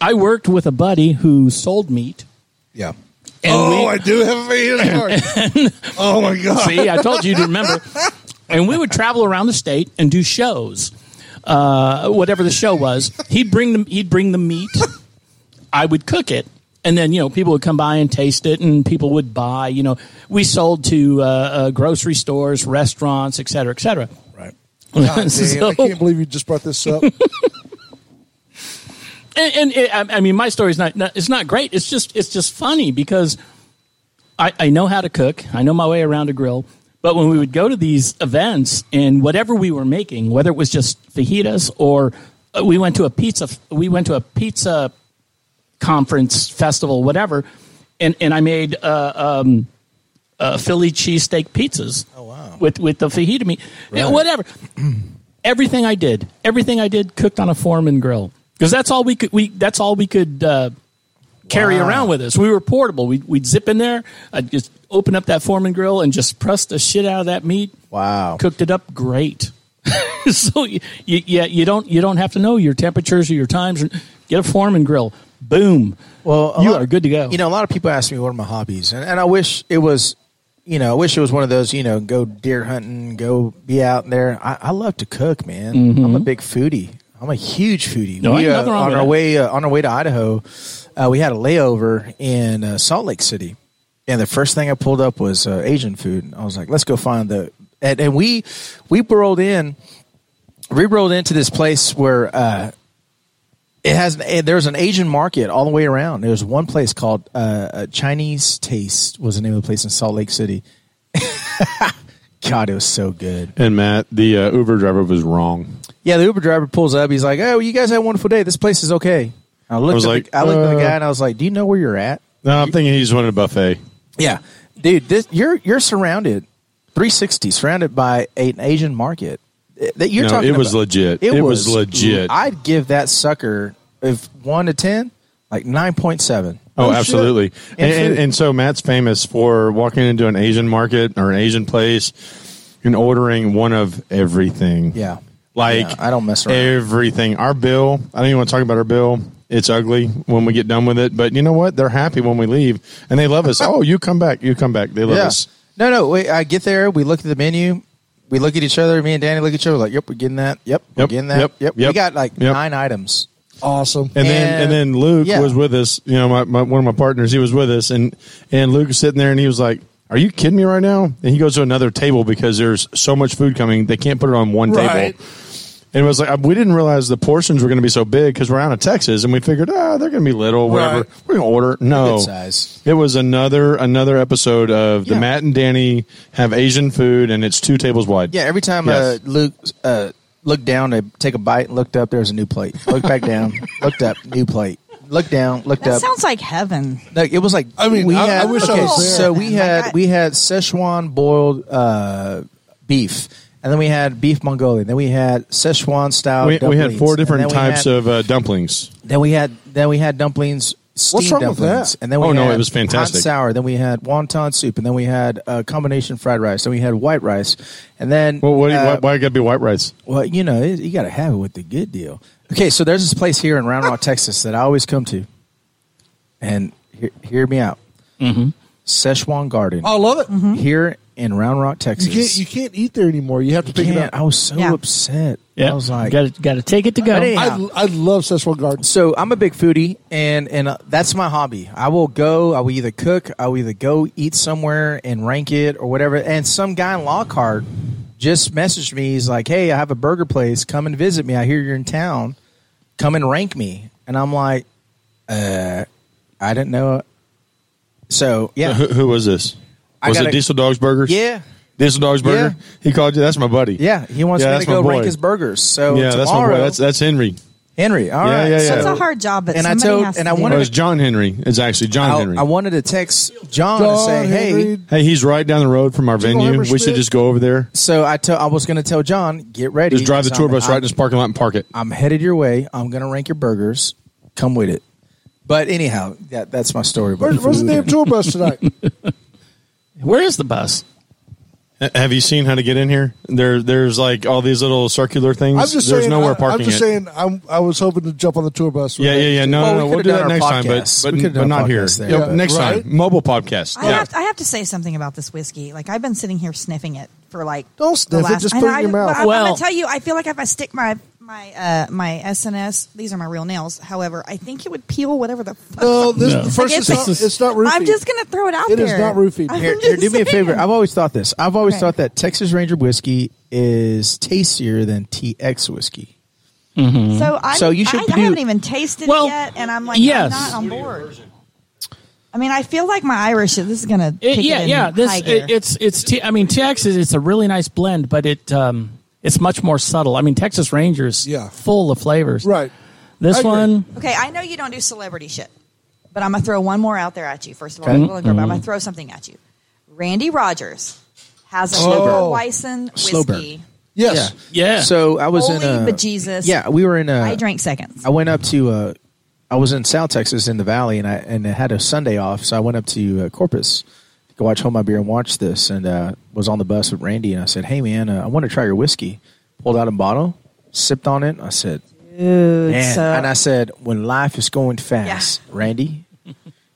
D: I worked with a buddy who sold meat.
G: yeah.
D: And
E: oh,
D: we-
E: I do have a fajita story. oh my god.
D: See, I told you to remember. And we would travel around the state and do shows, uh, whatever the show was. He'd bring the he'd bring the meat. I would cook it, and then you know people would come by and taste it, and people would buy. You know, we sold to uh, uh, grocery stores, restaurants, et cetera, et cetera.
G: Right.
E: God damn, I can't believe you just brought this up.
D: and, and it, I I mean, my story's not, not it's not great. It's just it's just funny because I, I know how to cook. I know my way around a grill. But when we would go to these events and whatever we were making, whether it was just fajitas or uh, we went to a pizza we went to a pizza conference festival whatever, and and I made uh, um, uh, Philly cheesesteak pizzas. Oh wow! With with the fajita meat, Yeah, whatever everything I did, everything I did cooked on a Foreman grill because that's all we could we that's all we could uh, carry around with us. We were portable. We'd, we'd zip in there. I'd just open up that Foreman grill and just press the shit out of that meat.
G: Wow.
D: Cooked it up great. so you, you, yeah, you don't you don't have to know your temperatures or your times. Get a Foreman grill. Boom.
G: Well, a
D: you
G: lot-
D: are good to go.
G: You know, a lot of people ask me what are my hobbies, and, and I wish it was, you know, I wish it was one of those, you know, go deer hunting, go be out there. I, I love to cook, man. I'm a big foodie. I'm a huge foodie.
D: Mm-hmm. No, ain't nothing wrong
G: on
D: with
G: our
D: that.
G: way uh, on our way to Idaho, uh, we had a layover in uh, Salt Lake City, and the first thing I pulled up was uh, Asian food. And I was like, let's go find the and, and we we rolled in, we rolled into this place where. Uh, it has and there's an Asian market all the way around. There's one place called uh, uh, Chinese Taste was the name of the place in Salt Lake City. God, it was so good.
H: And Matt, the uh, Uber driver was wrong.
G: Yeah, the Uber driver pulls up. He's like, "Oh, you guys had a wonderful day. This place is okay." I looked
H: I was
G: at
H: like,
G: the, I looked at the
H: uh,
G: guy and I was like, "Do you know where you're at?"
H: No, I'm thinking he just wanted a buffet.
G: Yeah, dude, this, you're you're surrounded 360, surrounded by a- an Asian market. Eh, That you're
H: No,
G: talking.
H: it was
G: about-
H: legit. It was legit.
G: I'd give that sucker if one to ten, like nine point seven.
H: Oh,
E: shit.
H: absolutely.
G: And
H: And, and,
G: food.
H: and so Matt's famous for walking into an Asian market or an Asian place and ordering one of everything.
G: Yeah.
H: Like
G: Yeah, I don't mess around.
H: Everything. Our bill, I don't even want to talk about our bill. It's ugly when we get done with it, but you know what? They're happy when we leave and they love us. oh, you come back. You come back. They love us.
G: No, no. Wait, I get there. We look at the menu. We look at each other. Me and Danny look at each other. Like, yep, we're getting that. Yep, we're
H: Yep,
G: getting that.
H: yep,
G: We
H: yep,
G: got like
H: yep.
G: nine items.
E: awesome.
H: And, then
G: And-
H: and then Luke
G: yeah.
H: was with us. You know, my, my one of my partners, he was with us, and and Luke was sitting there, and he was like, "Are you kidding me right now?" And he goes to another table because there's so much food coming, they can't put it on one
E: Right.
H: table. And it was like I- we didn't realize the portions were going to be so big because we're out of Texas, and we figured, ah, they're going to be little, whatever.
E: Right.
H: We're going to order. No,
G: Good size.
H: it was another another episode of the
G: Yeah.
H: Matt and Danny have Asian food, and it's two tables wide.
G: Yeah. Every time
H: Yes.
G: uh, Luke uh, looked down to take a bite, looked up, there was a new plate. Looked back down, looked up, new plate. Looked down, looked
F: that
G: up.
F: sounds like heaven.
G: No, it was like
E: I mean, I- I wish I was there.
G: So we
F: Oh, my
G: had
F: God.
G: we had Szechuan boiled uh, beef, and then we had beef Mongolian. Then we had Szechuan style.
H: we, we had
G: dumplings,
H: four
G: and
H: different
G: then we
H: types
G: had-
H: of uh, dumplings.
G: Then we had then we had dumplings. Steamed
E: wrong with
G: dumplings,
E: that?
G: And then we
H: Oh, no,
G: had
H: it was fantastic.
G: Hot sour. Then we had wonton soup, and then we had uh, combination fried rice. Then we had white rice, and then
H: Well, what,
G: uh,
H: why, why got to be white rice?
G: well, you know, it, you got to have it with the good deal. Okay, so there's this place here in Round Rock, Texas that I always come to, and hear, hear me out. Mm-hmm. Szechuan Garden
E: I love it.
G: here in Round Rock,
E: You
G: Texas.
E: can't you can't eat there anymore. You have to
G: You
E: pick it
G: can't.
E: up.
G: I was so
F: Yeah.
G: upset. I was like,
D: got to got to take it to go.
G: I didn't-
E: I, I love Szechuan Gardens.
G: so I'm a big foodie, and and uh, that's my hobby. I will go. I will either cook. I will either go eat somewhere and rank it or whatever. And some guy in Lockhart just messaged me. He's like, "Hey, I have a burger place. Come and visit me. I hear you're in town. Come and rank me." And I'm like, "Uh, I didn't know. So yeah,
H: Who, who was this?
G: I
H: Was
G: gotta-
H: it Diesel Dogs Burgers?
G: Yeah.
H: Diesel Dogs Burger.
G: Yeah.
H: He called you. That's my buddy.
G: yeah, he wants
H: Yeah,
G: me
H: that's
G: to
H: my
G: go
H: boy.
G: rank his burgers. So
H: yeah,
G: tomorrow,
H: that's my boy. That's that's Henry.
G: Henry. All
H: Yeah,
G: right,
H: yeah, yeah.
F: That's a hard job, but
G: And I
F: somebody
G: told-
F: has
G: and
F: to
G: I
F: do
G: wanted
H: Or
F: it.
H: it's John Henry. It's actually John Henry.
G: I, I wanted to text John,
E: John
G: and say, "Hey,
E: Henry.
H: hey, he's right down the road from our
E: Jingle
H: venue.
E: Hammer
H: We should
E: Schmidt.
H: just go over there.
G: So I tell I was going to tell John, get ready.
H: Just drive the
G: 'cause
H: tour
G: I'm-
H: bus right
G: I'm-
H: in this parking lot and park it.
G: I'm headed your way. I'm going to rank your burgers. Come with it. But anyhow, that, that's my story. About
E: Where's, where's the
G: food.
E: damn tour bus tonight?
D: Where is the bus?
H: Uh, Have you seen how to get in here? There, there's like all these little circular things.
E: I'm just
H: there's
E: saying.
H: nowhere
E: I,
H: parking.
E: I'm just
H: it.
E: saying. I'm, I was hoping to jump on the tour bus.
H: Yeah, yeah, yeah. No,
G: Well,
H: no,
G: we could've
H: no. We'll do
G: done
H: that
G: our
H: next time,
G: podcast.
H: but
G: We
H: but,
G: could've
H: but
G: done our
H: not here.
G: podcast there,
H: Yep,
G: but-
H: next
E: Right?
H: time, mobile podcast.
F: I,
H: yeah.
F: have to, I have to say something about this whiskey. Like I've been sitting here sniffing it for like
E: Don't sniff it,
F: the last,
E: just
F: I
E: put it
F: know,
E: in your
F: I-
E: mouth.
F: but I'm
D: Well-
F: gonna tell you, I feel like if I stick my my uh, my SNS, these are my real nails. However, I think it would peel whatever the. Fuck
E: No, this
D: No.
E: first it's
F: Like,
E: not,
F: it's-
E: it's not roofied.
F: I'm just gonna throw it out
E: It
F: there.
E: is not roofied.
F: I'm
G: Here,
F: just
G: here, do me a
F: saying.
G: favor. I've always thought this. I've always
F: Okay.
G: thought that Texas Ranger whiskey is tastier than TX whiskey.
F: So I
G: So you should
F: I,
G: do-
F: I haven't even tasted
D: Well,
F: it yet, and I'm like,
D: yes.
F: I'm not on board. I mean, I feel like my Irish. This is gonna.
D: It-
F: kick it
D: yeah,
F: in
D: yeah. This
F: high gear.
D: it, it's it's. T- I mean, Texas. It's a really nice blend, but it um, it's much more subtle. I mean, Texas Rangers.
E: Yeah.
D: full of flavors.
E: right. I
D: This
E: agree.
D: one.
F: Okay, I know you don't do celebrity shit, but I'm gonna throw one more out there at you. First of all, people in the group, I'm gonna throw something at you. Randy Rogers has a
G: Slow burn.
F: Weissen
G: Slow burn.
F: whiskey.
E: Yes.
D: Yeah.
G: So I was
F: Holy
G: in a,
F: bejesus.
G: Yeah, we were in a.
F: I drank seconds.
G: I went up to uh, I was in South Texas in the Valley, and I and I had a Sunday off, so I went up to uh, Corpus to go watch Hold My Beer and watch this, and uh, was on the bus with Randy, and I said, "Hey man, uh, I want to try your whiskey." Pulled out a bottle, sipped on it. I said, "Man,"
F: so-
G: and I said, "When life is going fast, Randy,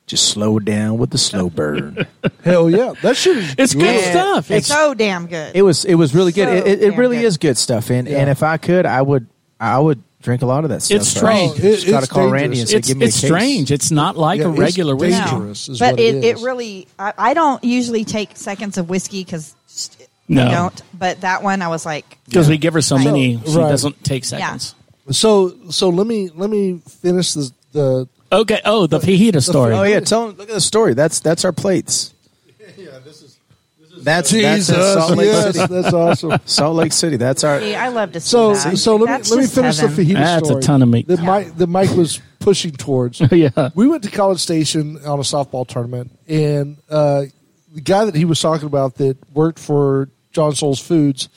G: just slow down with the slow burn."
E: Hell yeah. That shit is.
D: it's good
G: Yeah.
D: stuff. It's
F: It's so damn good.
G: it was it was really good.
F: So
G: it it, it
F: damn
G: really
F: good.
G: is good stuff, and and if I could, I would I would drink a lot of that stuff.
D: It's
G: but
D: strange.
G: I just
E: It-
G: gotta
E: it's
G: call
E: dangerous.
G: Randy and say,
D: it's,
G: "Give me
D: it's
G: a case."
D: strange. It's not like
E: Yeah,
D: a
E: it's
D: regular
E: dangerous.
D: whiskey.
E: is
F: but
E: what
F: it,
E: it
F: it
E: is.
F: really, I, I don't usually take seconds of whiskey because
D: No.
F: I don't. But that one, I was like,
D: Because we give her so many, she
E: right.
D: doesn't take seconds.
E: So so let me let me finish the the
D: Okay. Oh, the fajita story.
G: Oh yeah, tell him. Look at the story. That's that's our plates. yeah, this is. That's, that's in Salt Lake
E: yes,
G: City.
E: that's awesome.
G: Salt Lake City. That's our.
F: "Gee, I love to see
E: So
F: that.
E: so let me
F: That's
E: let me
F: just
E: finish
F: heaven.
E: the fajita
D: That's a
E: story
D: ton of meat.
E: That Mike that Mike was pushing towards.
D: Yeah.
E: we went to College Station on a softball tournament, and uh, the guy that he was talking about that worked for John Soul's Foods,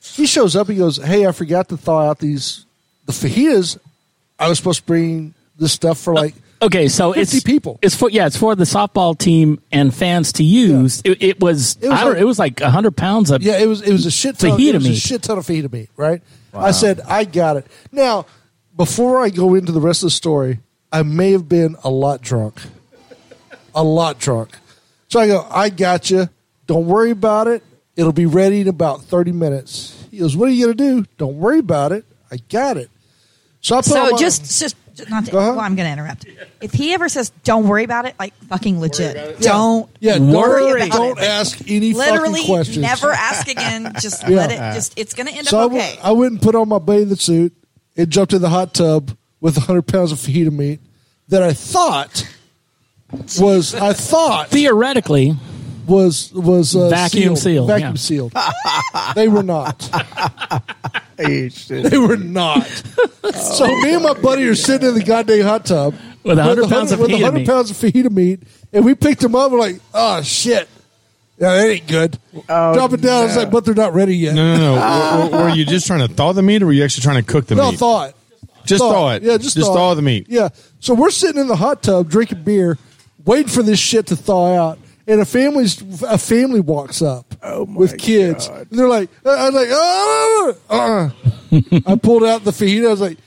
E: he shows up. He goes, "Hey, I forgot to thaw out these the fajitas. I was supposed to bring this stuff for like."
D: Okay, so
E: 50
D: it's
E: people.
D: It's for yeah, it's for the softball team and fans to use. It, it was
E: It was
D: I don't,
E: like-
D: it was like hundred pounds of
E: Yeah, it was it was a shit ton.
D: Fajita
E: it was a
D: meat.
E: shit ton of fajita meat. Right. I said I got it. Now, before I go into the rest of the story, I may have been a lot drunk, a lot drunk. So I go, I got you. Don't worry about it. It'll be ready in about thirty minutes. He goes, What are you gonna do? Don't worry about it. I got it. So I put on
F: So
E: my-
F: just, just just not. To,
E: Go ahead.
F: Well, I'm going to interrupt. If he ever says, "Don't worry about it," like fucking legit,
E: Yeah.
F: don't.
E: yeah, don't,
F: worry about
E: don't
F: it.
E: ask any fucking
F: Literally,
E: questions.
F: never ask again. Just
E: Yeah.
F: let it. Just it's going to end
E: So I
F: up
E: went-
F: okay.
E: I went and put on my bathing suit and jumped in the hot tub with 100 pounds of fajita meat that I thought was I thought
D: theoretically.
E: was was uh,
D: Vacuum sealed,
E: vacuum
D: yeah.
E: sealed. they were not. They were not. so me and my buddy are sitting in the goddamn hot tub
D: With 100 pounds of
E: with
D: fajita
E: 100
D: meat.
E: pounds of fajita meat, and we picked them up. We're like, oh shit, yeah, that ain't good.
F: Oh,
E: Drop it down. It's like, but they're not ready yet.
H: No, no, no. were, were- were you just trying to thaw the meat, or were you actually trying to cook the
E: No,
H: meat?
E: thought.
H: just thaw, it.
E: Yeah, just,
H: thaw,
E: thaw, it.
H: the meat.
E: Yeah. So we're sitting in the hot tub drinking beer, waiting for this shit to thaw out. And a family's a family walks up with kids. And they're like, uh, I was like, oh, uh-uh. I pulled out the fajita. I was like,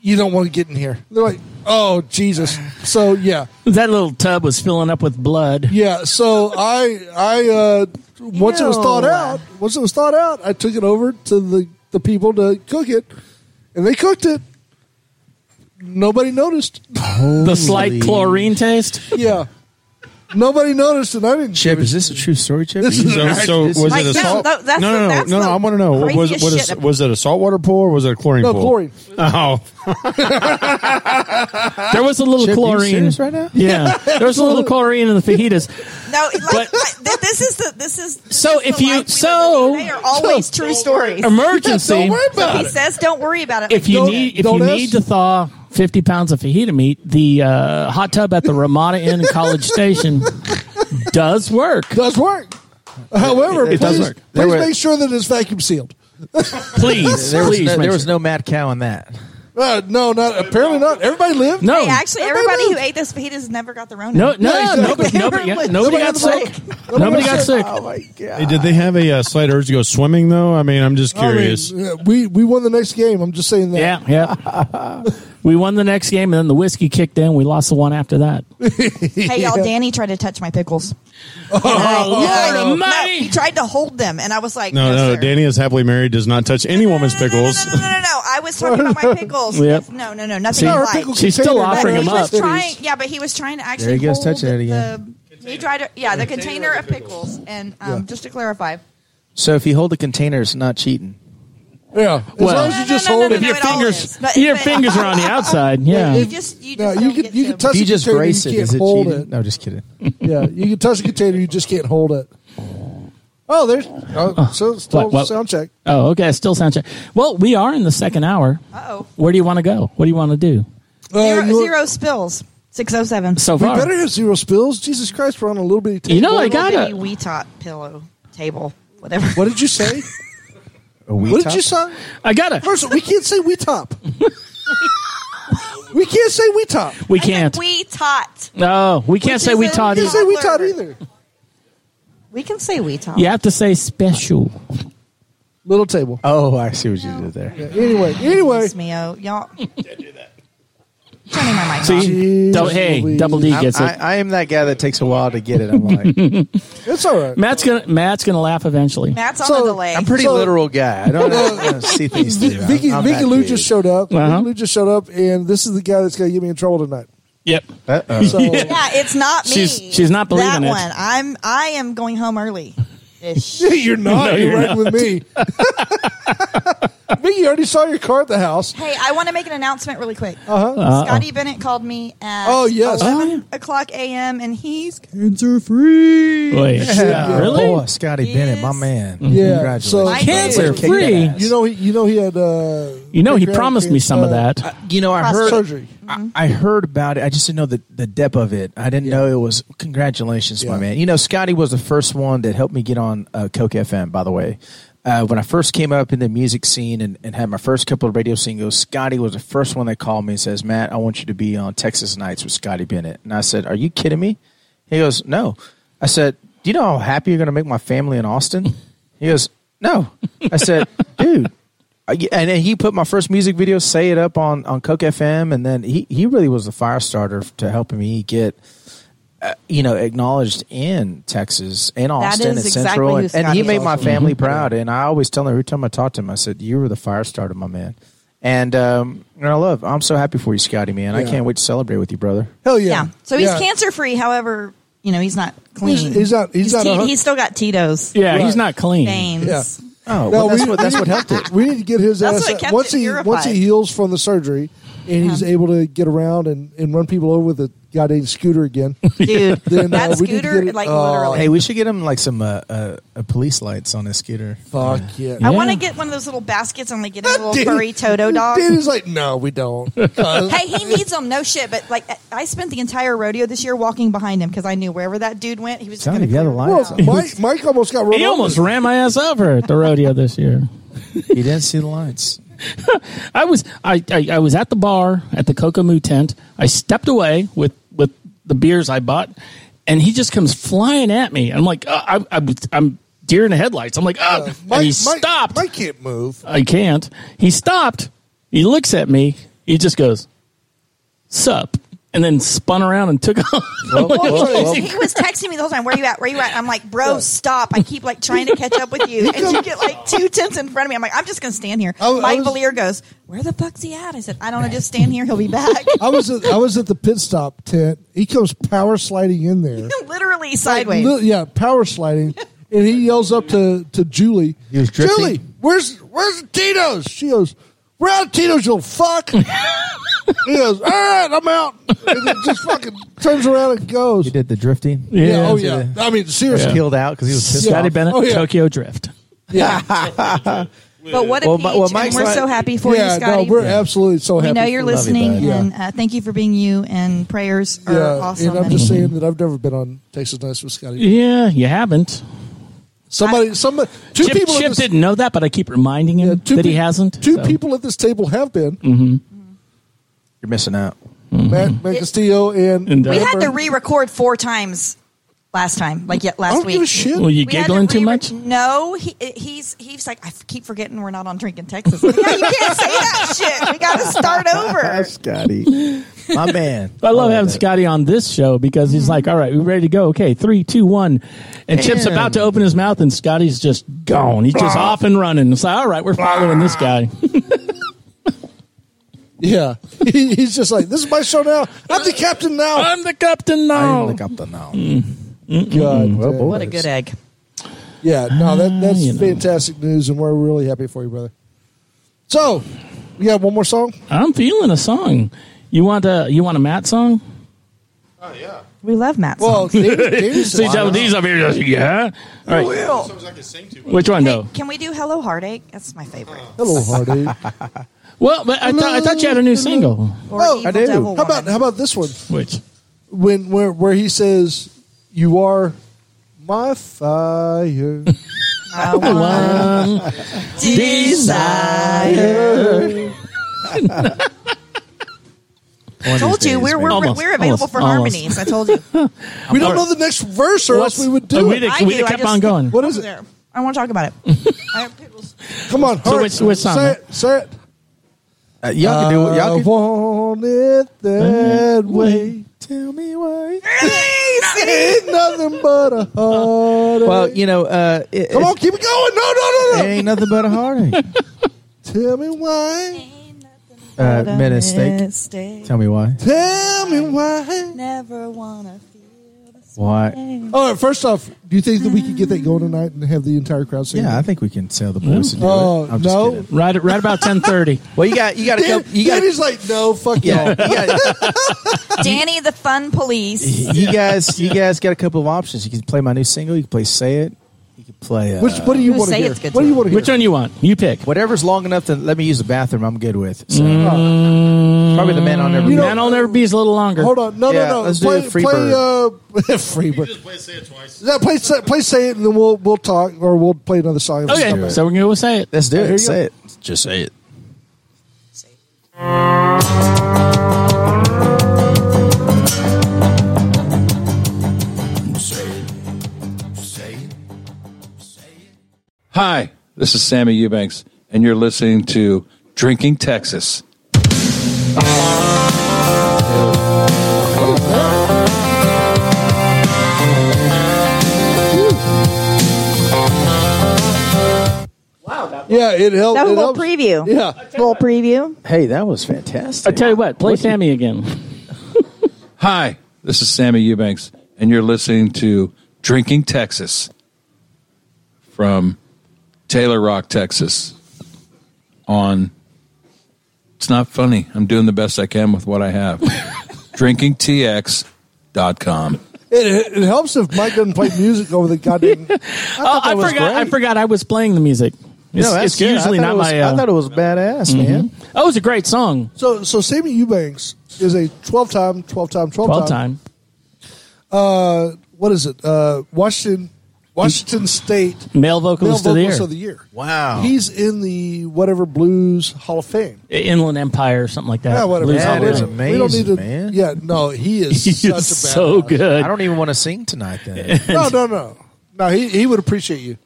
E: you don't want to get in here. They're like, oh Jesus. So yeah,
D: That little tub was filling up with blood.
E: yeah. So I, I uh, once it was thawed
F: Ew.
E: out, once it was thawed out, I took it over to the the people to cook it, and they cooked it. Nobody noticed.
D: The slight chlorine taste.
E: Yeah. Nobody noticed, and I didn't.
G: Chip, is this a true story, Chip?
E: This is
H: So, so was
G: Like,
H: it a
F: no,
H: salt?
F: tho- that's
H: no,
F: the-
H: no, no,
F: that's
H: no, no.
F: the
H: I want to know what was
F: craziest
H: what
F: shit
H: is,
F: about-
H: was it a saltwater pour or was it a chlorine
E: No,
H: pour?
E: chlorine.
H: Oh,
E: Ah.
D: There was a little
G: Chip, are you
D: chlorine.
G: serious right now?
D: Yeah, there was a little chlorine in the fajitas.
F: No, like,
D: But-
F: like, th- this is the this is this
D: So
F: is the
D: if you-
F: life we live
D: so-
F: in. they are always true stories.
D: Emergency.
E: Don't worry
F: So
E: about
F: he
E: it.
F: says, "Don't worry about it."
D: if you
E: Don't-
D: need if
E: don't
D: you
E: ask.
D: need to thaw 50 pounds of fajita meat, the uh, hot tub at the Ramada Inn in College Station does work.
E: Does work. However,
G: it does
E: please,
G: work. There
E: please
G: were-
E: make sure that it's vacuum sealed.
D: Please,
G: There was,
D: please.
G: no,
D: make
G: there was
D: sure.
G: no mad cow in that.
E: Uh, no, not apparently not. Everybody lived.
D: No.
F: Hey, actually,
E: Everybody
F: everybody who
E: knows.
F: ate those fajitas never got the Rona.
D: no, no,
E: Yeah, exactly.
D: nobody, nobody, yeah,
E: Nobody
D: nobody got
E: had the
D: sick. Nobody, got sick.
G: my god!
H: Hey, did they have a uh, slight urge to go swimming though? I mean, I'm just
E: I mean,
H: curious.
E: yeah, we we won the next game. I'm just saying
D: Yeah,
E: that.
D: yeah. we won the next game, and then the whiskey kicked in. We lost the one after that.
F: Hey, y'all, Danny tried to touch my pickles.
D: Lord
F: No,
D: almighty.
F: he tried to hold them, and I was like,
H: no,
F: "No,
H: no,
F: sir."
H: Danny is happily married. Does not touch any woman's
F: No, no, no,
H: pickles.
F: No, no, no, no, no. I was talking about my pickles.
D: Yep.
F: No, no, no, nothing
D: See,
E: Our
F: like.
E: pickle
D: She's still
E: container
D: offering
E: for
D: him
F: he
E: these
D: up.
F: was
E: cities.
F: trying, yeah, but he was trying to actually
G: he goes,
F: hold
G: touching it
F: the. He tried to, yeah, the container of pickles, and um, just to clarify,
G: So if you hold the container, it's not cheating.
E: Yeah. As
D: Well-
E: long as you just
F: No, no, no,
E: hold
F: no,
E: it.
F: no,
D: your
F: it all
D: fingers,
F: is. But-
D: your
F: but-
D: fingers are on the outside. Yeah,
F: you just you
E: No,
F: just
E: you
F: don't
E: can
F: get
E: you
F: to
E: can touch
G: If you
E: the
G: just
E: container,
G: brace it,
E: you can't
G: is it
E: hold
G: cheating?
E: it.
G: No, just kidding.
E: Yeah, you can touch the container, you just can't hold it. Oh, there's oh, so still
D: What, what?
E: sound check.
D: Oh, okay. Still sound check. Well, we are in the second hour.
F: Uh-oh.
D: Where do you want to go? What do you want to do?
E: Uh,
F: zero,
E: you-
F: zero spills. Six oh seven.
D: So
E: we
D: far,
E: better have zero spills. Jesus Christ, we're on a little bitty table.
D: you know, I got
F: got a
D: it.
F: wee tot pillow table, whatever.
E: what did you say?
G: A wee
E: what
G: top?
E: did you say?
D: I got it.
E: First, we can't say we top. we can't say we top. We
D: We can't.
F: We tot.
D: No, we can't
F: Which
D: say
F: is
D: we
F: a-
D: taught
E: can't
D: it.
E: say we top either.
F: We can say we tot.
D: You have to say special.
E: Little table.
G: Oh, I see what you did there.
E: Anyway, anyway,
F: Miss Mio, y'all. Turning my mic off.
E: Jeez
D: Dou- hey,
E: Louise.
D: Double E. D gets
G: I,
D: it.
G: I am that guy that takes a while to get it. I'm like,
E: it's all right.
D: Matt's gonna Matt's gonna laugh eventually.
F: Matt's on
E: So,
F: the delay.
G: I'm pretty
E: So-
G: literal guy. I don't uh, see things through. I'm-
E: Vicky,
G: I'm
E: Vicky
G: that
E: Lou
G: dude.
E: just showed up.
D: Uh-huh.
E: Vicky Lou just showed up, and this is the guy that's going to get me in trouble tonight.
D: Yep.
G: Uh-oh.
E: So,
F: yeah, it's not me.
D: She's- she's not believing
F: that
D: it.
F: one. I'm I am going home early. Ish.
E: you're not. you're, right with me. Vicky already saw your car at the house.
F: Hey, I want to make an announcement really quick.
D: Uh-oh.
F: Scotty Bennett called me at
E: Uh-huh. Oh, yes.
F: 11
D: Oh,
F: o'clock a.m. and he's
G: Cancer free.
D: Wait.
G: Yeah,
D: Really?
G: Boy, Scotty Bennett, my
F: Yes.
G: man.
E: Yeah,
G: Congratulations.
E: so-
F: I
D: Cancer
F: did.
G: Kick
D: free.
G: that ass.
E: You know, he, you know, he had. Uh,
D: You know he
E: pancreatic
D: promised me some of
E: cancer,
D: that.
G: You know, I
F: Prostate.
G: heard
E: Surgery.
G: I, I heard about it. I just didn't know the, the depth of it. I didn't know it was. Congratulations, my
E: Yeah.
G: man. You know, Scotty was the first one that helped me get on uh, Coke FM. By the way, uh, when I first came up in the music scene and, and had my first couple of radio singles, Scotty was the first one that called me and says, "Matt, I want you to be on Texas Nights with Scotty Bennett." And I said, "Are you kidding me?" He goes, "No." I said, "Do you know how happy you're going to make my family in Austin?" He goes, "No." I said, "Dude." I- and then he put my first music video, "Say It Up," on on Coke FM, and then he he really was the fire starter to helping me get. Uh, you know, acknowledged in Texas, in Austin, and
F: is exactly
G: Central,
F: who
G: and, and he
F: Scotty
G: made
F: is.
G: my family proud. And I always tell him every time I talk to him, I said, "You were the fire starter, my man." And um, and I love. I'm so happy for you, Scotty, man. I
E: Yeah.
G: can't wait to celebrate with you, brother.
E: Hell yeah.
F: Yeah. So he's
E: Yeah.
F: cancer free. However, you know he's not clean.
E: He's- he's not- he's not a hun-
F: he's still got Tito's
D: Yeah,
E: Right.
D: he's not clean.
F: veins.
E: Yeah. No,
G: Oh, well, that's
E: we-
G: what that's what helped it.
E: We need to get his
F: That's
E: ass
F: what
E: out.
F: kept
E: once
F: it
E: he
F: purified.
E: once he heals from the surgery and he's able to get around and, and run people over with a goddamn scooter again.
F: Dude,
E: Then,
F: that
E: uh, we need to
F: scooter,
E: get it-
F: like
E: oh,
F: literally.
G: Hey, we should get him like some uh, uh, uh, police lights on his scooter.
E: Oh, Fuck yeah.
F: I want
D: Yeah.
F: to get one of those little baskets and like get a little
E: Dude-
F: furry Toto dog.
E: Dude is like, no, we don't. Uh,
F: Hey, he needs them, no shit. But like, I- I spent the entire rodeo this year walking behind him because I knew wherever that dude went, he was.
G: Sound
F: going
G: of yellow lights.
E: well, Mike, Mike almost got run
D: He
E: over.
D: almost ran my ass over at the rodeo this year.
G: You didn't see the lights.
D: I was I, I, I was at the bar at the Kokomo tent. I stepped away with with the beers I bought, and he just comes flying at me. I'm like, uh, I, I, I'm deer in the headlights. I'm like, oh,
E: Uh,
D: and
E: Mike,
D: he
E: Mike-
D: stopped.
E: Mike can't move.
D: I can't. He stopped. He looks at me. He just goes, "Sup." and then spun around and took off.
F: he was texting me the whole time. Where you at? Where you at? I'm like, bro, stop! I keep like trying to catch up with you, and you get like two tenths in front of me. I'm like, I'm just gonna stand here.
E: I was- I
F: Mike
E: was-
F: Valier goes, where the fuck's he at? I said, I don't know. Just stand here. He'll be back.
E: I was at, I was at the pit stop tent. He comes power sliding in there.
F: Literally sideways.
E: Li- yeah, power sliding, and he yells up to to Julie.
J: He was drifting?
E: Julie, where's where's the Tito's? She goes, "We're out of Tito's, you little fuck." he goes, "All right, I'm out." And then just fucking turns around and goes.
J: He did the drifting.
E: Yeah, oh
J: to
E: yeah.
J: the-
E: I mean, seriously.
J: Killed out because he was pissed
D: Scotty
J: off.
D: Bennett,
E: Oh, yeah.
D: Tokyo Drift.
F: but what a
J: Well, Mi-
F: peach!
J: well,
F: and
J: Mike's
F: we're
J: like-
F: so happy for
E: yeah,
F: you, Scotty.
E: no, we're absolutely so happy.
F: we know you're
E: for you.
F: listening,
J: buddy.
F: and uh, thank you for being you. And prayers are
E: Yeah,
F: awesome.
E: and I'm just saying that I've never been on Texas Nights with Scotty.
D: Yeah, you haven't.
E: Somebody, somebody, two
D: Chip,
E: people. at
D: Chip
E: this-
D: didn't know that, but I keep reminding
E: yeah,
D: him
E: two
D: that he
E: pe-
D: hasn't.
E: Two
D: so. Mm-hmm.
E: people at this table have been
G: You're missing out.
E: Matt, Matt Castillo and,
D: And, uh,
F: we
E: Matt
F: had to
E: Burton.
F: re-record four times last time, like yet
E: I
F: last
E: don't
F: week.
E: give a shit.
D: Were you
F: We had to
D: giggling too
F: re-
D: much?
F: No, he, he's he's like I f- keep forgetting we're not on Drinking Texas. I'm like, yeah, you can't say that shit. We got to start over.
J: Scotty, my man.
D: I
E: Oh,
D: love having
J: that.
D: Scotty on this show because
F: Mm-hmm.
D: he's like, all right, we ready to go. Okay, three, two, one. And Chip's
J: Man.
D: about to open his mouth, and Scotty's just gone. He's just off and running. It's like, all right, we're following
E: Ah.
D: this guy.
E: Yeah, he, he's just like, this is my show now. I'm the captain now.
D: I'm the captain now.
J: I look up the now.
E: God,
J: Well,
E: damn.
J: boy.
F: What a good egg.
E: Yeah, no, that, that's
D: Ah, you know.
E: fantastic news, and we're really happy for you, brother. So, we got one more song.
D: I'm feeling a song. You want a you want a Matt song?
F: We love Matt.
E: Well,
F: Well,
E: David, David
D: See, Joe, these up here, just, yeah. All right, which one though?
F: can we do Hello Heartache? That's my favorite.
E: hello, heartache.
D: Well, but I thought I thought you had a new single.
F: Or
E: Oh,
F: Evil
E: I
J: do.
F: Devil
E: How about
F: Woman.
E: how about this one?
D: Which
E: When where where he says, "You are my fire."
F: I want
D: desire.
F: I told you we're we're,
D: Almost,
F: we're available
D: almost,
F: for
D: almost.
F: harmonies. I told you.
E: we don't know the next verse, or else we would do
D: Oh, uh, we
E: it.
D: did-
F: I
D: we
F: do. I
D: kept
F: just-
D: on going.
E: What is it?
F: There. I want to talk about it. I have pickles.
E: Come on,
D: So
E: heart.
D: which- which song?
E: Say it. Say it.
G: Uh, y'all can do what
E: I
G: y'all can.
E: want it that way. Tell me why. Ain't nothing but a heartache.
G: Well, you know, uh, it,
E: Come
G: it-
E: on, keep it going. No, no,
G: it
E: no, no.
G: ain't nothing but a heartache.
E: Tell me why.
G: Uh, minute steak.
F: Mistake.
G: Tell me why.
E: Tell me why.
F: Never wanna feel the
G: Why?
E: All right, first off, do you think that we could get that going tonight and have the entire crowd sing?
G: Yeah, I think we can sell the boys to do
E: Oh,
G: it. I'm
E: no.
G: just kidding.
D: Right, at- right about ten thirty.
G: Well, you got you got to go.
E: Dave,
G: You got
E: Davy's like, no, fuck
G: yeah.
E: y'all.
G: You, got,
F: Danny the Fun Police.
G: you guys, you guys got a couple of options. You can play my new single. You can play "Say It." You can play uh,
E: Which, what do you
F: Who
E: want to
F: say
E: hear?
F: it's good
E: What do
F: to
E: you want to hear?
D: Which one you want? You pick.
G: whatever's long enough to let me use the bathroom. I'm good with. So. Probably the man on every.
E: You know-
D: Man, I'll never be is a little longer.
E: Hold on, no, no,
G: Yeah,
E: no.
G: let's do
E: play,
G: the Free
E: play,
G: Bird.
E: uh, Freebird.
H: Just play, say it twice.
E: Yeah, play, say, play, say it, and then we'll we'll talk, or we'll play another song.
G: Oh,
E: and we'll come
D: Okay,
E: back.
D: so we're gonna go say it.
G: Let's do
E: Here you
G: it. Say
E: go.
G: it. Just say it.
K: Hi, this is Sammy Eubanks, and you're listening to Drinking Texas.
E: yeah, it helped.
F: That was a
E: it
F: little
E: helps.
F: preview.
E: Yeah,
F: Little preview.
G: Hey, that was
D: I
G: fantastic.
D: tell you what, play Sammy again.
K: Hi, this is Sammy Eubanks, and you're listening to Drinking Texas from Taylor Rock, Texas. On It's not funny. I'm doing the best I can with what I have. drinkingtx.com.
E: it, it helps if Mike doesn't play music over the goddamn.
D: Oh, I
G: that was
D: forgot. I
G: great.
D: forgot I was playing the music. It's,
G: that's
D: it's
G: good. I
D: usually
G: thought
D: not
G: it was-
D: my. Uh,
G: I thought it was badass, man.
D: oh, it was a great song.
E: So, so Sammy Eubanks is a twelve-time, twelve-time,
D: Twelve
E: twelve-time.
D: time.
E: Uh, what is it? Uh, Washington, Washington State
D: Male
E: male
D: vocalist,
E: vocalist
D: of
E: of
D: the
E: the
D: year.
E: year.
G: Wow.
E: He's in the whatever blues Hall of Fame.
D: Inland Empire or something like that.
E: Yeah, whatever.
D: Blues
G: That
D: Hall of
G: is
D: Fame.
G: amazing,
E: we don't need to,
G: man.
E: Yeah, no, he is
D: He
E: such
D: is
E: a badass.
D: so good.
G: I don't even want to sing tonight. Then
E: No, no, no, no. He he would appreciate you.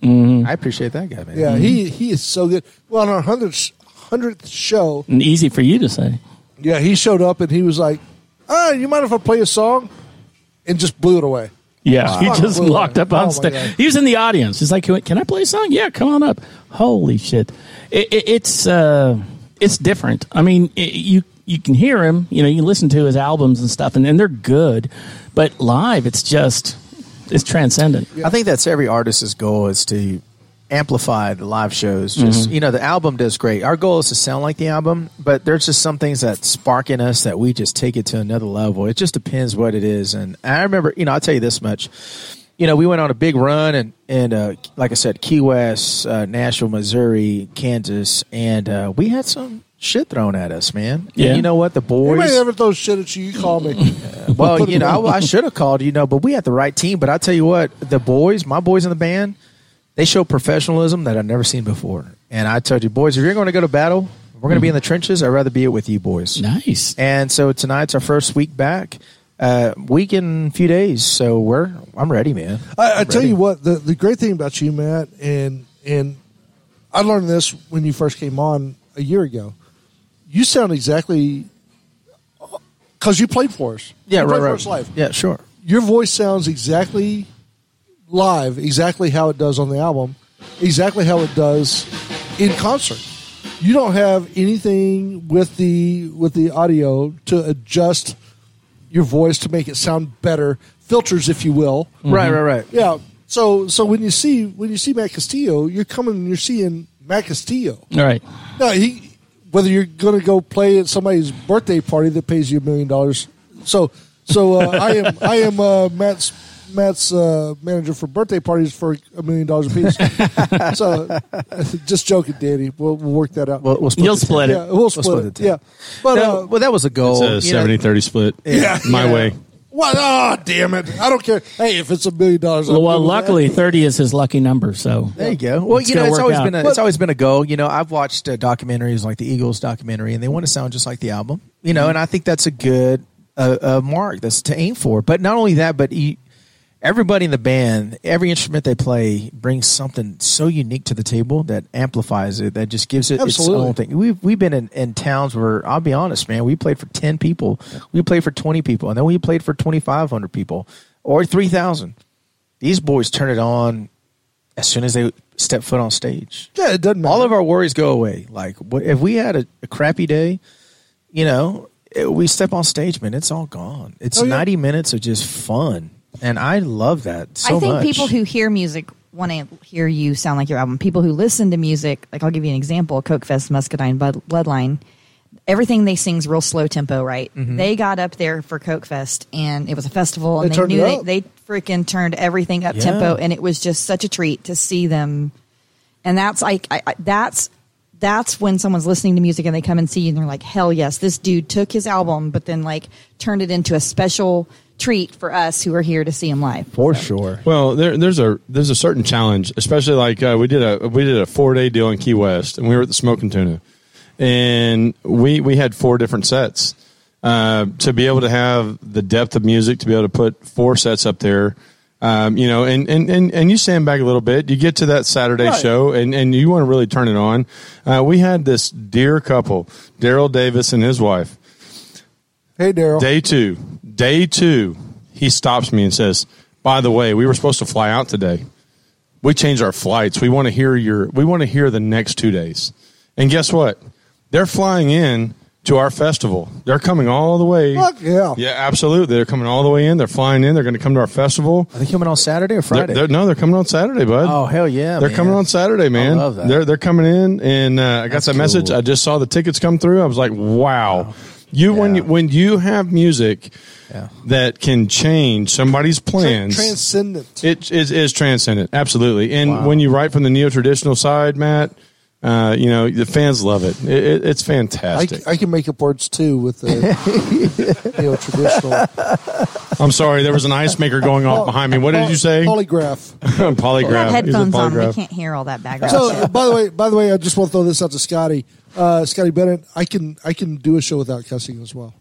G: I appreciate that guy, man.
E: Yeah,
D: Mm-hmm.
E: he he is so good. Well, on our hundredth hundredth show,
D: And easy for you to say.
E: yeah, he showed up and he was like, "Ah, you mind if I play a song?" and just blew it away.
D: Yeah, he
E: Fuck,
D: just
E: blew it
D: walked
E: away.
D: up on
E: Oh, my
D: stage.
E: God.
D: He was in the audience. He's like, "Can I play a song? Yeah, come on up." Holy shit, it, it, it's uh, it's different. I mean, it, you you can hear him. You know, you listen to his albums and stuff, and, and they're good. But live, it's just it's transcendent.
G: I think that's every artist's goal is to amplify the live shows. Just
D: Mhm.
G: you know, the album does great. Our goal is to sound like the album, but there's just some things that spark in us that we just take it to another level. It just depends what it is. And I remember, you know, I'll tell you this much. You know, we went on a big run, and and uh, like I said, Key West, uh, Nashville, Missouri, Kansas, and uh, we had some shit thrown at us, man. And
E: Yeah.
G: you know what? The boys,
E: Anybody ever throws shit at you? You call me.
G: well, you know, I, I should have called, you know, but we had the right team. But I tell you what, the boys, my boys in the band, they show professionalism that I've never seen before. And I told you, boys, if you're going to go to battle, we're going to be in the trenches. I'd rather be it with you boys.
D: Nice.
G: And so tonight's our first week back, uh, week in a few days. So we're, I'm ready, man.
E: I, I
G: I'm
E: tell
G: ready.
E: you what, the, the great thing about you, Matt, and and I learned this when you first came on a year ago. You sound exactly because you played for us.
G: yeah,
E: you
G: right,
E: played
G: right.
E: For us live.
G: Yeah, sure.
E: Your voice sounds exactly live, exactly how it does on the album, exactly how it does in concert. You don't have anything with the with the audio to adjust your voice to make it sound better, filters, if you will.
G: Right, right, right.
E: Yeah. So so when you see when you see Matt Castillo, you're coming and you're seeing Matt Castillo.
D: All right.
E: No, he whether you're going to go play at somebody's birthday party that pays you a million dollars. So so uh, I am I am uh, Matt's Matt's uh, manager for birthday parties for a million dollars a piece. so just joking, Danny. We'll, we'll work that out.
G: We'll, we'll split
D: You'll
G: the
D: split
G: tent.
D: it.
E: yeah, we'll split,
G: split
E: it.
G: the
E: Yeah,
G: tent.
E: but
G: No,
E: uh,
G: well, that was a goal.
H: It's a
G: You know,
H: 70 30 split.
G: Yeah.
H: My
E: Yeah.
H: way.
E: what? Oh, damn it! I don't care. Hey, if it's a million dollars, I'll
D: Well, well,
E: do that.
D: luckily, thirty is his lucky number. So
G: There you go. Well,
D: It's
G: you know,
D: gonna
G: it's
D: work
G: always
D: out.
G: been a, it's always been a goal. You know, I've watched uh, documentaries like the Eagles documentary, and they want to sound just like the album. You
D: Mm-hmm.
G: know, and I think that's a good uh, uh, mark that's to aim for. But not only that, but you, everybody in the band, every instrument they play brings something so unique to the table that amplifies it, that just gives it
E: Absolutely.
G: its own thing. We've we've been in, in towns where I'll be honest, man, we played for ten people, we played for twenty people, and then we played for twenty five hundred people or three thousand. These boys turn it on as soon as they step foot on stage.
E: Yeah, it doesn't matter.
G: All of our worries go away. Like wh- if we had a, a crappy day, you know, it, we step on stage, man, it's all gone. It's
E: Oh, yeah.
G: 90 minutes of just fun. And I love that so
F: I think
G: much.
F: people who hear music want to hear you sound like your album. People who listen to music, like I'll give you an example: Coke Fest, Muscadine, Bud- Bloodline. Everything they sing's real slow tempo, right? They got up there for Coke Fest, and it was a festival, and
E: They
F: they,
E: turned
F: knew
E: Mm-hmm. it
F: they,
E: up.
F: they freaking turned everything up tempo, and it was just such a treat to see them. And that's like I, I, that's that's when someone's listening to music and they come and see you and they're like, hell yes, this dude took his album, but then like turned it into a special treat for us who are here to see him live.
G: for sure.
H: Well, there, there's a there's a certain challenge, especially like uh, we did a we did a four day deal in Key West, and we were at the Smoking Tuna, and we we had four different sets. Uh, to be able to have the depth of music, to be able to put four sets up there, um, you know, and, and, and, and you stand back a little bit. You get to that Saturday show, and, and you want to really turn it on. Uh, we had this dear couple, Daryl Davis and his wife.
E: hey, Daryl.
H: Day two. Day two, he stops me and says, By the way, we were supposed to fly out today. We changed our flights. We want to hear your we want to hear the next two days. And guess what? They're flying in to our festival. They're coming all the way.
E: Fuck yeah.
H: Yeah, absolutely. They're coming all the way in. They're flying in. They're going to come to our festival.
G: Are they coming on Saturday or
H: They're-
G: Friday?
H: they're- no, they're coming on Saturday, bud.
G: Oh, hell yeah,
H: They're
G: man.
H: coming on Saturday, man.
G: love that.
H: They're they're coming in, and uh, I got
G: That's
H: that message.
G: cool.
H: I just saw the tickets come through. I was like, wow. You when
G: Yeah.
H: you, when you have music
G: Yeah.
H: that can change somebody's plans,
E: Transcendent.
H: it is, is transcendent, absolutely. And when you write from the neo traditional side, Matt, uh, you know the fans love it. it, it it's
E: I,
H: fantastic.
E: I can make up words too with the you know, traditional.
H: I, am sorry, there was an ice maker going off behind me. What did you say?
E: Polygraph.
H: polygraph.
F: We have
H: He's a
F: headphones on. We
H: polygraph.
F: can't hear all that background.
E: So by the way, by the way, I just want to throw this out to Scotty. Uh, Scotty Bennett, I can I can do a show without cussing as well.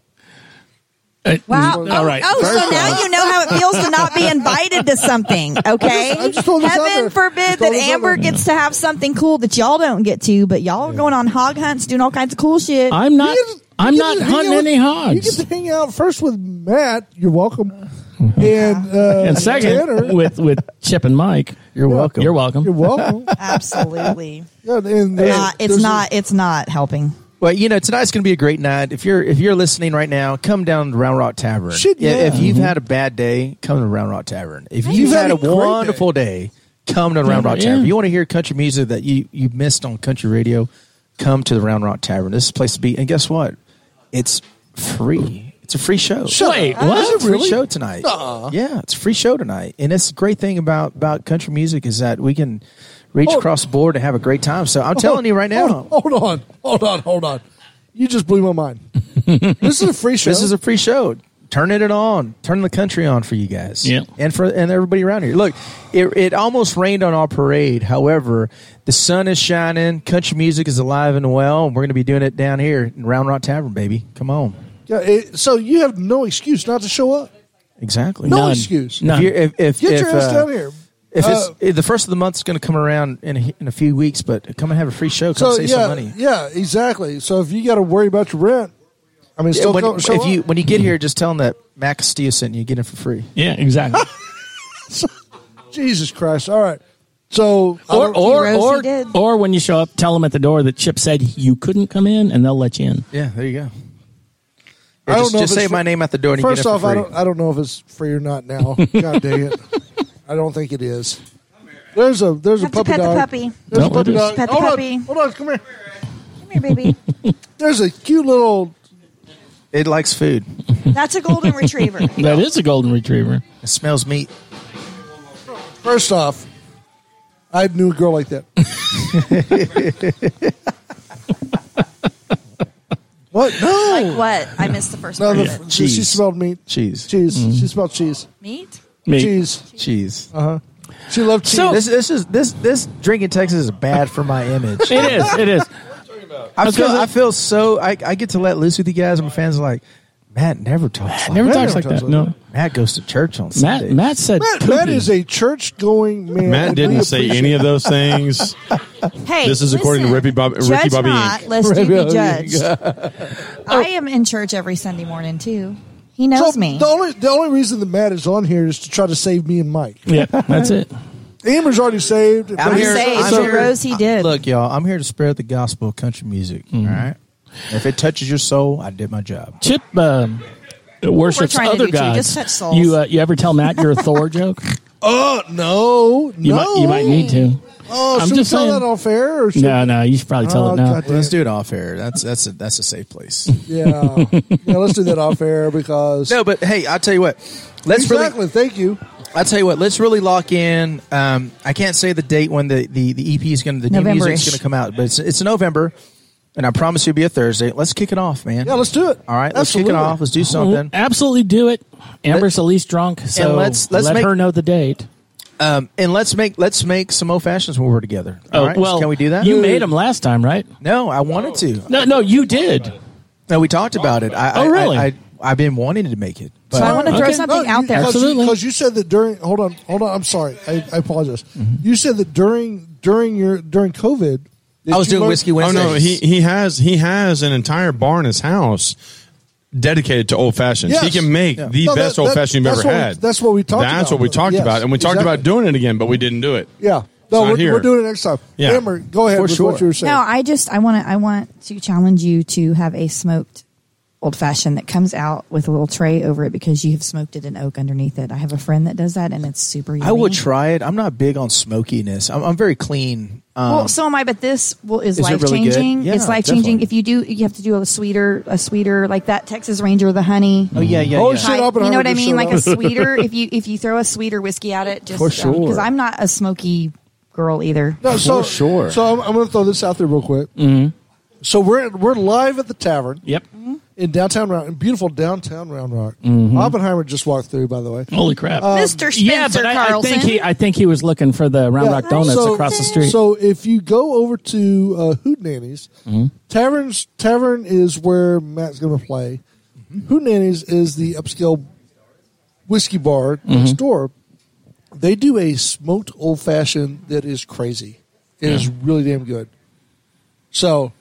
F: wow.
E: All
F: oh,
D: right.
F: oh, so
E: Very
F: now
E: fun.
F: you know how it feels to not be invited to something. Okay.
E: I just told this
F: Heaven
E: other- just told
F: forbid that
E: this
F: Amber
E: other-
F: gets to have something cool that y'all don't get to, but y'all are going on hog hunts, doing all kinds of cool shit.
D: I'm not. I'm
E: You
D: not
E: get to hang
D: hunting
E: out with-
D: any
E: You get
D: hogs.
E: to hang out first with Matt. You're welcome. And, uh,
D: Uh-huh. And second,
E: Tanner.
D: with with Chip and Mike,
J: You're welcome.
D: you're welcome.
E: You're welcome.
F: Absolutely.
E: Yeah, and there's-
F: Not- it's
E: there's a-
F: not. It's not helping.
G: Well, you know, tonight's going to be a great night. If you're if you're listening right now, come down to Round Rock Tavern.
E: Shit, yeah.
G: If you've had a bad day, come to Round Rock Tavern. If
E: Right.
G: you've
E: You've had
G: had, a
E: a great
G: wonderful day. come to Round Rock
D: Yeah.
G: Tavern. You want to hear country music that you you missed on country radio? Come to the Round Rock Tavern. This is a place to be. And guess what? It's free. It's a free show.
D: Wait, what?
G: It's a free show tonight. Yeah, it's a free show tonight, and that's the great thing about about country music is that we can reach across the board and have a great time. So I'm telling you right now,
E: Hold, hold on, hold on, hold on. You just blew my mind. this is a free show.
G: this is a free show. Turn it on. Turn the country on for you guys.
D: Yeah.
G: and for and everybody around here. Look, it it almost rained on our parade. However, the sun is shining. Country music is alive and well. And we're going to be doing it down here in Round Rock Tavern, baby. Come on.
E: yeah, it, so you have no excuse not to show up.
G: Exactly.
E: No excuse.
G: If,
D: None.
G: you're, if, if,
E: Get
G: if,
E: your ass
G: uh,
E: down here.
G: If it's
E: Uh,
G: if the first of the month's going to come around in a, in a few weeks, but come and have a free show. Come
E: So
G: save
E: yeah,
G: some money.
E: yeah, exactly. So if you got to worry about your rent, I mean, still
G: when,
E: go, show
G: if
E: up.
G: you when you get here, just tell them that Mac Castillo sent you. Get in for free.
D: Yeah, exactly.
E: Jesus Christ! All right. So I
D: or
E: don't-
D: or
F: Rosie
D: or,
F: did.
D: or when you show up, tell them at the door that Chip said you couldn't come in, and they'll let you in.
G: Yeah, there you go.
E: I don't
G: just
E: know
G: just
E: if
G: say
E: it's fr-
G: my name at the door. And
E: first
G: you get in
E: off,
G: for
E: I
G: free.
E: don't I don't know if it's free or not now. God dang it! I don't think it is. There's a there's a
F: Have to
E: puppy
F: pet the
E: dog.
F: puppy.
E: There's
D: No,
E: a puppy
D: it is.
E: dog.
F: Pet the
E: hold
F: puppy.
E: on, hold on, come here.
F: Come here, baby.
E: There's a cute little
G: It likes food.
F: That's a golden retriever.
D: That is a golden retriever.
G: It smells meat.
E: First off, I knew a girl like that. what? No.
F: What? I missed the first
E: no
F: part.
E: the,
F: of it.
E: she, she
G: Cheese.
E: smelled meat.
G: Cheese.
E: Cheese. She smelled cheese.
F: Meat?
D: Me.
E: Cheese.
G: Cheese.
E: She loved cheese.
G: this this is this this drink in Texas is bad for my image.
D: It is. It is.
G: I
D: That's
G: feel
D: 'cause it-
G: I feel so I, I get to let loose with you guys. My fans are like, Matt never talks. like
D: Never
G: that."
D: talks like that. No.
G: Matt goes to church on
D: Matt.
G: Sunday.
D: Matt said.
E: Matt,
D: poopy.
E: Matt is a church going man.
H: Matt didn't say any of those things.
F: Hey,
H: This is according to Ricky Bob- Ricky
F: judge
H: Bobby
F: Not,
H: Inc.
F: lest you be judged. I am in church every Sunday morning too. He knows me.
E: The only the only reason that Matt is on here is to try to save me and Mike.
D: Yeah, that's it.
E: Amber's already saved.
G: I'm here-
F: saved.
G: I'm here-
F: Rose, he did.
G: Look, y'all, I'm here to spread the gospel of country music.
D: Mm-hmm.
G: all right. If it touches your soul, I did my job.
D: Chip um, worships
F: trying to
D: other
F: do too.
D: gods.
F: Just touch souls.
D: You uh, you ever tell Matt you're a Thor joke?
E: Oh no,
D: You
E: no.
D: might you might need to.
E: Oh,
D: I'm
E: should
D: just
E: we tell
D: saying-
E: that off air? Or should
D: No, no, you should probably tell
E: Oh,
D: it now.
E: God damn.
G: Let's do it off air. That's that's a that's a safe place.
E: Yeah. yeah, let's do that off air because
G: no, but hey, I'll tell you what. Let's really
E: exactly. Thank you.
G: I'll tell you what. Let's really lock in. Um, I can't say the date when the the, the EP is going to the new music
F: November-ish.
G: is going to come out, but it's it's November, and I promise you, it'll be a Thursday. Let's kick it off, man.
E: Yeah, let's do it.
G: All right, let's kick
E: Absolutely.
G: it off. Let's do something.
D: Mm-hmm. Absolutely do it. Amber's the least drunk, so
G: and let's- let's
D: let
G: make-
D: her know the date.
G: Um, and let's make let's make some old fashions when we're together. All right, can we do
D: Oh,
G: that?
D: You made them last time, right?
G: No, I wanted to.
D: No, no, you did.
G: No, we talked about it. I,
D: Oh,
G: I-
D: really?
G: I, I, have been wanting to make it. But
F: so I want to throw
D: Okay.
F: something out there.
D: Absolutely.
E: Because you said that during. Hold on, hold on. I'm sorry. I, I apologize. You said that during during your during COVID, that
G: I was
E: you
G: doing
E: learned-
G: Whiskey
H: Oh
G: Wednesdays.
H: no, he he has he has an entire bar in his house dedicated to old fashions. He
E: Yes.
H: can make
E: Yeah.
H: the
E: No, that-
H: best old fashioned you've
E: that's
H: ever
E: what we-
H: had.
E: that's what we talked
H: That's
E: about.
H: what we talked
E: Yes,
H: about, and we talked
E: exactly.
H: about doing it again, but we didn't do it.
E: Yeah.
H: not
E: No, we're,
H: here.
E: we're doing it next time.
H: Yeah.
E: Amber, go ahead
G: For
E: with
G: sure.
E: what you were saying.
F: No, I just I want to I want to challenge you to have a smoked old fashioned that comes out with a little tray over it because you have smoked it in oak underneath it. I have a friend that does that and it's super. Yummy.
G: I will try it. I'm not big on smokiness. I'm, I'm very clean. Um,
F: well, so am I, but this will, is,
G: Is it
F: life
G: really good?
F: changing.
G: Yeah,
F: it's life changing.
G: definitely.
F: If you do, you have to do a sweeter, a sweeter like that Texas Ranger, the honey.
G: oh yeah, yeah,
E: Oh,
G: yeah.
E: shit.
F: type.
E: Oppenheimer
F: you know what I
E: just
F: mean?
E: showed
F: Like
E: up.
F: a sweeter. if you if you throw a sweeter whiskey at it, just
J: For
F: because
J: sure.
F: I'm not a smoky girl either.
E: No, so
J: For sure.
E: So I'm, I'm going to throw this out there real quick. Mm-hmm. So we're we're live at the tavern
D: Yep.
E: in downtown Round, in beautiful downtown Round Rock.
G: Mm-hmm.
E: Oppenheimer just walked through, by the way.
D: Holy crap!
F: Mr. Spencer
D: yeah, but I, I
F: Carlson.
D: think he I think he was looking for the Round
E: Yeah.
D: Rock Donuts
E: So-
D: across the street.
E: So if you go over to uh, Hoot Nannies,
D: Mm-hmm.
E: taverns tavern is where Matt's going to play. Hoot Nannies is the upscale whiskey bar
D: Mm-hmm.
E: next door. They do a smoked old fashioned that is crazy. It is really damn good. So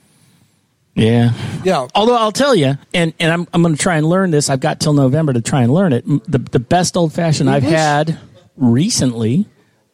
D: Yeah.
E: Yeah.
D: Although I'll tell you, and, and I'm, I'm going to try and learn this. I've got till November to try and learn it. M- The, the best old fashioned I've had recently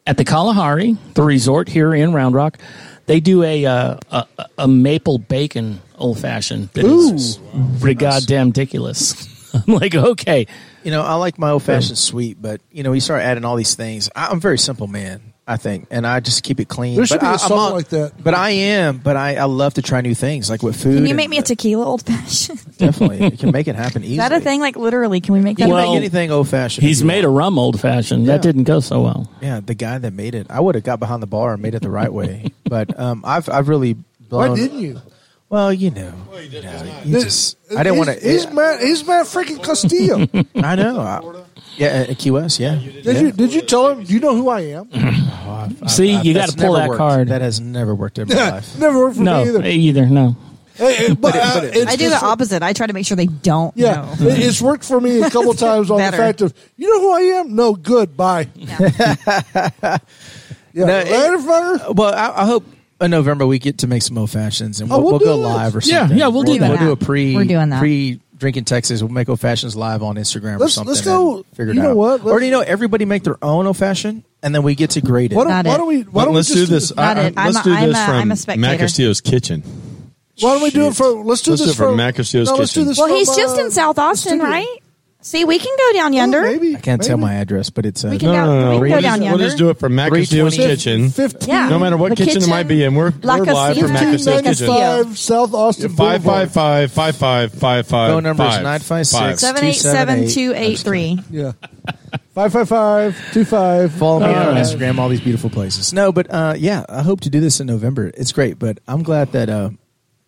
D: at the Kalahari, the resort here in Round Rock, they do a uh, a, a- a maple bacon old fashioned. that is pretty goddamn ridiculous. I'm like, okay.
G: You know, I like my old fashioned sweet, but you know, you start adding all these things. I, I'm a very simple man, I think, and I just keep it clean.
E: There should
G: But
E: be
G: I,
E: a
G: I'm
E: something
G: not-
E: like that.
G: But I am. But I, I love to try new things, like with food.
F: Can you
G: and-
F: make me a tequila old fashioned? Is
G: definitely? you can make it happen easily.
F: that a thing? Like literally, can we make
G: You
F: that?
G: can
D: Well,
G: make anything old fashioned.
D: He's made a rum old fashioned.
G: Yeah.
D: That didn't go so well.
G: Yeah, the guy that made it, I would have got behind the bar and made it the right way. But um, I've I've really blown.
E: Why
D: uh,
E: didn't you?
G: Well, you know, you know, you just I didn't want
E: to. He's
G: to.
E: Matt. He's Matt freaking Castillo. did
G: I know. I- yeah, at QS. Yeah. Yeah.
E: you? Did you tell him? You know who I am?
D: See, you got
G: That's
D: to pull
G: never
D: that
G: worked.
D: card.
G: That has never worked in my life.
E: Never worked for
D: no,
E: me either.
D: either. No.
E: Hey, hey, but, uh, it's
F: I do the
E: just-
F: opposite. I try to make sure they don't.
E: Yeah,
F: know.
E: it- it's worked for me a couple times on the
F: Better.
E: fact of you know who I am. No, good, bye. Yeah,
G: No, it-
E: later, fucker.
G: Well, I, I hope in November we get to make some old fashions and
E: Oh,
G: we'll, we'll,
E: we'll
G: go
E: do it.
G: live or
D: Yeah,
G: something.
D: yeah, we'll do
G: We'll
D: that.
G: do a pre.
F: We're doing that.
G: pre drinking Texas. We'll make old fashions live on Instagram or
E: Let's-
G: something.
E: let's go-
G: and Figure it
E: you know
G: out.
E: what?
G: Or
E: Let's-
G: do you know everybody make their own old fashioned and then we get to grade it.
E: Why don't,
F: Not
E: why
F: it.
E: don't we? Why don't
H: let's
E: we just
H: do this. I,
F: Not
H: I-
F: it. I'm
H: let's
F: a-
H: do
F: I'm
H: this
F: a- I'm
H: from
F: a
H: Matt
F: spectator.
H: Castillo's kitchen.
E: Why don't we do it for? Let's do
H: Let's do
E: this
H: it from
E: for
H: Matt Castillo's
E: No, let's do
H: kitchen.
E: this.
F: Well, he's
E: from,
F: just
E: uh,
F: in South
E: the
F: Austin,
E: studio.
F: right? See, we can go down yonder.
E: Maybe
G: I can't tell my address, but it's uh,
F: We can go- we can go
H: We'll
F: down
H: just, we'll
F: yonder.
H: just do it from Mac Castillo's
G: 320.
H: kitchen.
E: Fifteen.
F: Yeah.
H: No matter what
F: The
H: kitchen, it might be in, we're,
F: La
H: we're live
F: Casita.
H: from Mac Castillo's kitchen.
F: Castillo.
E: 1995 South Austin.
H: Five
E: Boulevard.
H: five five five five five five.
G: Phone number is 956.
H: five.
F: Seven eight seven two eight three.
E: Yeah. Five five five two five.
G: Follow me
E: Oh.
G: on Instagram, all these beautiful places. No, but uh, yeah, I hope to do this in November. It's great, but I'm glad that uh,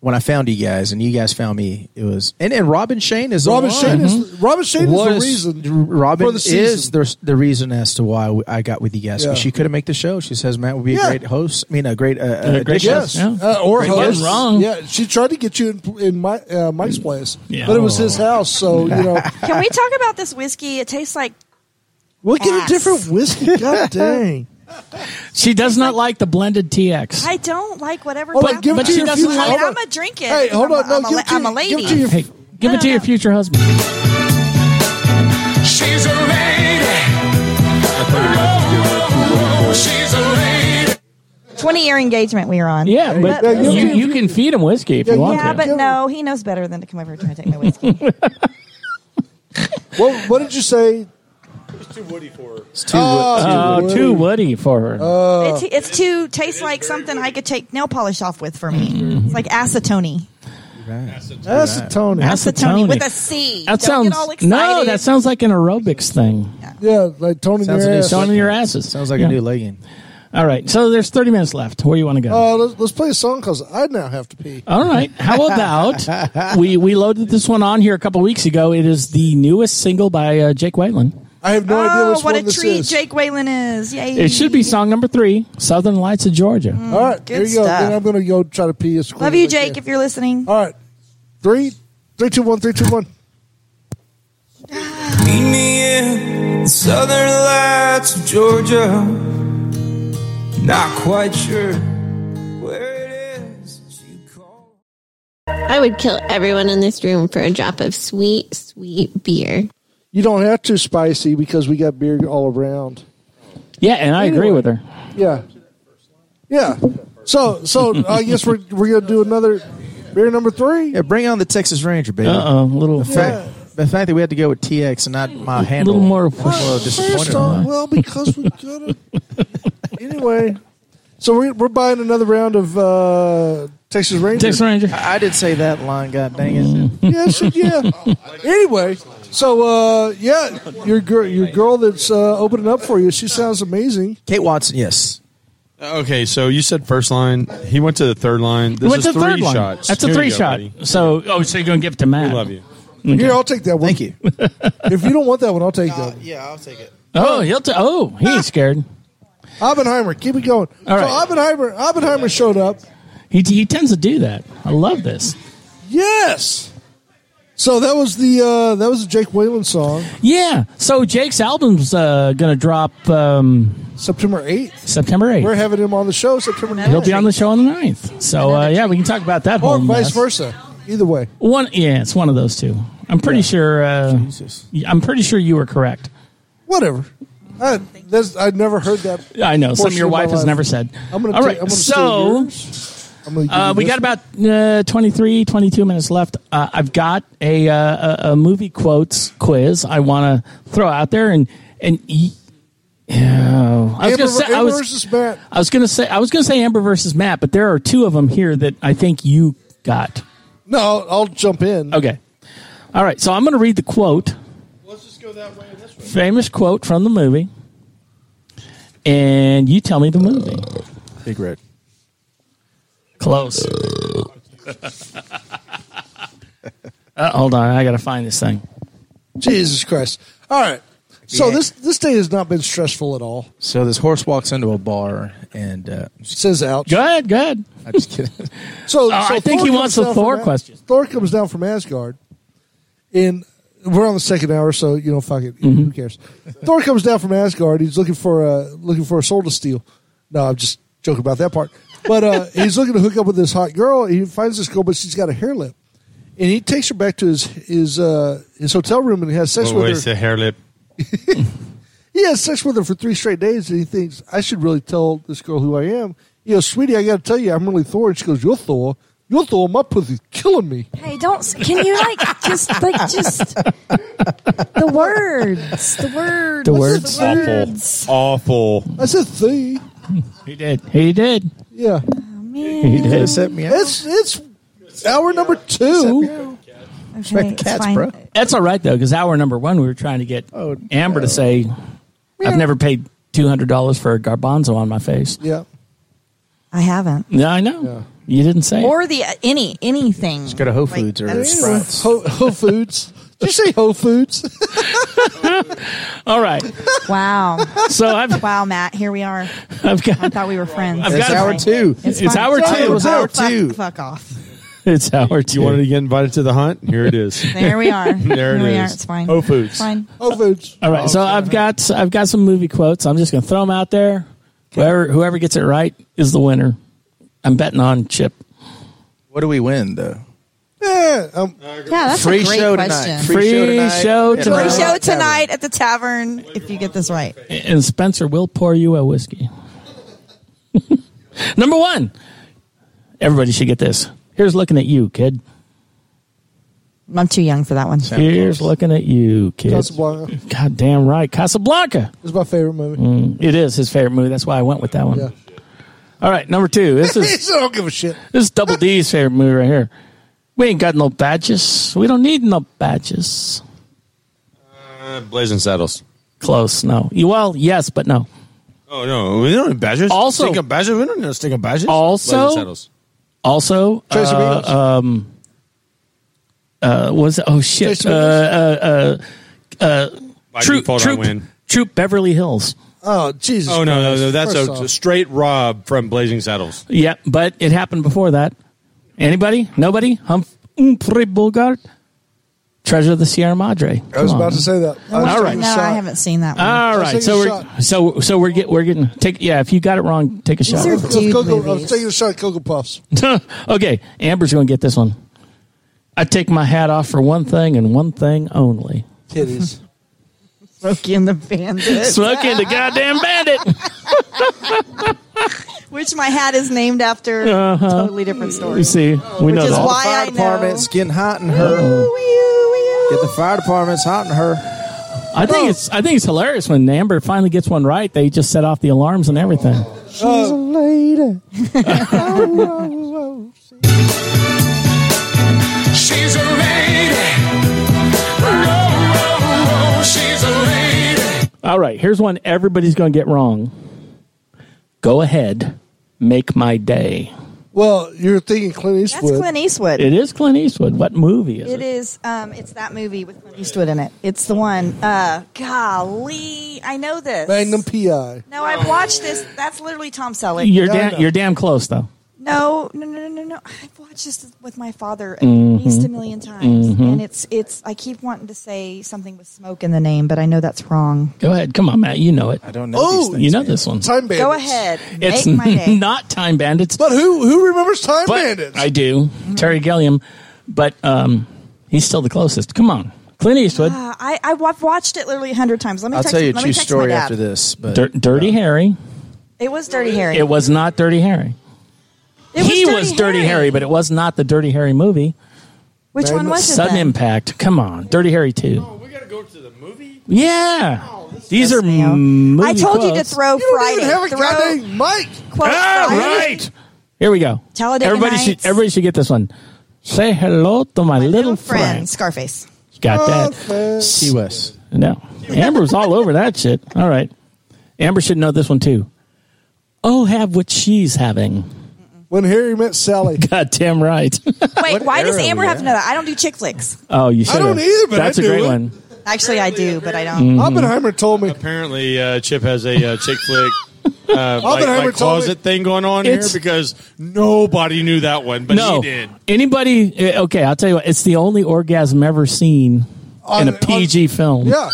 G: when I found you guys and you guys found me, it was and, and Robin Shane is
E: Robin
G: online.
E: Shane is Robin Shane is
G: What
E: the
G: is- R-
E: reason.
G: Robin
E: for the season.
G: is the, the reason as to why we- I got with you guys.
E: Yeah.
G: She couldn't make the show. She says Matt would be
E: Yeah.
G: a great host. I mean, a great, uh, uh,
D: great
G: addition.
E: Yes,
D: Yeah.
E: uh, or
D: You're getting
E: host.
D: wrong.
E: Yeah, she tried to get you in, in my uh, Mike's place,
D: Yeah.
E: but it was
H: Oh.
E: his house, so you know
F: Can we talk about this whiskey? It tastes like
E: we'll get a
F: Ass.
E: different whiskey. God dang!
D: She does not like the blended TX.
F: I don't like whatever.
E: Hold on,
F: happened.
E: Oh, give it
D: But
E: to
D: she
E: your
D: doesn't
E: future.
D: like-
F: I mean,
E: hold on.
F: I'm a drink it.
E: Hey, hold on!
F: I'm,
E: No,
F: I'm,
E: give
F: a,
E: it to
F: I'm a
E: your-
F: lady.
E: Give it to your
D: hey, give
F: No,
D: it to
F: no,
D: your
F: no.
D: future husband.
B: She's a lady. She's a lady.
F: 20 year engagement we were on.
D: Yeah, but
F: But-
D: you, you can feed him whiskey if you want
F: Yeah,
D: to.
F: but no, he knows better than to come over and try to take my whiskey.
E: What, what did you say?
G: It's too-
D: Oh, too woody for her.
E: Uh,
F: it's, it's too tastes like something I could take nail polish off with for me.
E: Mm-hmm.
F: It's like acetone.
E: That's a Tony.
D: Acetone.
F: with a C.
D: that
F: Don't
D: sounds
F: get all excited.
D: no. That sounds like an aerobics thing.
E: Yeah, like Tony.
G: Sounds like
E: Nair.
G: a new
D: Showing your asses.
G: sounds like
D: Yeah.
G: a new legging.
D: All right. So there's 30 minutes left. Where you want to go?
E: Uh, let's, let's play a song because I now have to pee.
D: All right. How about we we loaded this one on here a couple weeks ago. It is the newest single by uh, Jake Whiteland.
E: I have no idea
F: Oh,
E: which one
F: what a
E: this
F: treat
E: is.
F: Jake Whalen is. Yay.
D: It should be song number three, "Southern Lights of Georgia."
H: Mm.
E: All right,
F: Good
E: here you go.
F: stuff.
E: Then I'm gonna go try to pee. As quick
F: Love
E: as
F: you,
E: I can.
F: Jake, if you're listening.
E: All right, three, three, two, one, three, two, one.
B: Meet me in the southern lights of Georgia. Not quite sure where it is. You call.
L: I would kill everyone in this room for a drop of sweet, sweet beer.
E: You don't have to spicy because we got beer all around.
D: Yeah, and I agree with her.
E: Yeah. Yeah. So so I guess we're we're gonna do another beer number three.
G: Yeah, bring on the Texas Ranger, baby.
D: Uh oh, little
G: The fact, the fact that we had to go with TX and not my handle.
D: little more.
G: was a little disappointed.
E: First off, well, because we gotta anyway. So we're we're buying another round of uh, Texas Ranger.
D: Texas Ranger.
G: I did say that line, god dang it.
E: Yeah, shit, yeah. Anyway, so uh, yeah, your girl, your girl that's uh, opening up for you, she sounds amazing.
G: Kate Watson, yes.
H: Okay, so you said first line. He went to the third line. This
D: What's
H: is
D: the
H: three
D: third one?
H: shots.
D: That's a
H: Here you
D: three
H: go,
D: shot.
H: buddy.
D: So oh, so you're gonna give it to Matt?
H: We love you.
E: Here, I'll take that one.
G: Thank you.
E: If you don't want that one, I'll take
F: Uh,
E: that. One.
G: yeah, I'll take it.
D: Oh, he'll. T- oh, he
H: Ah.
D: ain't scared.
E: Oppenheimer, keep it going.
D: All
E: so
D: right.
E: Oppenheimer, Oppenheimer showed up.
D: He he tends to do that. I love this.
E: Yes. So that was the uh, that was the Jake Whalen song,
D: Yeah. So Jake's album's uh, gonna drop um,
E: September eighth.
D: September eighth.
E: We're having him on the show September 9th.
H: Oh,
D: He'll be on the show on the 9th. So uh, yeah, we can talk about that whole
E: or vice
D: mess.
E: versa. Either way,
D: One, yeah, it's one of those two. I'm pretty sure. Uh, I'm pretty sure you were correct.
E: whatever. I, that's, I'd never heard that.
D: I know. Something
E: portion
D: your
E: of my
D: wife has
E: life.
D: never said.
E: I'm gonna
D: All
E: ta-
D: right,
E: I'm gonna steal
D: so-
E: yours. I'm gonna give
D: Uh,
E: you
D: we
E: this
D: got about uh, 23, 22 minutes left. Uh, I've got a, uh, a a movie quotes quiz I want to throw out there and and. E- yeah. I was
E: Amber-
D: gonna say I
E: Amber
D: was,
E: versus Matt.
D: I was gonna say I was gonna say Amber versus Matt, but there are two of them here that I think you got.
E: No, I'll, I'll jump in.
D: Okay. All right. So I'm going to read the quote. Let's just go that way and this way. Famous quote from the movie. And you tell me the movie.
G: Big Red.
D: Close. Uh, hold on. I got to find this thing.
E: Jesus Christ! All right. So this this day has not been stressful at all.
G: So this horse walks into a bar and uh,
E: Says out.
D: Go ahead. Go ahead.
G: I'm just kidding.
D: Oh,
E: So,
D: I think he wants
E: comes
D: the
E: down from
D: Thor
E: As-
D: question.
E: Thor comes down from Asgard, and we're on the second hour, so you know, fuck it,
D: Mm-hmm.
E: who cares? Thor comes down from Asgard. He's looking for a looking for a soul to steal. No, I'm just joking about that part. But uh, he's looking to hook up with this hot girl. He finds this girl, but she's got a hair lip, and he takes her back to his his uh, his hotel room and has sex
H: Oh,
E: with her.
H: it's a hair lip.
E: He has sex with her for three straight days, and he thinks I should really tell this girl who I am. You know, sweetie, I got to tell you, I'm really Thor. And she goes, "You're Thor. You're Thor. My pussy's killing me."
M: Hey, don't. Can you like just like just the words, the words,
D: The
M: What's
D: words?
M: words.
H: Awful.
E: That's a thing.
D: He did. He did.
E: Yeah,
D: He did.
G: set me out.
E: it's it's hour number two.
M: Okay,
G: the
M: it's
G: cats,
M: fine.
G: bro.
D: That's all right, though, because hour number one, we were trying to get Amber to say, I've never paid $200 for a garbanzo on my face.
E: Yeah,
F: I haven't.
D: Yeah, I know. You didn't say it.
F: Or the any anything.
G: Go to Whole Foods or
F: that's-
G: Sprouts.
E: Whole, Whole Foods. Did you say Whole Foods?
D: All right.
F: Wow.
D: So I've,
F: wow, Matt. Here we are.
D: I've got.
F: I thought we were friends.
D: I've got
G: It's hour two.
D: It's
F: fine.
D: hour two.
F: Oh,
D: It's
G: hour
F: fuck-
G: two.
F: Fuck off.
D: It's hour two.
H: You wanted to get invited to the hunt? Here it is.
F: There we are.
H: There it
F: Here we are.
H: is.
F: It's fine.
H: Whole Foods.
F: It's fine.
E: Whole Foods.
D: All right, so I've got I've got some movie quotes. I'm just going to throw them out there. Whoever whoever gets it right is the winner. I'm betting on Chip.
G: What do we win though?
E: Yeah, um,
F: Yeah, that's
G: Free
F: a great
G: show
F: question.
G: tonight.
F: Free,
D: Free show
G: at
D: tonight.
G: Rock
F: show
G: Tavern.
F: tonight at the tavern if you get this right.
D: And Spencer will pour you a whiskey. Number one, everybody should get this. Here's looking at you, kid.
F: I'm too young for that one.
D: Here's looking at you, kid.
E: Casablanca
D: God damn right, Casablanca.
E: is my favorite movie.
D: It is his favorite movie. That's why I went with that one.
E: Yeah.
D: All right, number two. This
E: I
D: is
E: don't give a shit.
D: This is Double D's favorite movie right here. We ain't got no badges. We don't need no badges.
H: Uh, Blazing Saddles.
D: Close, no. You- Well, yes, but no.
H: Oh, no. We don't have badges.
D: Also-
H: Stick of badges. We don't have stick of badges.
D: Also-
H: Blazing Saddles.
D: Also,
E: Tracy
D: uh,
E: Beatles.
D: uh, was oh shit,
E: Tracy
D: uh,
E: Beatles.
H: By
D: Troop,
H: default, I
D: Troop,
H: win.
D: Troop Beverly Hills.
E: oh Jesus!
H: Oh, no, no,
E: Christ.
H: no. That's
E: First
H: a
E: off.
H: straight rob from Blazing Saddles.
D: Yeah, but it happened before that. Anybody? Nobody? Humph- Humphrey Bogart? Treasure of the Sierra Madre.
E: I was
D: Come
E: about
D: on.
E: to say that. I was
D: All
E: taking
D: right.
E: a
F: No,
E: shot.
F: I haven't seen that one.
D: All
E: Let's
D: right,
E: take a
D: so we're
E: shot.
D: so so we're get we're getting take yeah. If you got it wrong, take a shot.
E: I was,
F: These are dude
E: Cocoa- I was
F: movies.
E: taking a shot at Cocoa Puffs.
D: okay, Amber's going to get this one. I take my hat off for one thing and one thing only.
E: Titties.
F: Smokey and the Bandit,
D: Smoking the goddamn bandit.
F: which my hat is named after. Totally different story.
D: You see, we know
F: Which is
D: that.
F: why
G: Fire
F: I know.
G: department's getting hot in her. Get the fire department's hot in her.
D: I think it's I think it's hilarious when Amber finally gets one right. They just set off the alarms and everything.
B: She's a lady. She's a lady.
D: All right, here's one everybody's going to get wrong. Go ahead, make my day.
E: Well, you're thinking Clint
F: That's
E: Eastwood.
F: Clint Eastwood.
D: It is Clint Eastwood. What movie is it?
F: It is. Um, it's that movie with Clint Eastwood in it. It's the one. Uh, golly, I know this.
E: Magnum PI.
F: No, I've watched this. That's literally Tom Selleck.
D: You're
E: Yeah, I know.
D: damn you're damn close though.
F: No, no, no, no, no, no. I've watched this with my father at
D: Mm-hmm.
F: least a million times, and it's it's. I keep wanting to say something with smoke in the name, but I know that's wrong.
D: Go ahead, come on, Matt. You know it.
G: I don't know.
E: Oh,
G: these things,
D: You know
G: man.
D: this one.
E: Time Bandits.
F: Go ahead,
D: It's
F: make my day.
D: not Time Bandits.
E: But who who remembers Time
D: But
E: Bandits?
D: I do. Terry Gilliam. but um, he's still the closest. Come on, Clint Eastwood.
F: Uh, I, I- I've watched it literally a hundred times. Let me
D: I'll
F: text,
D: tell you a
F: let me
D: true
F: text
D: story
F: my dad.
D: after
G: this, but
D: Dir- Dirty Harry.
F: It was Dirty Harry.
D: It was not Dirty Harry. he was Dirty Harry. but it was not the Dirty Harry movie.
F: Which
D: Very
F: one
D: much-
F: was it
D: Sudden
F: then?
D: Impact. Come on, Dirty Harry two. Oh, we gotta go to the movie. Yeah, these are movie.
F: I told you to
D: quotes.
F: throw Friday.
E: have a
F: throw
E: goddamn mic.
F: Quote
E: Ah,
F: Friday.
D: Here we go.
F: Talladega
D: everybody
F: Nights.
D: should everybody should get this one. Say hello to my, little
F: Friend,
D: friend.
F: Scarface.
D: Got that.
F: Oh.
G: Key West.
D: No. Amber was all over that shit. All right. Amber should know this one too. Oh, have what she's having.
E: When Harry met Sally.
D: God Uh, damn right.
F: Wait, why does Amber have to know that? I don't do chick flicks.
D: oh, you should.
E: I don't either, but
D: That's
E: I
D: a
E: do
D: great
E: it.
D: one.
F: Actually, I do, but I don't.
E: Oppenheimer told me.
H: Apparently, uh, Chip has a uh, chick flick. Uh, like,
E: Oppenheimer
H: like
E: told me-
H: closet thing going on
D: It's-
H: here because nobody knew that one, but
D: no.
H: he did.
D: Anybody? eh, Okay, I'll tell you what. It's the only orgasm ever seen in a PG film.
E: Yeah.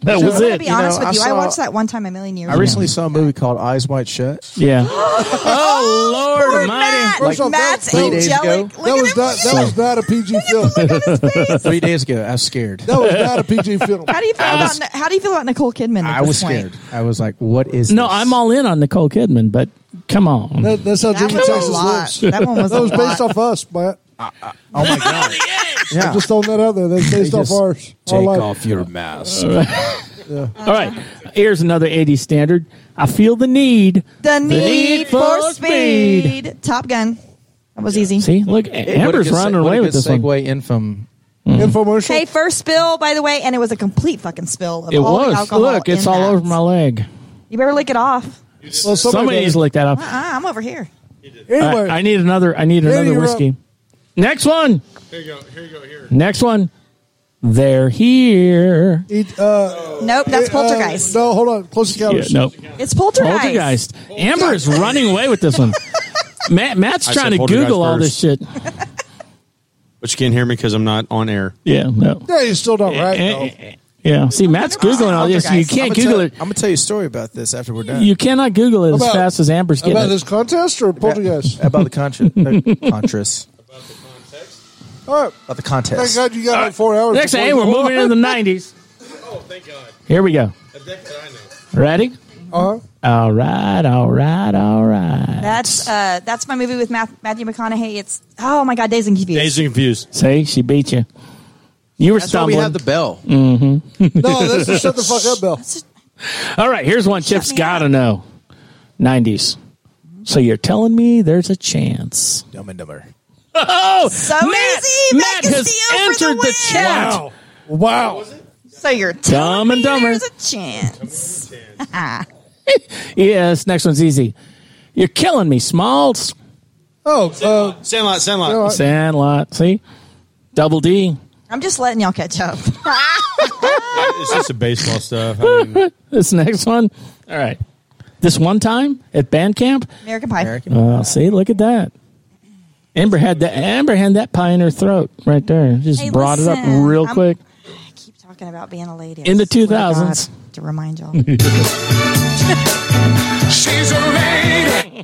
D: That
F: So
D: was
F: I'm
D: it.
F: gonna be honest
G: know,
F: with you.
G: I
F: I,
G: saw-
F: watched that one time a million years
G: I
F: ago.
G: recently saw a movie called Eyes Wide Shut.
D: Yeah.
F: oh
D: Lord
F: Poor
D: Almighty.
F: Matt.
G: Like-
F: Matt's
G: Three days
F: angelic.
G: ago?
F: Look
E: That
F: at
E: was
F: him.
E: not that was not a PG film.
G: Three days ago, I was scared.
E: That was not a PG film.
F: How do you feel
G: I
F: about
G: was-
F: How do you feel about Nicole Kidman? At
G: I
F: this
G: was
F: point?
G: scared. I was like, "What is?"
D: No, I'm all in on Nicole Kidman, but come on.
E: That, that's how
F: That
E: Drinking
F: was a
E: Texas
F: lot.
E: lives.
F: That one was
E: that
F: a
E: was based
F: lot.
E: off us, Matt.
G: Oh my god!
E: I'm just throwing that out there. That's
G: They
E: based off
G: just
E: ours. Our
G: Take
E: life.
G: off your mask.
D: All right. Here's another 80 standard. I feel the need.
F: The need, for speed. Top Gun. That was easy.
D: See, look, Amber's running away with this
G: segue
D: one.
G: in from
E: Infomercial.
F: Okay, first spill, by the way, and it was a complete fucking spill. Of
D: It
F: all The
D: was.
F: alcohol
D: Look, it's
F: in
D: all
F: that.
D: over my leg.
F: You better lick it off.
E: Well,
D: Somebody needs to lick that up.
F: Uh-uh, I'm over here.
D: All
E: Anyway,
D: right, I need another. I need
E: Yeah,
D: another
E: you're
D: whiskey.
E: up.
D: Next one.
H: Here you go. Here you go. Here.
D: Next one. They're here.
E: it, uh,
F: Nope, that's
E: it, uh,
F: poltergeist.
E: no, hold on. Close
D: Yeah,
G: Oh,
E: encounters.
D: nope.
F: It's poltergeist.
D: Poltergeist. Amber is running away with this one. Matt, Matt's
H: I
D: trying
H: said
D: to
H: poltergeist
D: Google all this
H: first.
D: shit.
H: But you can't hear me because I'm not on air.
D: Yeah, no.
E: Yeah, he's still not right.
D: Eh,
E: though.
D: eh, Yeah. See, Matt's googling all this. You
F: Poltergeist.
D: can't
G: I'm gonna
D: Google
G: tell-
D: it.
G: I'm gonna tell you a story about this after we're done.
D: You cannot Google it as
E: About-
D: fast as Amber's getting.
E: About
D: it.
E: this contest or poltergeist?
G: about the contra- the contras
E: All right.
G: about the
E: Thank
G: contest.
E: God you got like four hours.
D: Next
E: before
D: thing,
E: you
D: we're
E: go
D: moving
E: on.
D: into the '90s.
H: Oh, thank God.
D: Here we go.
H: That I know.
D: Ready?
E: Uh-huh.
D: All right, all right, all right.
F: That's uh, that's my movie with Math- Matthew McConaughey. It's oh my god, Days and Confused.
H: Dazed and confused.
D: See, she beat you. You were
G: That's why we
D: stumbling.
G: have the bell.
E: No, let's just shut the fuck up, Bill.
D: all right, here's one Chip's
F: me
D: got to know. '90s. So you're telling me there's a chance?
G: Dumb and Dumber.
D: Oh,
F: So easy,
D: Matt
F: Matt
D: has
F: Castillo for
D: entered
F: the
D: the
F: win!
D: chat.
E: Wow.
F: So you're
D: Dumb
F: telling
D: and
F: me
D: Dumber.
F: There's a chance.
D: Yes, next one's easy. You're killing me, Smalls.
E: Oh, uh,
H: Sandlot.
E: Sandlot.
H: Sandlot.
D: Sandlot. See, double D.
F: I'm just letting y'all catch up.
H: It's just a baseball stuff. I mean,
D: This next one. All right. This one time at band camp,
F: American Pie.
D: Oh, see, look at that. Amber had that. Amber had that pie in her throat right there. Just
F: Hey,
D: brought it up
F: listen,
D: real
F: I'm-
D: quick.
F: I keep talking about being a lady. I
D: In the
F: swear to God,
D: 2000s.
F: to remind y'all.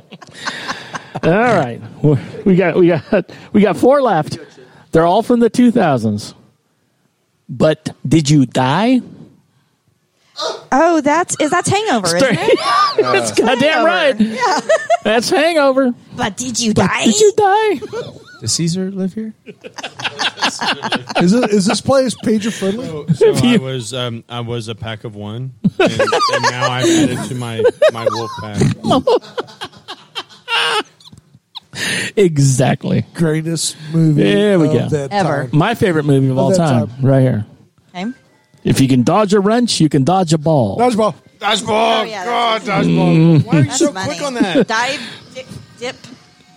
D: All right, we got we got we got four left. They're all from the two thousands. But did you die?
F: Oh, that's is that's Hangover, isn't it?
D: That's goddamn right. That's Hangover.
F: But did you die?
D: Did you die?
G: Does Caesar live here?
E: is, it, is this place pager friendly?
H: so I was um, I was a pack of one, and, and now I've added to my my wolf pack.
D: Exactly.
E: Greatest movie.
D: There we
E: of
D: go.
E: that
F: Ever.
E: time.
D: My favorite movie of all
E: that
D: time,
E: time.
D: right here.
F: Okay.
D: If you can dodge a wrench, you can dodge a ball.
E: Dodgeball.
H: Dodgeball.
F: Oh, yeah,
H: God,
F: that's-
H: dodgeball. Why are you
F: That's
H: so
F: funny.
H: quick on that?
F: Dive, dip, dip,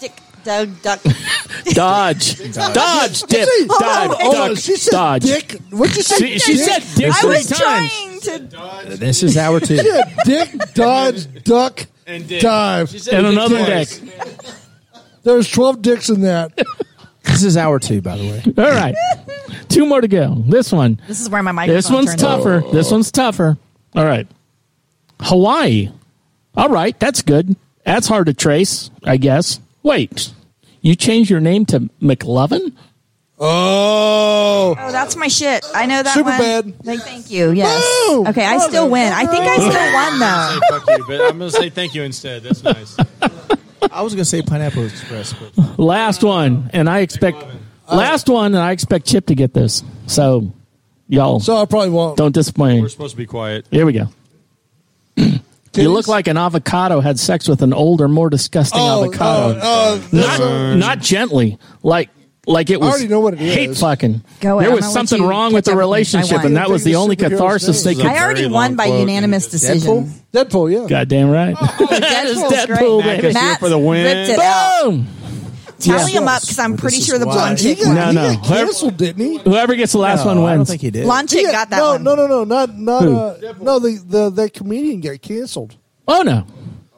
F: dick, dug, duck.
D: Dodge, dodge, dip,
E: She- hold
D: dive,
E: on, hold on.
D: duck,
E: she said
D: dodge.
E: dick. What'd you say?
D: She- she
E: Dick?
D: said dick
F: I
D: three
F: was
D: times.
F: trying to.
G: This is hour two.
E: She said dick, dodge, duck,
H: And dick.
E: dive.
H: She said
D: And
H: dick
D: another
H: twice.
D: dick.
E: There's 12 dicks in that.
G: This is hour two, by the way.
D: All right. Two more to go. This one.
F: This is where my microphone.
D: This one's
F: turned
D: tougher. This one's tougher. All right. Hawaii. All right. That's good. That's hard to trace, I guess. Wait. You changed your name to McLovin?
F: Oh, that's my shit. I know that one.
D: Superbad.
F: Like, thank you. Yes. Okay, I still win. I think I still won though.
H: Fuck you, but I'm going to say thank you instead. That's nice.
G: I was gonna say Pineapple Express, but
D: Last one, and I expect last one, and I expect Chip to get this. So, y'all. So
E: I probably won't.
D: Don't disappoint.
H: We're supposed to be quiet.
D: Here we go. you look like an avocado had sex with an older, more disgusting avocado.
E: oh, oh,
D: not,
E: this-
D: not gently, like like it
E: I
D: was.
E: already know what it
D: hate
E: is.
D: fucking.
F: Go
D: there
F: Emma,
D: was
F: what
D: something
F: you
D: wrong with
F: catch
D: the
F: up with? I
D: relationship,
F: won.
D: and that was the only
F: Superhero's
D: catharsis they
F: name.
D: could.
F: I already won by unanimous decision.
E: Deadpool, yeah.
D: Goddamn right.
F: that is
D: Deadpool, baby. Mac is here for the win.
F: Ripped it out.
D: Boom.
F: Tally
D: Yeah.
F: him up because I'm pretty sure the
D: why.
F: blonde chick.
D: He got- No, he no. got
E: canceled, didn't he?
D: Whoever gets the last
E: No,
D: one
E: I
D: wins.
E: don't think he
F: did. Lon Chick got that
E: no,
F: one.
E: No, no, no, not not
D: Who?
E: uh, no. The the that comedian got canceled.
D: Oh no.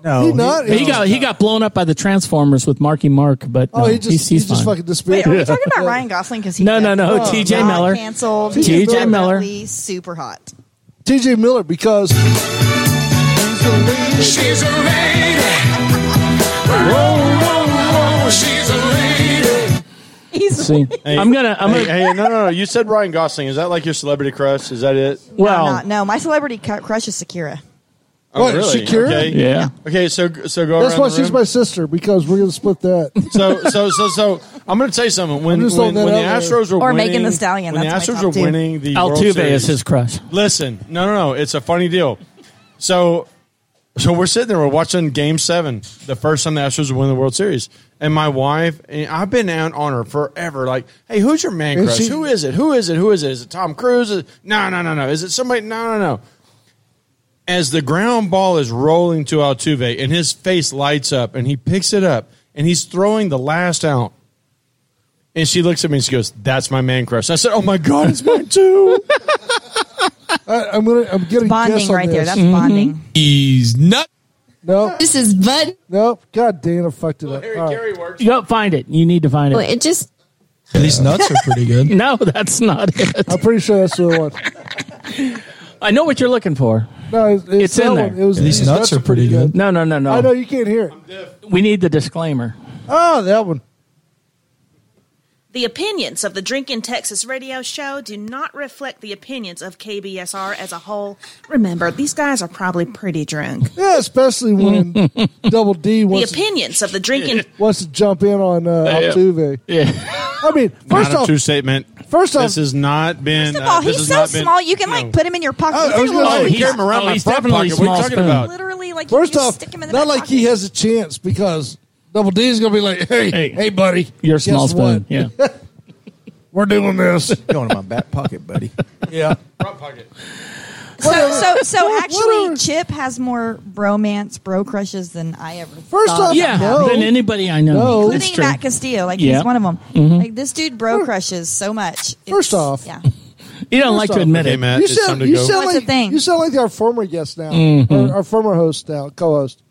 E: No, He not-
D: He,
E: he-
D: got he got blown up by the Transformers with Marky Mark, but
E: Oh,
D: no,
E: he just
D: he's,
E: he
D: he's
E: just
D: fine.
E: fucking disappeared.
F: Wait, are we talking about Ryan Gosling? Because he
D: No, no, no,
F: definitely
D: T.J.
F: got
D: Miller.
F: canceled.
D: T.J.
F: He's
D: Miller.
F: definitely super hot.
E: T.J. Miller because
B: She's a lady. Whoa, whoa, whoa, she's a lady.
D: See, I'm gonna. I'm
H: hey,
D: gonna-
H: hey, no, no, no. You said Ryan Gosling. Is that like your celebrity crush? Is that it?
F: no, not- no, my celebrity cu- crush is Shakira.
H: Oh,
E: What,
H: really?
E: Shakira?
H: Okay.
E: Yeah.
H: Okay. So, so go
E: that's
H: around
E: why
H: the
E: she's
H: room.
E: my sister because we're gonna split that.
H: so so so so I'm going to tell you something. When
E: I'm
H: when,
E: just
H: when the
E: throwing that out there.
H: Astros were
F: Or
H: winning,
F: Megan Thee Stallion,
H: when the
F: that's my
H: Astros
F: top
H: were
F: two.
H: winning the World
D: Altuve
H: Series-
D: is his crush.
H: Listen, no, no, no. It's a funny deal. So so we're sitting there. We're watching Game Seven, the first time the Astros were winning the World Series, and my wife and I've been out on her forever. Like, hey, who's your man
E: Is
H: crush?
E: she-
H: Who is it? Who is it? Who is it? Is it Tom Cruise? Is it- no, no, no, no. Is it somebody? No, no, no. As the ground ball is rolling to Altuve, and his face lights up, and he picks it up, and he's throwing the last out. And she looks at me and she goes, "That's my man crush." And I said, "Oh my god, it's mine too."
E: I, I'm gonna I'm getting
F: Bonding
E: guess on
F: right there.
E: this. Mm-hmm.
F: That's bonding.
K: He's nut.
E: No,
L: This is Bud.
E: no. God damn, I fucked it up. All right.
D: You don't find it. You need to find
L: Oh,
D: it.
L: it just
J: These nuts are pretty good.
D: No, that's not it.
E: I'm pretty sure that's the one.
D: I know what you're looking for.
E: No, it's,
D: It's in
E: that
D: there.
E: one. It was
J: These nuts are pretty good.
D: No, no, no,
E: I know
D: no.
E: you can't hear it.
D: We need the disclaimer.
E: Oh, that one.
N: The opinions of the Drinkin' Texas radio show do not reflect the opinions of KBSR as a whole. Remember, these guys are probably pretty drunk.
E: Yeah, especially when Double D
N: The
E: wants to,
N: opinions of the Drinkin'
E: wants to jump in on uh,
H: Yeah.
E: Altuve.
D: Yeah.
E: I mean, first
H: Not a
E: off,
H: true statement.
E: first off,
H: this has not been.
F: First of all,
H: uh,
F: he's
H: this has
F: so
H: not been-
F: small you can like
H: no.
F: put him in your pocket.
E: I- I was
F: He's like a
E: gonna
F: little-
H: Oh,
D: he's-
H: he carried him around
D: oh,
H: my
D: he's
H: front
D: definitely
H: pocket. What are
D: small
H: you talking
D: spoon.
H: about?
F: literally like you
E: first
F: just
E: off,
F: stick him in the
E: not
F: back
E: like
F: pocket.
E: he has a chance because Double D is gonna be like, hey,
D: Hey.
E: hey, buddy,
D: You're a
E: guess
D: small spoon.
E: what?
D: Yeah.
E: we're doing this.
G: going in my back pocket, buddy.
E: yeah,
H: Front pocket.
F: So, so, so actually, Chip has more bromance, bro crushes than I ever.
E: First
F: thought
E: off,
D: yeah.
E: No.
D: Than anybody I know.
E: No.
D: It's
F: including
D: true.
F: Matt Castillo, like
D: Yeah.
F: he's one of them. Like this dude, bro crushes so much. It's-
E: Mm-hmm. First off-
F: yeah,
D: You don't like to
E: off,
D: admit
H: Hey,
D: it.
H: Matt,
E: you
H: it's time
E: sound
H: to
E: you
H: go.
E: sound
F: What's the
E: like
F: thing?
E: you sound like our former guest now, or our former host now, co-host.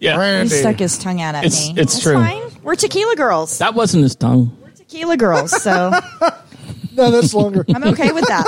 D: Yeah.
F: he stuck his tongue out at
D: It's-
F: me.
D: it's
F: That's
D: true.
F: Fine. We're tequila girls.
D: That wasn't his tongue.
F: We're tequila girls. So
E: No, that's longer.
F: I'm okay with that.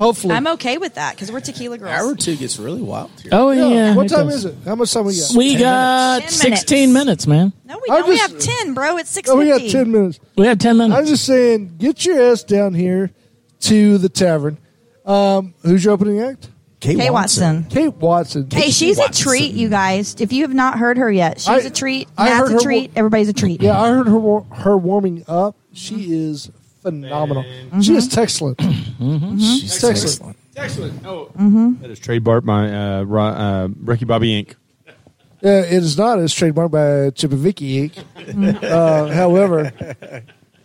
E: Hopefully,
F: I'm okay with that because we're tequila
G: Hour
F: girls.
G: two gets really wild here.
D: Oh
E: Yeah.
D: yeah.
E: what time is it? How much time we got?
D: We got
F: minutes.
D: 16 minutes, man.
F: No, we
E: I
F: don't. We
E: just-
F: have ten, bro. It's six
E: Oh, we
F: fifty.
E: got ten minutes.
D: We have 10 minutes.
E: I'm just saying, get your ass down here to the tavern. Um, who's your opening act?
G: Kate,
F: Kay Watson.
E: Kate Watson.
F: Hey, she's a treat, you guys. If you have not heard her yet, she's
E: I-
F: a treat.
E: I heard
F: Matt's
E: her
F: a
E: wa-
F: treat. Everybody's a treat.
E: Yeah, I heard her war- her warming up. She is phenomenal. She is excellent. Uh,
G: She's
E: Excellent.
G: excellent.
H: Excellent. Oh.
F: Mm-hmm.
H: That is trademarked by uh, Ro- uh, Ricky Bobby Inc.
E: Uh, it is not. It's trademarked by Chip and Vicky. Inc. uh, however,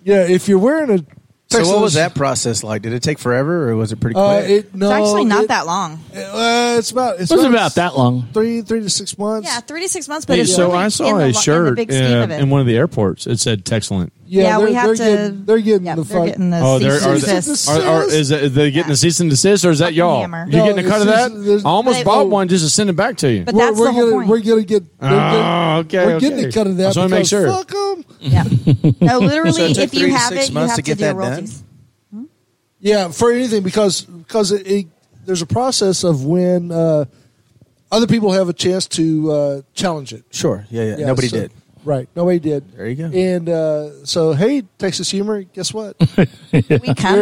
E: yeah, if you're wearing a
G: So, what was
E: Texas-
G: that process like? Did it take forever, or was it pretty quick?
E: Uh, it, no,
F: It's actually not
E: it-
F: that long.
E: Uh, it's about. It's
D: it wasn't about that long.
E: Three, three to six months.
F: Yeah, three to six months. But it's
H: so
F: really
H: I
F: in
H: saw
F: the, lo-
H: a
F: in the
H: shirt
F: big scheme
H: uh,
F: of it.
H: in one of the airports. It said Texelent.
E: yeah.
F: Yeah,
E: they're,
F: we have
E: they're
F: to-
E: Getting, they're getting
F: Yeah,
E: the
F: they're
E: fuck.
F: getting the
H: Oh,
F: cease
H: they're,
F: and
H: are,
F: desist.
H: they, are, are, is that, they getting a cease and desist, or is that
F: Fucking
H: y'all?
F: hammer.
H: You
E: No,
H: getting a cut of
E: it's-
H: that?
E: there's-
H: I almost
F: They-
H: bought
E: oh.
H: one just to send it back to you.
F: But
E: We're,
F: that's
E: we're
F: the whole
E: gonna,
F: point.
E: We're gonna get. they're
D: Ah.
E: gonna-
H: Oh, okay.
E: We're
H: okay.
E: getting a cut of that.
H: I just want to make
E: because
H: sure.
E: Fuck 'em.
F: yeah. No, literally,
G: took
F: if
G: three
F: you
G: to
F: have
G: six
F: it, you
G: months
F: have
G: to
F: to,
G: get
F: do
G: that done?
F: royalties.
E: Yeah, for anything because because it, it, there's a process of when uh, other people have a chance to uh, challenge it.
G: Sure. Yeah, yeah.
E: Yeah,
G: Nobody
E: so-
G: did.
E: Right. Nobody did. There
G: you go.
E: And uh, so, hey, Texas humor, guess what? we
G: coming.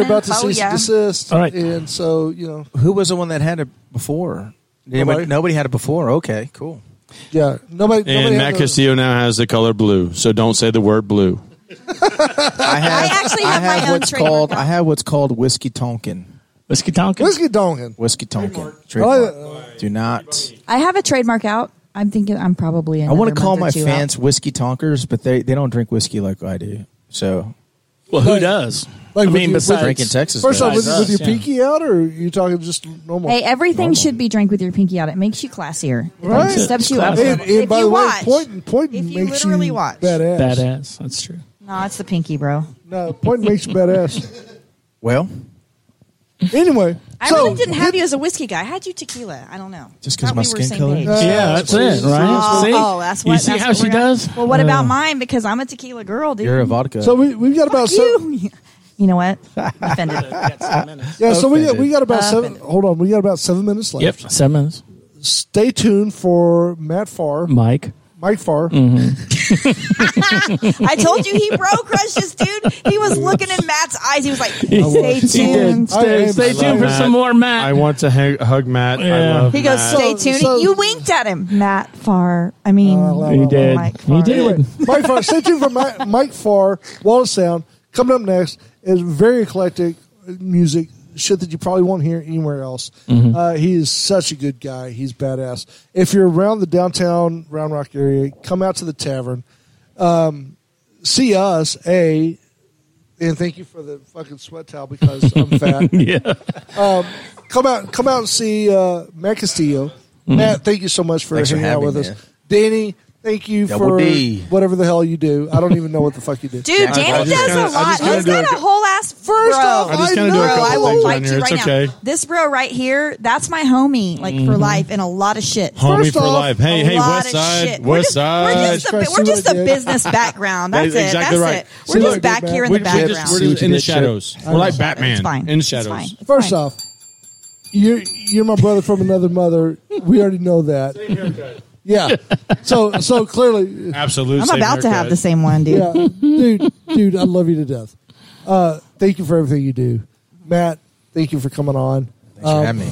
E: are about to
G: Oh,
E: cease
G: yeah.
E: and desist.
G: All right.
E: And so, you know,
G: Who was the one that had it before? Nobody,
E: Nobody.
G: nobody had it before. Okay, cool.
E: yeah, nobody. nobody
H: And Matt
E: had those-
H: Castillo now has the color blue, so don't say the word blue.
G: I have,
E: actually
G: I
E: have my own
G: what's
E: trademark
G: called I have what's called whiskey tonkin.
D: Whiskey tonkin.
E: Whiskey tonkin.
G: Whiskey tonkin.
E: Trademark.
G: Do not.
F: I have a trademark out. I'm thinking I'm probably.
G: I want to call my fans whiskey tonkers, but they, they don't drink whiskey like I do. So,
D: well, who does?
E: Like, with your- with-
G: drinking Texas.
E: First off, with,
G: does.
E: with your pinky out, or are you talking just normal?
F: Hey, everything should be drank with your pinky out. It makes you classier. It
E: Right.
F: like steps you up.
E: And, and
F: If
E: by
F: you
E: the
F: watch-
E: way, pointing, pointing
F: if you
E: makes
F: literally
E: you
F: watch.
E: badass.
D: Badass. That's true.
F: no, it's the pinky, bro.
E: No, pointing makes you badass.
G: Well,
E: anyway,
F: I
E: so,
F: really didn't have you as a whiskey guy. I had you tequila. I don't know.
G: Just
D: 'cause
F: Thought
D: my
F: we were
D: skin
F: same
D: color?
F: page.
D: Yeah, that's it,
F: Oh,
D: right? See?
F: Oh, that's
D: You
F: what.
D: see
F: that's
D: how
F: what
D: she
F: we're gonna-
D: does?
F: Well, what
D: Uh.
F: about mine? Because I'm a tequila girl, dude.
G: You're a vodka.
E: So we we've got about
F: Fuck you. you know what? Offended.
E: Yeah, so we got, we got about
F: Offended.
E: seven. Hold on, we got about seven minutes left.
D: Yep. Seven minutes.
E: Stay tuned for Matt Farr,
D: Mike.
E: Mike Farr.
F: I told you he bro crushed this dude. He was looking in Matt's eyes. He was like, "Stay
H: He
F: tuned."
H: did.
D: Stay, stay
H: love
D: tuned for some more Matt.
H: I want to hang, hug Matt.
D: Yeah.
H: I love
F: He goes,
H: Matt.
F: "Stay tuned." you winked at him, Matt Farr. Oh, I mean,
D: He did.
F: Mike
D: He did.
E: Anyway, Mike Farr. Stay tuned for Mike, Mike Farr, Wall of Sound. Coming up next is very eclectic music, shit that you probably won't hear anywhere else.
B: Mhm.
E: Uh, he is such a good guy. He's badass. If you're around the downtown Round Rock area, come out to the tavern. Um, see us, A, and thank you for the fucking sweat towel because I'm fat.
D: yeah.
E: Um, come out, come out and see uh, Matt Castillo. Matt, thank you so much for
G: Mm-hmm. Thanks for
E: hanging out
G: having
E: with
G: me.
E: us. Danny, thank you
G: Double
E: for
G: D.
E: whatever the hell you do. I don't even know what the fuck you do,
F: Dude, Danny does a lot. He's got a whole ass. First bro,
E: off, I just kinda do a
F: bro,
E: couple
F: I will
E: things
F: fight
E: on
F: you
E: here.
F: right
E: It's
F: now.
E: okay.
F: This bro right here, that's my homie, like for
H: Mhm.
F: life, and a lot of shit.
H: Homie
F: First
H: for
F: off,
H: life. Hey,
F: a
H: hey,
F: lot
H: West
F: of
H: Side,
F: shit.
H: West
F: we're just, We're just,
H: Side.
F: a, we're just a
H: That's
F: business background. That's it.
H: exactly
F: That's
H: right.
F: it. We're just back here in the
H: We're
F: background.
H: just, we're just in the shadows. We're like Batman. In the shadows.
E: First off, you're you're my brother from another mother. We already know that. Yeah. So so clearly,
H: Absolutely.
F: I'm about to have the same one, dude.
E: Yeah, dude, dude, I love you to death. Uh, thank you for everything you do, Matt. Thank you for coming on. Thanks
G: for having me.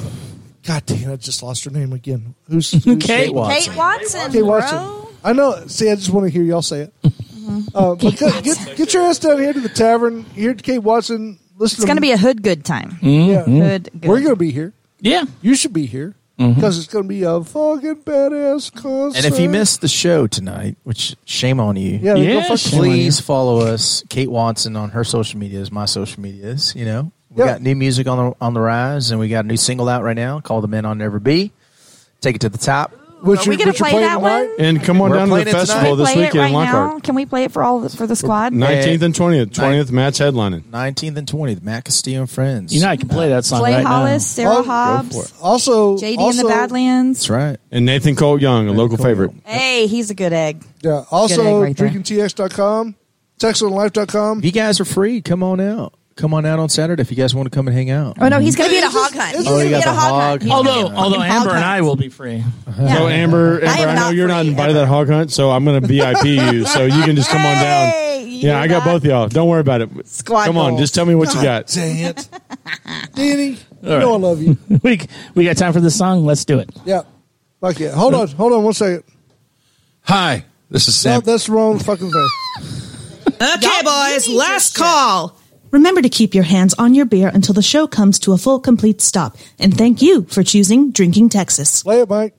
E: God damn, I just lost her name again. Who's, who's
F: Kate Watson. Kate Watson,
E: Kate Watson. I know. See, I just want to hear y'all say it.
F: Mm-hmm.
E: Uh, but get, get, get your ass down here to the tavern. Here to Kate Watson. Listen,
F: It's going to be a hood good time.
E: Yeah.
F: Hood good.
E: We're gonna be here.
D: Yeah,
E: you should be here because it's gonna be a fucking badass concert.
G: Mm-hmm. And if you missed the show tonight, which shame on you,
E: Yeah, go fuck yourself.
G: please follow us, Kate Watson, on her social medias, my social medias. You know, we
E: Yeah.
G: got new music on the on the rise, and we got a new single out right now called "The Men on Never Be." Take it to the top.
E: Which
F: Are we gonna play that one?
H: And come on
G: We're
H: down to
G: playing
H: the
G: it tonight.
H: festival this
F: play it
H: weekend
F: right
H: in
F: now?
H: Lockhart.
F: Can we play it for all the, for the squad?
H: 19th and 20th. 20th, Matt's headlining.
G: 19th and 20th, Matt Castillo and friends.
H: You know I can play that
F: Clay Hollis, Sarah Hobbs,
E: also
F: JD
E: also,
F: in the Badlands.
G: That's right.
H: And Nathan Cole Young, a local favorite.
F: Hey, he's a good egg.
E: Yeah.
F: Good egg
E: Also,
F: right there.
E: drinkingtx.com, textonlife.com.
G: If you guys are free, come on out. Come on out on Saturday if you guys want to come and hang out.
F: Oh no, he's gonna be at a hog hunt. He's
G: Oh,
F: gonna
G: you
F: be at a
G: got the
F: hog,
G: hog
F: hunt. He's gonna be
D: Although,
F: at a
D: although
F: fucking
D: Amber
F: hog
D: and
F: hunt.
D: I will be free.
H: So Amber, Amber,
F: I
H: I,
F: am
H: know
F: not
H: you're not invited to that hog hunt, so I'm gonna VIP you. So you can just come on down. yeah, I got both of y'all. Don't worry about it.
F: Squad
H: come on,
F: goals.
H: just tell me what you got.
E: Dang it. Danny,
D: All right.
E: you know I love you.
D: we we got time for this song. Let's do it.
E: Yeah. Fuck yeah. Hold on. Hold on one second.
K: Hi, this is
E: No,
K: Sam.
E: that's the wrong fucking thing.
N: Okay, boys, last call.
I: Remember to keep your hands on your beer until the show comes to a full, complete stop. And thank you for choosing Drinking Texas.
E: Play it, Mike.